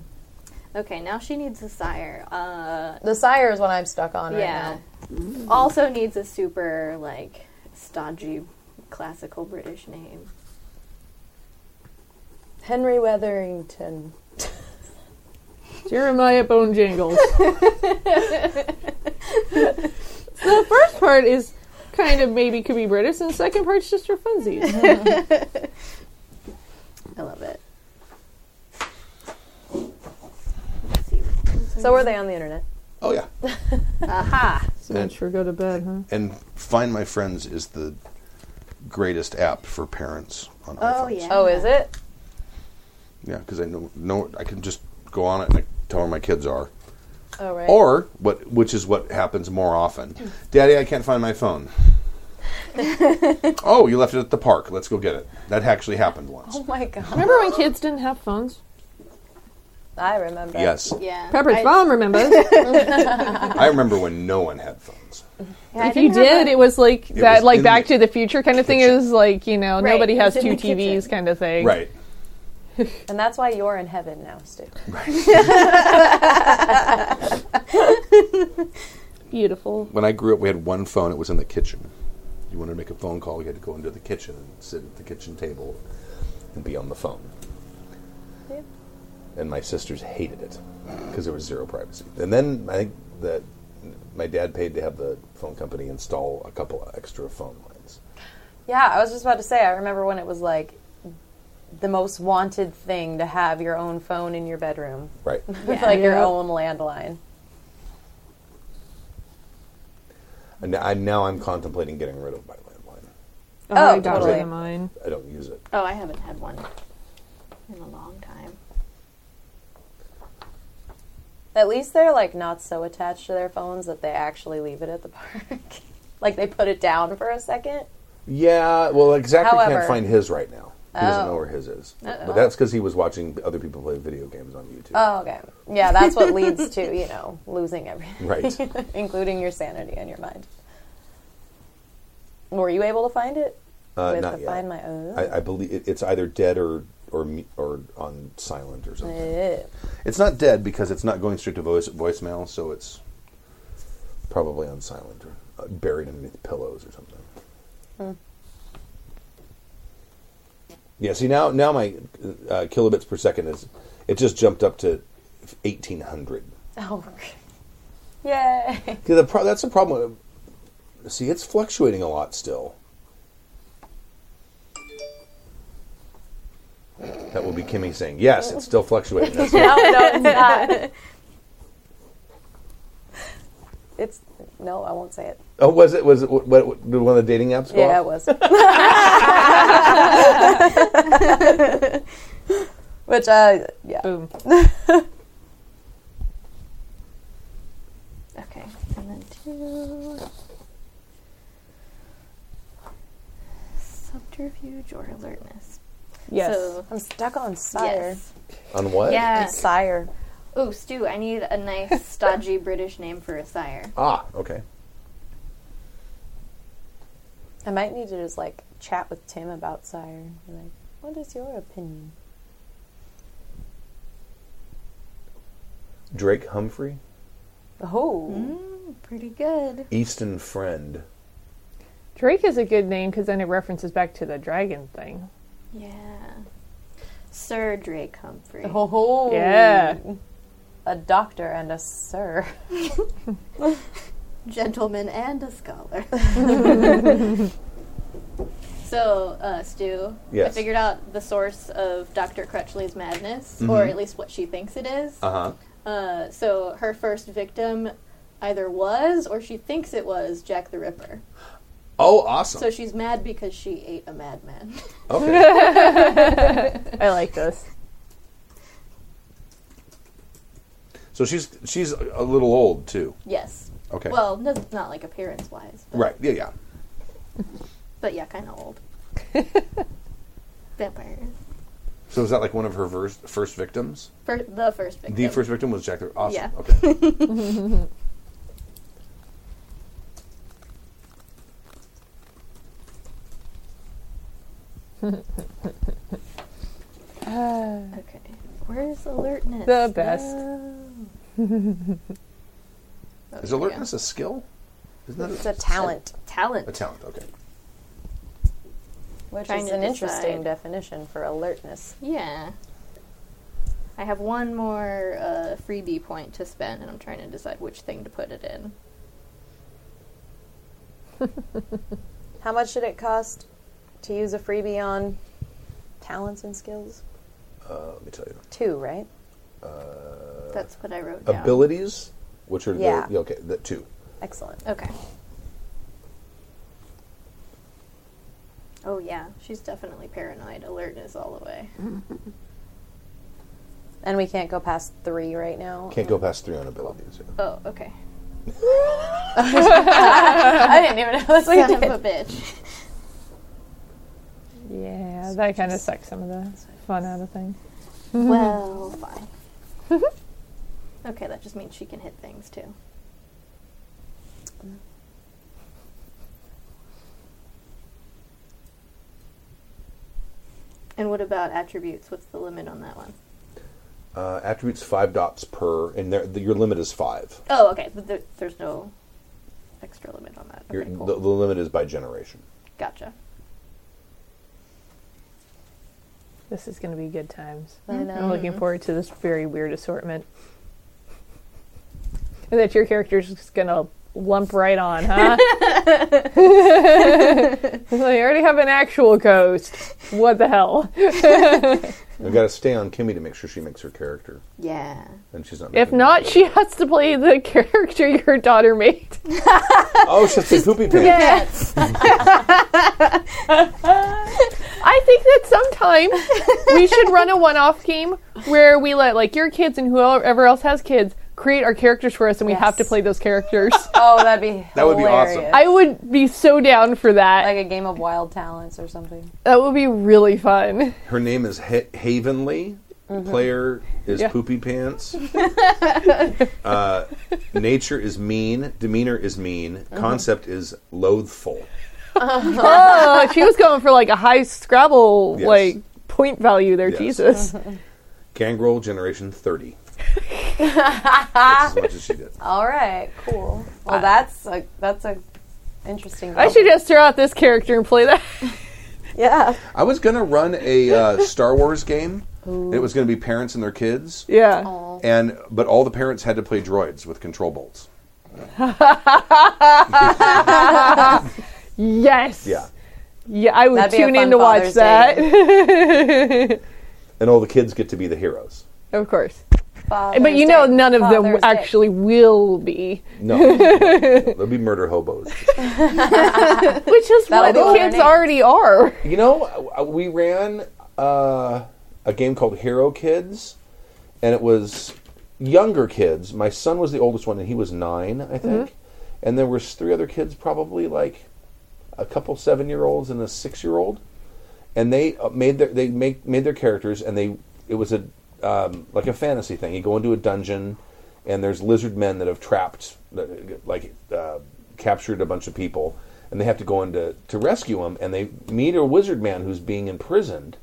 Speaker 4: Okay, now she needs a sire. Uh,
Speaker 2: The sire is what I'm stuck on
Speaker 4: yeah.
Speaker 2: right
Speaker 4: Also needs a super, like, stodgy classical British name.
Speaker 2: now. Henry Weatherington.
Speaker 3: Jeremiah Bone Jangles. the first part is kind of maybe could be British, and the second part's just for funsies.
Speaker 4: I love it. Let's see.
Speaker 2: So were they on the internet?
Speaker 5: Oh yeah.
Speaker 4: Aha!
Speaker 3: so much for go to bed, huh?
Speaker 5: And find my friends is the greatest app for parents on
Speaker 11: Oh,
Speaker 5: iPhones.
Speaker 11: yeah.
Speaker 2: Oh, is it?
Speaker 5: Yeah, because I know, know I can just go on it and I tell where my kids are.
Speaker 2: Oh, right.
Speaker 5: Or what, which is what happens more often. Daddy, I can't find my phone. oh, you left it at the park. Let's go get it. That actually happened once.
Speaker 2: oh my god,
Speaker 3: Remember when kids didn't have phones?
Speaker 2: I remember.
Speaker 5: yes,
Speaker 11: Yeah.
Speaker 3: Pepper's
Speaker 11: I-
Speaker 3: mom remembers.
Speaker 5: I remember when no one had phones.
Speaker 11: Yeah, I
Speaker 3: if you
Speaker 11: didn't have
Speaker 3: did, it was like that,
Speaker 5: was
Speaker 3: like
Speaker 5: in
Speaker 3: Back
Speaker 5: the
Speaker 3: to the Future kind of thing. It
Speaker 5: kitchen.
Speaker 3: was like you know
Speaker 11: Right,
Speaker 3: nobody
Speaker 11: it
Speaker 3: has
Speaker 11: was in the
Speaker 3: two TVs
Speaker 11: kitchen.
Speaker 3: kind of thing.
Speaker 5: Right.
Speaker 2: And that's why you're in heaven now, Stu.
Speaker 3: Beautiful.
Speaker 5: When I grew up, we had one phone. It was in the kitchen. You wanted to make a phone call, you had to go into the kitchen and sit at the kitchen table and be on the phone. And my sisters hated it because there was zero privacy. And then I think that my dad paid to have the phone company install a couple of extra phone lines.
Speaker 2: Yeah, I was just about to say. I remember when it was like the most wanted thing to have your own phone in your bedroom,
Speaker 5: Right.
Speaker 2: with like your
Speaker 3: Yeah.
Speaker 2: own landline.
Speaker 5: and I, now I'm contemplating getting rid of my landline.
Speaker 3: Oh,
Speaker 2: Oh,
Speaker 3: I got rid
Speaker 2: totally.
Speaker 3: of mine.
Speaker 5: I don't use it.
Speaker 4: Oh, I haven't had one in a long time.
Speaker 2: At least they're like not so attached to their phones that they actually leave it at the park. like they put it down for a second.
Speaker 5: Yeah, well, exactly
Speaker 2: However-
Speaker 5: can't find his right now. He doesn't know where his is. But that's because he was watching other people play video games on YouTube.
Speaker 2: Oh, okay. Yeah, that's what leads to you know losing everything,
Speaker 5: Right.
Speaker 2: including your sanity and your mind. Were you able to find it?
Speaker 5: Uh,
Speaker 2: with
Speaker 5: not
Speaker 2: the
Speaker 5: yet.
Speaker 2: find my own.
Speaker 5: I, I believe it, it's either dead or or mu- or on silent or something.
Speaker 2: Eh.
Speaker 5: It's not dead because it's not going straight to voice voicemail, so it's probably on silent or uh, buried underneath pillows or something.
Speaker 2: Hmm.
Speaker 5: Yeah. See now now my uh, kilobits per second is it just jumped up to eighteen hundred.
Speaker 2: Oh, okay. yay!
Speaker 5: Yeah, the pro- that's the problem. with- See, it's fluctuating a lot still. That will be Kimmy saying, "Yes, it's still fluctuating." That's
Speaker 2: No, no, it's not. it's no, I won't say it.
Speaker 5: oh, was it? Was it? What, what, did one of the dating apps? Go
Speaker 2: Yeah, it
Speaker 5: off?
Speaker 2: was. Which, uh, yeah.
Speaker 3: Boom.
Speaker 4: Okay, and then two. Subterfuge or alertness.
Speaker 3: Yes.
Speaker 4: So,
Speaker 2: I'm stuck on sire.
Speaker 4: yes.
Speaker 5: on what?
Speaker 4: Yeah.
Speaker 2: Sire.
Speaker 4: Oh, Stu, I need a nice, stodgy British name for a sire.
Speaker 5: Ah, okay.
Speaker 2: I might need to just like chat with Tim about sire. Be Like, what is your opinion?
Speaker 5: Drake Humphrey,
Speaker 2: Oh,
Speaker 4: Pretty good.
Speaker 5: Easton Friend.
Speaker 3: Drake is a good name because then it references back to the dragon thing.
Speaker 4: Yeah. Sir Drake Humphrey.
Speaker 2: oh,
Speaker 3: Yeah.
Speaker 2: A doctor and a sir.
Speaker 4: gentleman and a scholar. so, uh, Stu, I
Speaker 5: Yes.
Speaker 4: figured out the source of Dr. Crutchley's madness, or at least what she thinks it is.
Speaker 5: Uh huh.
Speaker 4: Uh, so, her first victim either was or she thinks it was Jack the Ripper.
Speaker 5: Oh, awesome.
Speaker 4: So, she's mad because she ate a madman.
Speaker 5: okay.
Speaker 3: I like this.
Speaker 5: so she's she's a little old too.
Speaker 4: yes.
Speaker 5: Okay.
Speaker 4: Well, no, not like appearance wise, but,
Speaker 5: right. Yeah. Yeah.
Speaker 4: but yeah, kind of old. Vampires.
Speaker 5: So is that like one of her vers- first victims?
Speaker 4: Fir- the first victim.
Speaker 5: The first victim was Jack the. Awesome.
Speaker 4: Yeah.
Speaker 5: Okay.
Speaker 4: Okay. Where's alertness?
Speaker 3: The best.
Speaker 5: Is alertness a skill? Isn't that
Speaker 2: It's a talent,
Speaker 4: Talent.
Speaker 5: A talent, okay.
Speaker 2: which
Speaker 4: Trying
Speaker 2: is
Speaker 4: to
Speaker 2: an interesting
Speaker 4: decide.
Speaker 2: definition for alertness.
Speaker 4: Yeah. I have one more uh, freebie point to spend, and I'm trying to decide which thing to put it in.
Speaker 2: How much did it cost to use a freebie on talents and skills?
Speaker 5: Uh, let me tell you.
Speaker 2: Two, right?
Speaker 5: Uh,
Speaker 4: That's what I wrote down.
Speaker 5: Abilities, which are
Speaker 2: Yeah.
Speaker 5: the. Okay, the two.
Speaker 2: Excellent.
Speaker 4: Okay. Oh yeah, she's definitely paranoid. Alertness all the way.
Speaker 2: Mm-hmm. And we can't go past three right now.
Speaker 5: Can't go past three on abilities. yeah.
Speaker 4: Oh, okay.
Speaker 2: I didn't even know this we
Speaker 4: Son of
Speaker 2: did.
Speaker 4: a bitch.
Speaker 3: Yeah, that kind of sucks some of the fun out of things.
Speaker 2: Mm-hmm.
Speaker 4: well, fine. okay, that just means she can hit things too. And what about attributes? What's the limit on that one?
Speaker 5: Uh, attributes five dots per, and there- the, your limit is five.
Speaker 4: Oh, okay. But there, there's no extra limit on that.
Speaker 5: Your,
Speaker 4: Okay, cool.
Speaker 5: the, the limit is by generation.
Speaker 4: gotcha.
Speaker 3: This is going to be good times.
Speaker 2: I know.
Speaker 3: I'm looking forward to this very weird assortment. And that your character's just going to lump right on, huh? I already have an actual ghost. What the hell?
Speaker 5: We've got to stay on Kimmy to make sure she makes her character,
Speaker 4: Yeah.
Speaker 5: and she's not.
Speaker 3: If
Speaker 5: making-
Speaker 3: not, she has to play the character your daughter made.
Speaker 5: oh, she's has poopy pants.
Speaker 3: I think that sometime we should run a one-off game where we let like your kids and whoever else has kids create our characters for us, and we have to
Speaker 2: Yes.
Speaker 3: play those characters.
Speaker 2: Oh, that'd be
Speaker 5: That would be awesome.
Speaker 2: hilarious.
Speaker 3: I would be so down for that.
Speaker 2: like a game of wild talents or something.
Speaker 3: that would be really fun.
Speaker 5: Her name is ha- Havenly. Player
Speaker 3: Mm-hmm.
Speaker 5: is
Speaker 3: Yeah.
Speaker 5: poopy pants. uh, nature is mean. Demeanor is mean.
Speaker 3: Mm-hmm.
Speaker 5: Concept is loathful.
Speaker 3: oh, she was going for like a high Scrabble
Speaker 5: Yes.
Speaker 3: like point value there,
Speaker 5: Yes.
Speaker 3: Jesus.
Speaker 5: Gangrel generation thirty. That's as much as she did.
Speaker 2: All right, cool. Well, that's a that's a interesting.
Speaker 3: I should just throw out this character and play that.
Speaker 2: yeah.
Speaker 5: I was gonna run a uh, Star Wars game. and It was gonna be parents and their kids,
Speaker 3: yeah.
Speaker 5: and but all the parents had to play droids with control bolts.
Speaker 3: Yes.
Speaker 5: Yeah,
Speaker 3: Yeah, I would
Speaker 2: That'd be a
Speaker 3: tune
Speaker 2: fun
Speaker 3: in to watch
Speaker 2: Father's Day.
Speaker 3: that.
Speaker 5: and all the kids get to be the heroes.
Speaker 3: of course. But you know, none of them
Speaker 2: Father's Day.
Speaker 3: actually will be,
Speaker 5: No, no, no, they'll be murder hobos.
Speaker 3: which is
Speaker 2: That'll
Speaker 3: what
Speaker 2: be
Speaker 3: the
Speaker 2: all their
Speaker 3: kids
Speaker 2: names.
Speaker 3: already are.
Speaker 5: You know, uh, we ran uh, a game called Hero Kids, and it was younger kids. My son was the oldest one, and he was nine, I think. And there was three other kids, probably like a couple seven-year-olds and a six-year-old, and they uh, made their they make made their characters, and they it was a um, like a fantasy thing. You go into a dungeon, and there's lizard men that have trapped that- like uh, captured a bunch of people, and they have to go in to, to rescue them, and they meet a wizard man who's being imprisoned.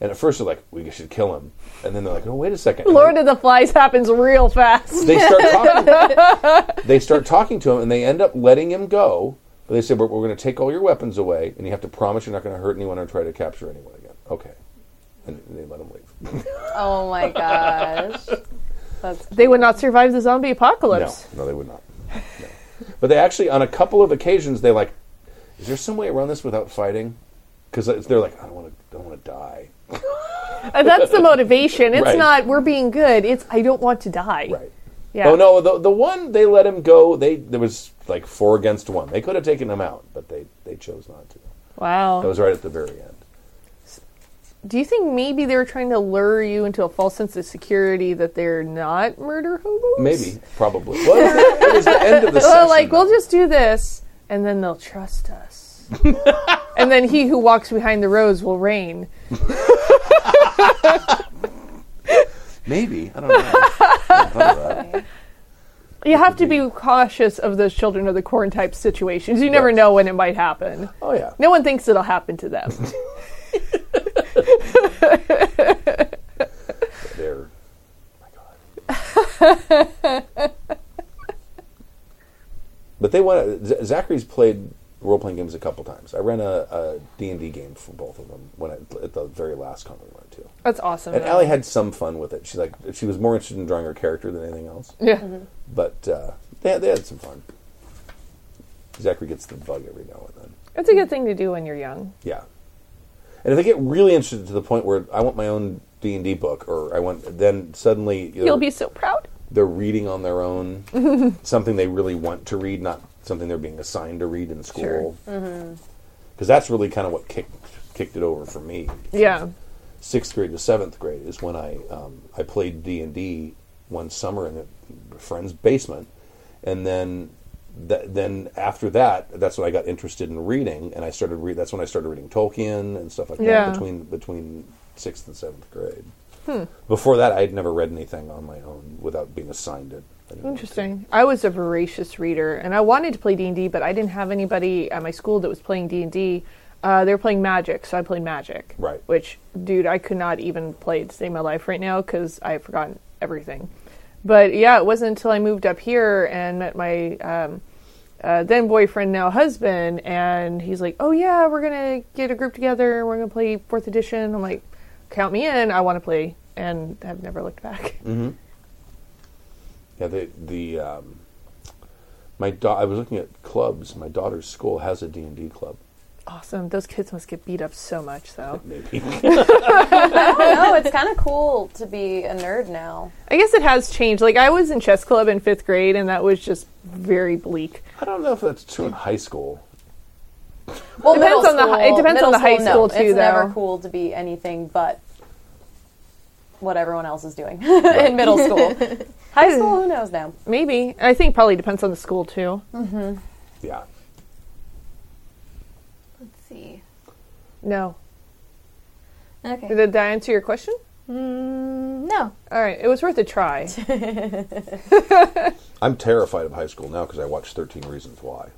Speaker 5: And at first they're like, "We should kill him," and then they're like, "Oh, wait a second. And
Speaker 3: Lord
Speaker 5: they-
Speaker 3: of the Flies happens real fast.
Speaker 5: they start talking. they start talking to him, and they end up letting him go. But they say, "But we're going to take all your weapons away, and you have to promise you're not going to hurt anyone or try to capture anyone again." Okay, and they let him leave.
Speaker 2: Oh my gosh.
Speaker 3: They would not survive the zombie
Speaker 5: No,
Speaker 3: apocalypse.
Speaker 5: no, they would not. No. But they actually, on a couple of occasions, they like, "Is there some way around this without fighting?" Because they're like, "I don't want to, don't want to die."
Speaker 3: And that's the motivation. It's
Speaker 5: Right.
Speaker 3: not we're being good. It's I don't want to die.
Speaker 5: Right.
Speaker 3: Yeah.
Speaker 5: Oh no, the the one they let him go. They there was like four against one. They could have taken him out, but they they chose not to.
Speaker 3: Wow.
Speaker 5: That was right at the very end.
Speaker 3: Do you think maybe they were trying to lure you into a false sense of security that they're not murder hobos?
Speaker 5: Maybe, probably. Well, it was the end of the
Speaker 3: Well,
Speaker 5: session.
Speaker 3: like we'll just do this, and then they'll trust us. and then he who walks behind the rose will reign.
Speaker 5: Maybe I don't know. I haven't thought of that.
Speaker 3: You have to be cautious of those children of the corn type situations. You never
Speaker 5: Right.
Speaker 3: know when it might happen.
Speaker 5: Oh yeah.
Speaker 3: No one thinks it'll happen to them.
Speaker 5: There. My God. but they want to, Zachary's played role playing games a couple times. I ran a D and D game for both of them when I, at the very last con we went to.
Speaker 3: That's awesome.
Speaker 5: And
Speaker 3: though.
Speaker 5: Allie had some fun with it. She like she was more interested in drawing her character than anything else.
Speaker 3: yeah.
Speaker 5: But uh, they they had some fun. Zachary gets the bug every now and then.
Speaker 3: That's a good thing to do when you're young.
Speaker 5: Yeah. And if they get really interested to the point where I want my own D and D book, or I want, then suddenly they're,
Speaker 3: You'll be so proud.
Speaker 5: they're reading on their own something they really want to read, not something they're being assigned to read in school. because Mm-hmm. that's really kind of what kicked kicked it over for me.
Speaker 3: Yeah.
Speaker 5: Sixth grade to seventh grade is when I um, I played D and D one summer in a friend's basement, and then th- then after that, that's when I got interested in reading, and I started read. That's when I started reading Tolkien and stuff like
Speaker 3: Yeah. Hmm.
Speaker 5: that between between sixth and seventh grade. Before that, I had never read anything on my own without being assigned it. I didn't want to.
Speaker 3: Interesting. I was a voracious reader, and I wanted to play D and D, but I didn't have anybody at my school that was playing D and D. Uh, They were playing Magic, so I played Magic.
Speaker 5: Right.
Speaker 3: Which, dude, I could not even play to save my life right now because I had forgotten everything. But yeah, it wasn't until I moved up here and met my um, uh, then boyfriend, now husband, and he's like, "Oh yeah, we're gonna get a group together. We're gonna play Fourth Edition." I'm like, "Count me in. I want to play," and I've never looked back.
Speaker 5: Yeah, the the um, my da- I was looking at clubs. My daughter's school has a D and D club.
Speaker 3: Awesome. Those kids must get beat up so much, though.
Speaker 5: Maybe
Speaker 2: no, it's kind of cool to be a nerd now.
Speaker 3: I guess it has changed. Like I was in chess club in fifth grade, and that was just very bleak.
Speaker 5: I don't know if that's true in high school.
Speaker 2: Well,
Speaker 3: Depends
Speaker 2: middle
Speaker 3: on the hi- it depends
Speaker 2: middle
Speaker 3: on the high
Speaker 2: no.
Speaker 3: school, too,
Speaker 2: It's never
Speaker 3: though.
Speaker 2: cool to be anything but what everyone else is doing
Speaker 5: Right.
Speaker 2: in middle school. high school, who knows now?
Speaker 3: Maybe I think probably depends on the school too.
Speaker 5: Yeah,
Speaker 4: Let's see.
Speaker 3: No,
Speaker 4: Okay.
Speaker 3: did I answer your question?
Speaker 4: Um, no.
Speaker 3: All right, it was worth a try.
Speaker 5: I'm terrified of high school now because I watched Thirteen Reasons Why.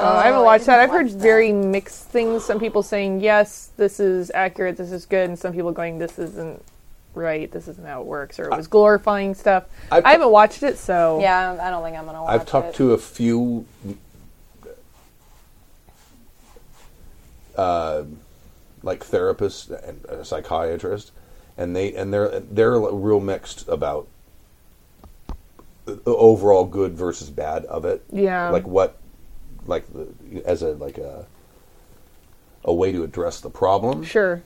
Speaker 3: Oh, I haven't watched that. I've heard very mixed things. Some people saying yes, this is accurate, this is good, and some people going this isn't right, this isn't how it works, or it was glorifying stuff.
Speaker 5: I've-
Speaker 3: I haven't watched it, so
Speaker 2: Yeah, I don't think I'm gonna. Watch
Speaker 5: I've talked
Speaker 2: it.
Speaker 5: to a few. Uh, uh, like therapists and a psychiatrist, and they and they're they're real mixed about the overall good versus bad of it.
Speaker 3: Yeah.
Speaker 5: like what, like the, as a like a a way to address the problem
Speaker 3: sure.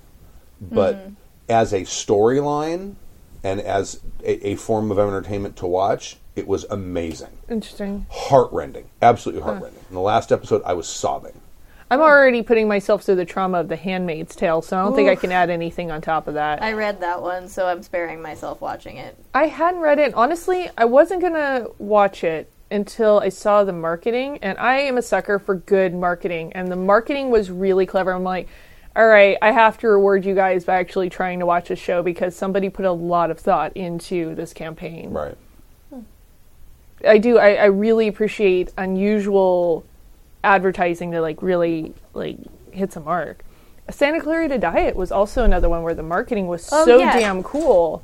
Speaker 5: but
Speaker 3: Hmm.
Speaker 5: as a storyline and as a, a form of entertainment to watch, it was amazing,
Speaker 3: Interesting.
Speaker 5: heartrending,
Speaker 3: Hmm.
Speaker 5: absolutely heartrending. In the last episode, I was sobbing.
Speaker 3: I'm already putting myself through the trauma of The Handmaid's Tale, so I don't think I can add anything on top of that.
Speaker 9: I read that one, so I'm sparing myself watching it.
Speaker 3: I hadn't read it. Honestly, I wasn't going to watch it until I saw the marketing, and I am a sucker for good marketing, and the marketing was really clever. I'm like, all right, I have to reward you guys by actually trying to watch this show because somebody put a lot of thought into this campaign.
Speaker 5: Right.
Speaker 3: I do. I, I really appreciate unusual advertising that like really like hits a mark. Santa Clarita Diet was also another one where the marketing was
Speaker 9: Oh,
Speaker 3: so
Speaker 9: yeah.
Speaker 3: damn cool.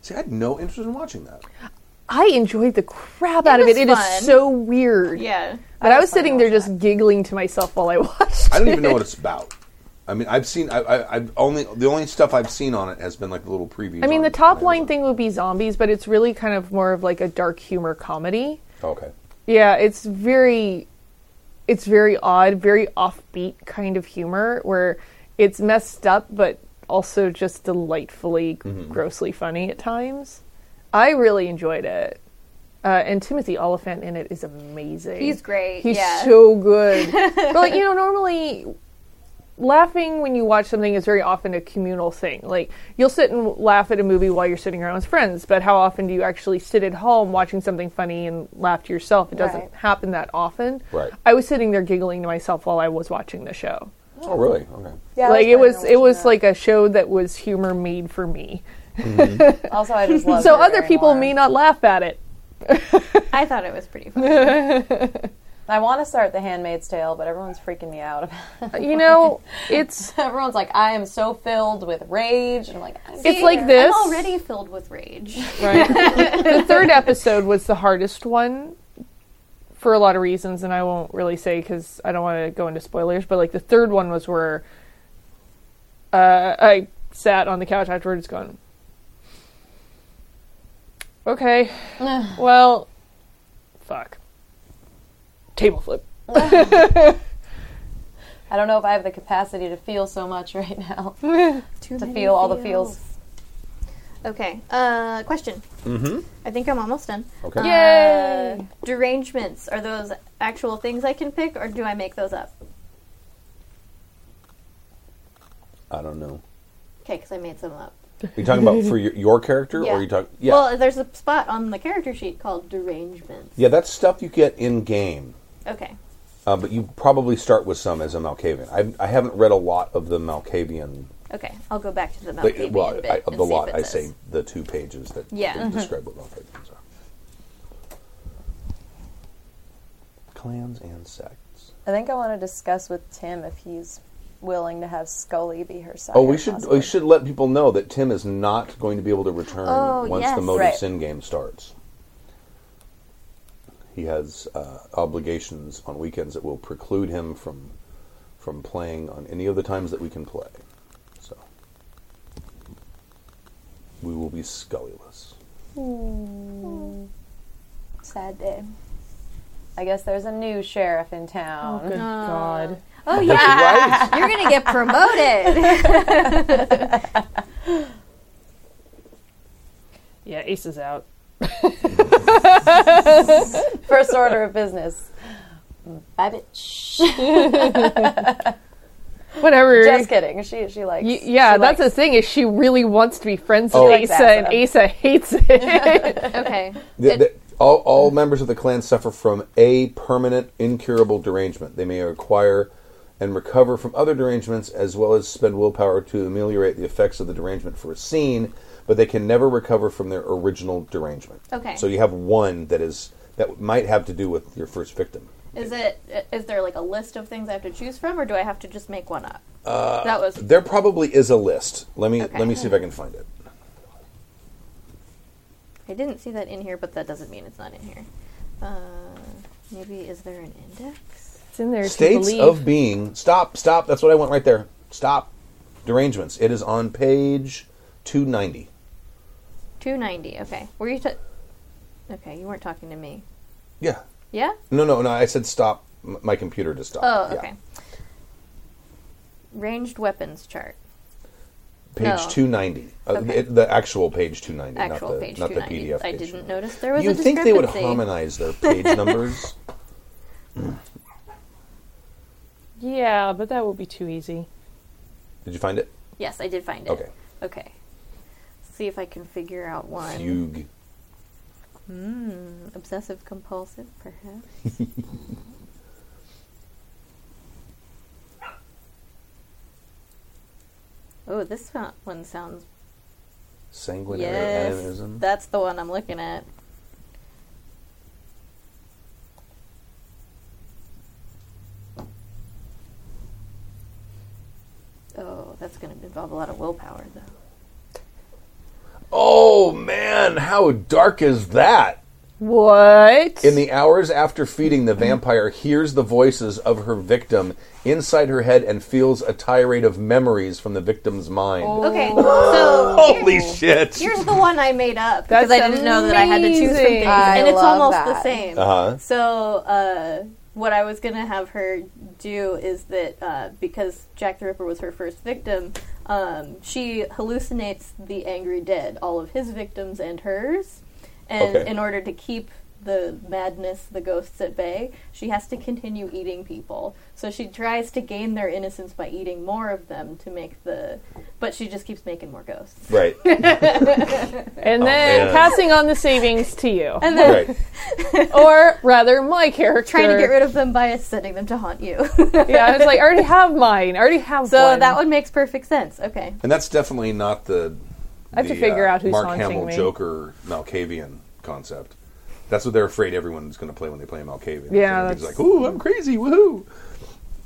Speaker 5: See, I had no interest in watching that.
Speaker 3: I enjoyed the crap out of
Speaker 9: was
Speaker 3: it. It is
Speaker 9: fun.
Speaker 3: so weird.
Speaker 9: Yeah.
Speaker 3: But I was, sitting there just giggling to myself while I watched.
Speaker 5: I don't even know
Speaker 3: it.
Speaker 5: what it's about. I mean, I've seen. I, I, I've only the only stuff I've seen on it has been like the little previews.
Speaker 3: I mean,
Speaker 5: on-
Speaker 3: the top
Speaker 5: on
Speaker 3: line
Speaker 5: Amazon.
Speaker 3: thing would be zombies, but it's really kind of more of like a dark humor comedy.
Speaker 5: Oh, Okay.
Speaker 3: Yeah, it's very it's very odd, very offbeat kind of humor where it's messed up but also just delightfully grossly funny at times. I really enjoyed it. Uh, and Timothy Oliphant in it is amazing.
Speaker 9: He's great,
Speaker 3: He's
Speaker 9: yeah.
Speaker 3: so good. but like, you know, normally laughing when you watch something is very often a communal thing. Like you'll sit and laugh at a movie while you're sitting around with friends, but how often do you actually sit at home watching something funny and laugh to yourself? It doesn't
Speaker 2: Right.
Speaker 3: happen that often.
Speaker 5: Right.
Speaker 3: I was sitting there giggling to myself while I was watching the show.
Speaker 5: Oh, really? Okay.
Speaker 2: Yeah, I
Speaker 3: like it
Speaker 2: planning
Speaker 3: was
Speaker 2: on
Speaker 3: it
Speaker 2: watching
Speaker 3: was
Speaker 2: that.
Speaker 3: like a show that was humor made for me.
Speaker 2: Also, I just love.
Speaker 3: so
Speaker 2: her
Speaker 3: other
Speaker 2: very
Speaker 3: people
Speaker 2: much.
Speaker 3: may not laugh at it.
Speaker 9: I thought it was pretty funny.
Speaker 2: I want to start The Handmaid's Tale, but everyone's freaking me out. about it.
Speaker 3: You know, it's
Speaker 2: everyone's like, I am so filled with rage, and I'm like, I'm
Speaker 3: it's like this.
Speaker 9: I'm already filled with rage.
Speaker 3: the third episode was the hardest one for a lot of reasons, and I won't really say because I don't want to go into spoilers. But like the third one was where uh, I sat on the couch afterwards, going, "Okay, well, fuck, table flip."
Speaker 2: I don't know if I have the capacity to feel so much right now. to feel all the feels.
Speaker 4: Okay. Uh, question. Mm-hmm. I think I'm almost done.
Speaker 5: Okay.
Speaker 4: Uh, derangements are those actual things I can pick, or do I make those up?
Speaker 5: I don't know.
Speaker 4: Okay, because I made some up.
Speaker 5: Are you talking about for your, your character, or are you talking? Yeah,
Speaker 4: Well, there's a spot on the character sheet called derangements.
Speaker 5: yeah, that's stuff you get in game,
Speaker 4: Okay.
Speaker 5: uh, but you probably start with some as a Malkavian. I, I haven't read a lot of the Malkavian.
Speaker 4: Okay. I'll go back to the
Speaker 5: the-
Speaker 4: Mount
Speaker 5: well,
Speaker 4: bit
Speaker 5: I, of
Speaker 4: and
Speaker 5: the
Speaker 4: see if
Speaker 5: lot,
Speaker 4: it
Speaker 5: I
Speaker 4: says.
Speaker 5: say the two pages that
Speaker 4: Yeah. Mm-hmm.
Speaker 5: that describe what Malkavians are. Clans and sects.
Speaker 2: I think I want to discuss with Tim if he's willing to have Scully be her side.
Speaker 5: Oh, we should we should let people know that Tim is not going to be able to return
Speaker 4: Oh,
Speaker 5: once the
Speaker 4: yes.
Speaker 5: Mode
Speaker 2: Right.
Speaker 5: of Sin game starts. He has uh, obligations on weekends that will preclude him from from playing on any of the times that we can play. So we will be scullyless.
Speaker 4: Sad day.
Speaker 2: I guess there's a new sheriff in town.
Speaker 3: Good God.
Speaker 4: Oh yeah, you're gonna get promoted.
Speaker 3: Yeah, Ace is out.
Speaker 2: First order of business. Babbage.
Speaker 3: Whatever.
Speaker 2: Just kidding. She she likes.
Speaker 3: Y- yeah,
Speaker 2: she
Speaker 3: that's the
Speaker 2: likes-
Speaker 3: thing is she really wants to be friends with
Speaker 5: Oh.
Speaker 3: Asa, and Asa hates it.
Speaker 4: okay.
Speaker 5: The, the, all, all members of the clan suffer from a permanent incurable derangement. They may acquire and recover from other derangements as well as spend willpower to ameliorate the effects of the derangement for a scene, but they can never recover from their original derangement.
Speaker 4: Okay.
Speaker 5: So you have one that is that might have to do with your first victim.
Speaker 4: Is it? Is there like a list of things I have to choose from, or do I have to just make one up? that was
Speaker 5: Uh, There probably is a list. Let me
Speaker 4: Okay.
Speaker 5: let me see if I can find it.
Speaker 4: I didn't see that in here, but that doesn't mean it's not in here. Uh, maybe is there an index?
Speaker 3: it's in there. if you
Speaker 5: States
Speaker 3: believe.
Speaker 5: of being. Stop, stop. That's what I want right there. Stop. Derangements. It is on page 290.
Speaker 4: Two ninety. Okay. Were you? ta okay, you weren't talking to me.
Speaker 5: Yeah.
Speaker 4: Yeah.
Speaker 5: No, no, no. I said stop. M- My computer to stop.
Speaker 4: Oh,
Speaker 5: Yeah.
Speaker 4: okay. Ranged weapons chart.
Speaker 5: Page
Speaker 4: No.
Speaker 5: two ninety. Uh,
Speaker 4: Okay.
Speaker 5: it- the actual page two ninety, not
Speaker 4: Actual
Speaker 5: the
Speaker 4: page
Speaker 5: not
Speaker 4: two
Speaker 5: the
Speaker 4: ninety.
Speaker 5: PDF.
Speaker 4: I
Speaker 5: page
Speaker 4: didn't
Speaker 5: 290.
Speaker 4: notice there was a
Speaker 5: You'd think
Speaker 4: discrepancy.
Speaker 5: they would harmonize their page numbers.
Speaker 3: Yeah, but that would be too easy.
Speaker 5: Did you find it?
Speaker 4: Yes, I did find it.
Speaker 5: Okay.
Speaker 4: Okay. See if I can figure out one.
Speaker 5: Fugue.
Speaker 4: Obsessive compulsive, perhaps. oh, this so- one sounds.
Speaker 5: Sanguinary
Speaker 4: Yes,
Speaker 5: animism.
Speaker 4: that's the one I'm looking at. Oh, that's going to involve a lot of willpower, though.
Speaker 5: oh man, how dark is that?
Speaker 3: What?
Speaker 5: In the hours after feeding, the vampire hears the voices of her victim inside her head and feels a tirade of memories from the victim's mind.
Speaker 4: Okay, Oh. so
Speaker 5: Holy shit!
Speaker 4: Here's the one I made up because I
Speaker 3: That's
Speaker 4: didn't know that I had to choose some
Speaker 3: amazing.
Speaker 4: things,
Speaker 2: I
Speaker 4: and it's
Speaker 2: love
Speaker 4: almost the
Speaker 2: that.
Speaker 4: same.
Speaker 5: Uh-huh.
Speaker 4: So, uh, what I was gonna have her do is that uh, because Jack the Ripper was her first victim, um, she hallucinates the angry dead, all of his victims and hers, and
Speaker 5: Okay.
Speaker 4: in order to keep the madness, the ghosts at bay, she has to continue eating people. So she tries to gain their innocence by eating more of them to make the, but she just keeps making more ghosts.
Speaker 5: Right.
Speaker 3: and then
Speaker 5: Oh, man.
Speaker 3: passing on the savings to you.
Speaker 4: And then
Speaker 5: right.
Speaker 3: or rather, my character.
Speaker 4: trying to get rid of them by sending them to haunt you. so
Speaker 3: Yeah, I was like, I already have mine. I already have one.
Speaker 4: that one makes perfect sense. Okay.
Speaker 5: And that's definitely not the. uh,
Speaker 3: I have to figure out who's
Speaker 5: Mark
Speaker 3: haunting
Speaker 5: Hamill
Speaker 3: me.
Speaker 5: Joker Malkavian concept. That's what they're afraid everyone's going to play when they play Malkavian.
Speaker 3: Yeah,
Speaker 5: it's
Speaker 3: that's-
Speaker 5: like, ooh, I'm crazy, woohoo!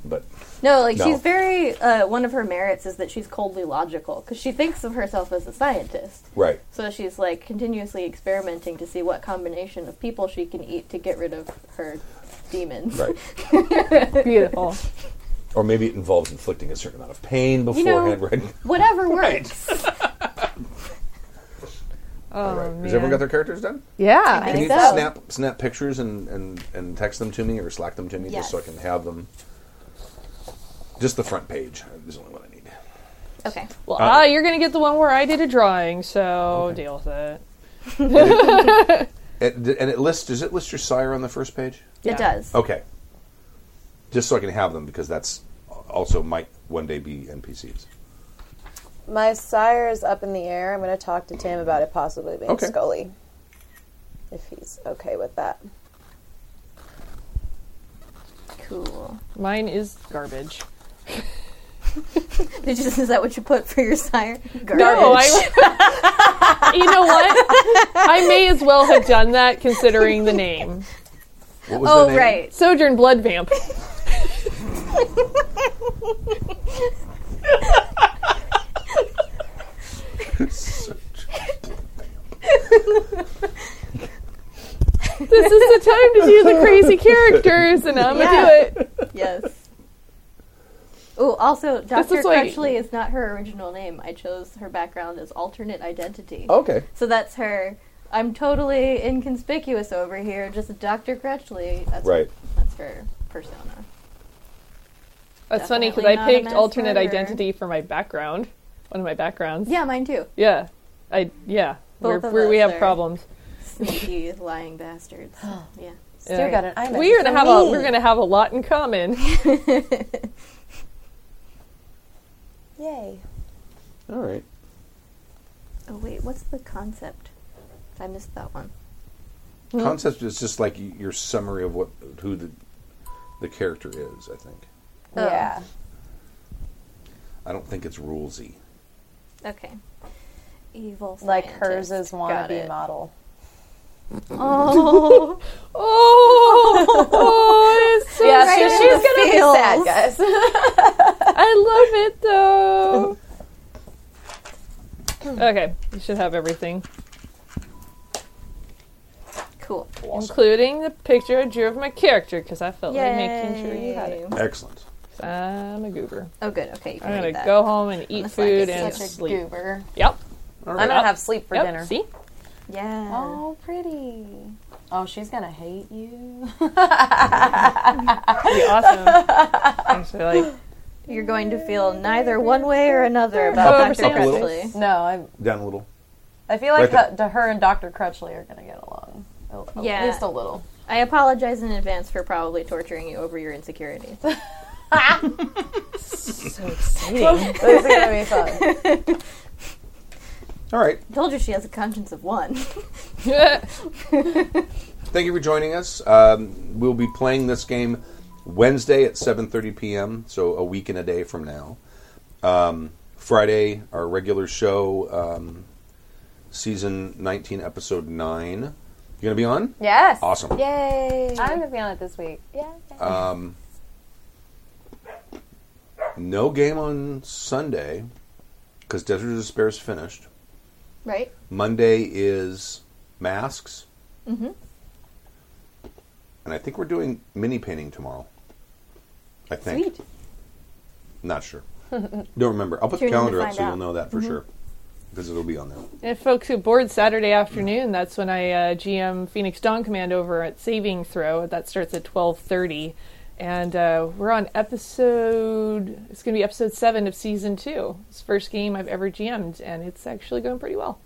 Speaker 5: But
Speaker 4: No, like
Speaker 5: No.
Speaker 4: she's very. Uh, one of her merits is that she's coldly logical because she thinks of herself as a scientist.
Speaker 5: right,
Speaker 4: So she's like continuously experimenting to see what combination of people she can eat to get rid of her demons.
Speaker 5: right,
Speaker 3: Beautiful.
Speaker 5: or maybe it involves inflicting a certain amount of pain
Speaker 4: know,
Speaker 5: beforehand. right,
Speaker 4: Whatever works.
Speaker 3: Oh,
Speaker 5: right.
Speaker 3: man.
Speaker 5: Has everyone got their characters done?
Speaker 3: yeah.
Speaker 5: Can you
Speaker 4: think so.
Speaker 5: snap snap pictures and, and, and text them to me or Slack them to me just so I
Speaker 4: Yes.
Speaker 5: can have them? Just the front page is the only one I need.
Speaker 4: Okay.
Speaker 3: Well,
Speaker 5: Uh,
Speaker 3: ah, you're going to get the one where I did a drawing, so deal with it.
Speaker 5: And it, and it lists. Does it list your sire on the first page?
Speaker 3: Yeah.
Speaker 4: It does.
Speaker 5: Okay. Just so I can have them because that's also might one day be NPCs.
Speaker 2: My sire is up in the air. I'm going to talk to Tim about it possibly being
Speaker 5: Okay.
Speaker 2: Scully. If he's okay with that.
Speaker 4: Cool.
Speaker 3: Mine is garbage.
Speaker 4: Did you, is that what you put for your sire?
Speaker 3: No, I. you know what? I may as well have done that considering the name.
Speaker 5: What was the
Speaker 4: Oh
Speaker 5: name?
Speaker 4: right.
Speaker 3: Sojourn Blood Vamp. This is the time to do the crazy characters, and I'm gonna do it.
Speaker 4: Yes. Oh, also, Doctor
Speaker 3: is like-
Speaker 4: Crutchley is not her original name. I chose her background as alternate identity.
Speaker 2: Oh.
Speaker 5: Okay.
Speaker 4: So that's her. I'm totally inconspicuous over here. Just Doctor Crutchley. That's
Speaker 5: Right.
Speaker 4: That's her persona.
Speaker 3: That's funny because I
Speaker 4: Definitely not a
Speaker 3: picked
Speaker 4: mass
Speaker 3: alternate
Speaker 4: murderer.
Speaker 3: identity for my background, one of my backgrounds.
Speaker 4: Yeah, mine too.
Speaker 3: Yeah, I yeah.
Speaker 4: Both
Speaker 3: we're,
Speaker 4: of
Speaker 3: we're, we
Speaker 4: us
Speaker 3: have
Speaker 4: are-
Speaker 3: problems.
Speaker 4: Sneaky lying bastards. Yeah.
Speaker 2: Still
Speaker 3: Yeah.
Speaker 2: got an eye
Speaker 3: We're
Speaker 2: for
Speaker 3: gonna have
Speaker 2: me.
Speaker 3: a we're gonna have a lot in common.
Speaker 2: Yay.
Speaker 5: All right.
Speaker 4: Oh wait, what's the concept? I missed that one.
Speaker 5: Concept is just like y- your summary of what who the the character is. I think.
Speaker 2: Yeah.
Speaker 5: I don't think it's rulesy.
Speaker 4: Okay. Evil.
Speaker 2: Like hers
Speaker 4: scientist.
Speaker 2: is wannabe
Speaker 4: Got it.
Speaker 2: model.
Speaker 4: Oh.
Speaker 3: Oh, oh, it's so
Speaker 2: Yeah,
Speaker 4: Right
Speaker 2: so
Speaker 4: in
Speaker 2: she's gonna be sad,
Speaker 4: the feels.
Speaker 2: guys.
Speaker 3: I love it though. okay, you should have everything,
Speaker 4: cool.
Speaker 3: including the picture I drew of my character, because I felt like making sure you had it.
Speaker 4: Yay.
Speaker 5: Excellent.
Speaker 3: 'Cause I'm a goober.
Speaker 4: Oh, good. Okay, you can
Speaker 3: I'm
Speaker 4: read
Speaker 3: gonna
Speaker 4: that.
Speaker 3: go home and eat
Speaker 4: Unless I
Speaker 3: food
Speaker 4: get
Speaker 3: and
Speaker 2: Such a
Speaker 3: sleep.
Speaker 2: goober.
Speaker 3: Yep.
Speaker 5: All
Speaker 2: I'm
Speaker 5: right.
Speaker 2: gonna have sleep for
Speaker 3: yep.
Speaker 2: dinner.
Speaker 3: See,
Speaker 4: Yeah.
Speaker 2: Oh, pretty. Oh, she's gonna hate you.
Speaker 3: That'd be awesome. Actually, like
Speaker 4: You're going to feel neither one way or another
Speaker 3: Go over
Speaker 4: about Dr.
Speaker 3: something.
Speaker 4: Crutchley.
Speaker 2: No, I.
Speaker 5: Down a little.
Speaker 2: I feel like
Speaker 5: Right
Speaker 2: her, to her and Dr. Crutchley are gonna get along. A- a-
Speaker 4: Yeah.
Speaker 2: At least a little.
Speaker 4: I apologize in advance for probably torturing you over your insecurities.
Speaker 2: This is gonna be fun.
Speaker 5: All right.
Speaker 4: Told you she has a conscience of one.
Speaker 5: Thank you for joining us. Um, we'll be playing this game Wednesday at 7:30 p.m., so a week and a day from now. Um, Friday, our regular show, um, season 19, episode nine. You gonna be on?
Speaker 2: Yes.
Speaker 5: Awesome.
Speaker 2: Yay. I'm gonna be on it this week. Yeah.
Speaker 5: Um, no game on Sunday because Desert of Despair is finished.
Speaker 4: right?
Speaker 5: Monday is masks. Mm-hmm. And I think we're doing mini painting tomorrow. I think.
Speaker 2: Sweet.
Speaker 5: Not sure. Don't remember. I'll put
Speaker 4: Tune
Speaker 5: the
Speaker 4: in to
Speaker 5: calendar up
Speaker 4: find
Speaker 5: so you'll
Speaker 4: out. Mm-hmm.
Speaker 5: know that for sure. Because it'll be on there.
Speaker 3: and folks who board Saturday afternoon, that's when I uh, GM Phoenix Dawn Command over at Saving Throw. That starts at twelve thirty, and uh, we're on episode. It's going to be episode seven of season two. It's the first game I've ever GM'd, and it's actually going pretty well.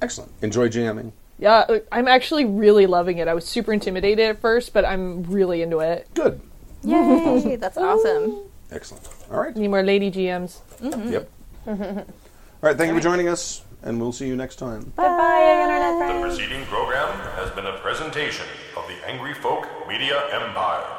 Speaker 5: Excellent. Enjoy jamming.
Speaker 3: Yeah, uh, I'm actually really loving it. I was super intimidated at first, but I'm really into it.
Speaker 5: Good.
Speaker 4: Yay, that's awesome.
Speaker 5: Excellent. All right.
Speaker 3: Need more lady GMs.
Speaker 4: Mm-hmm.
Speaker 5: Yep. All right. Thank you for joining us, and we'll see you next time.
Speaker 7: The preceding program has been a presentation of the Angry Folk Media Empire.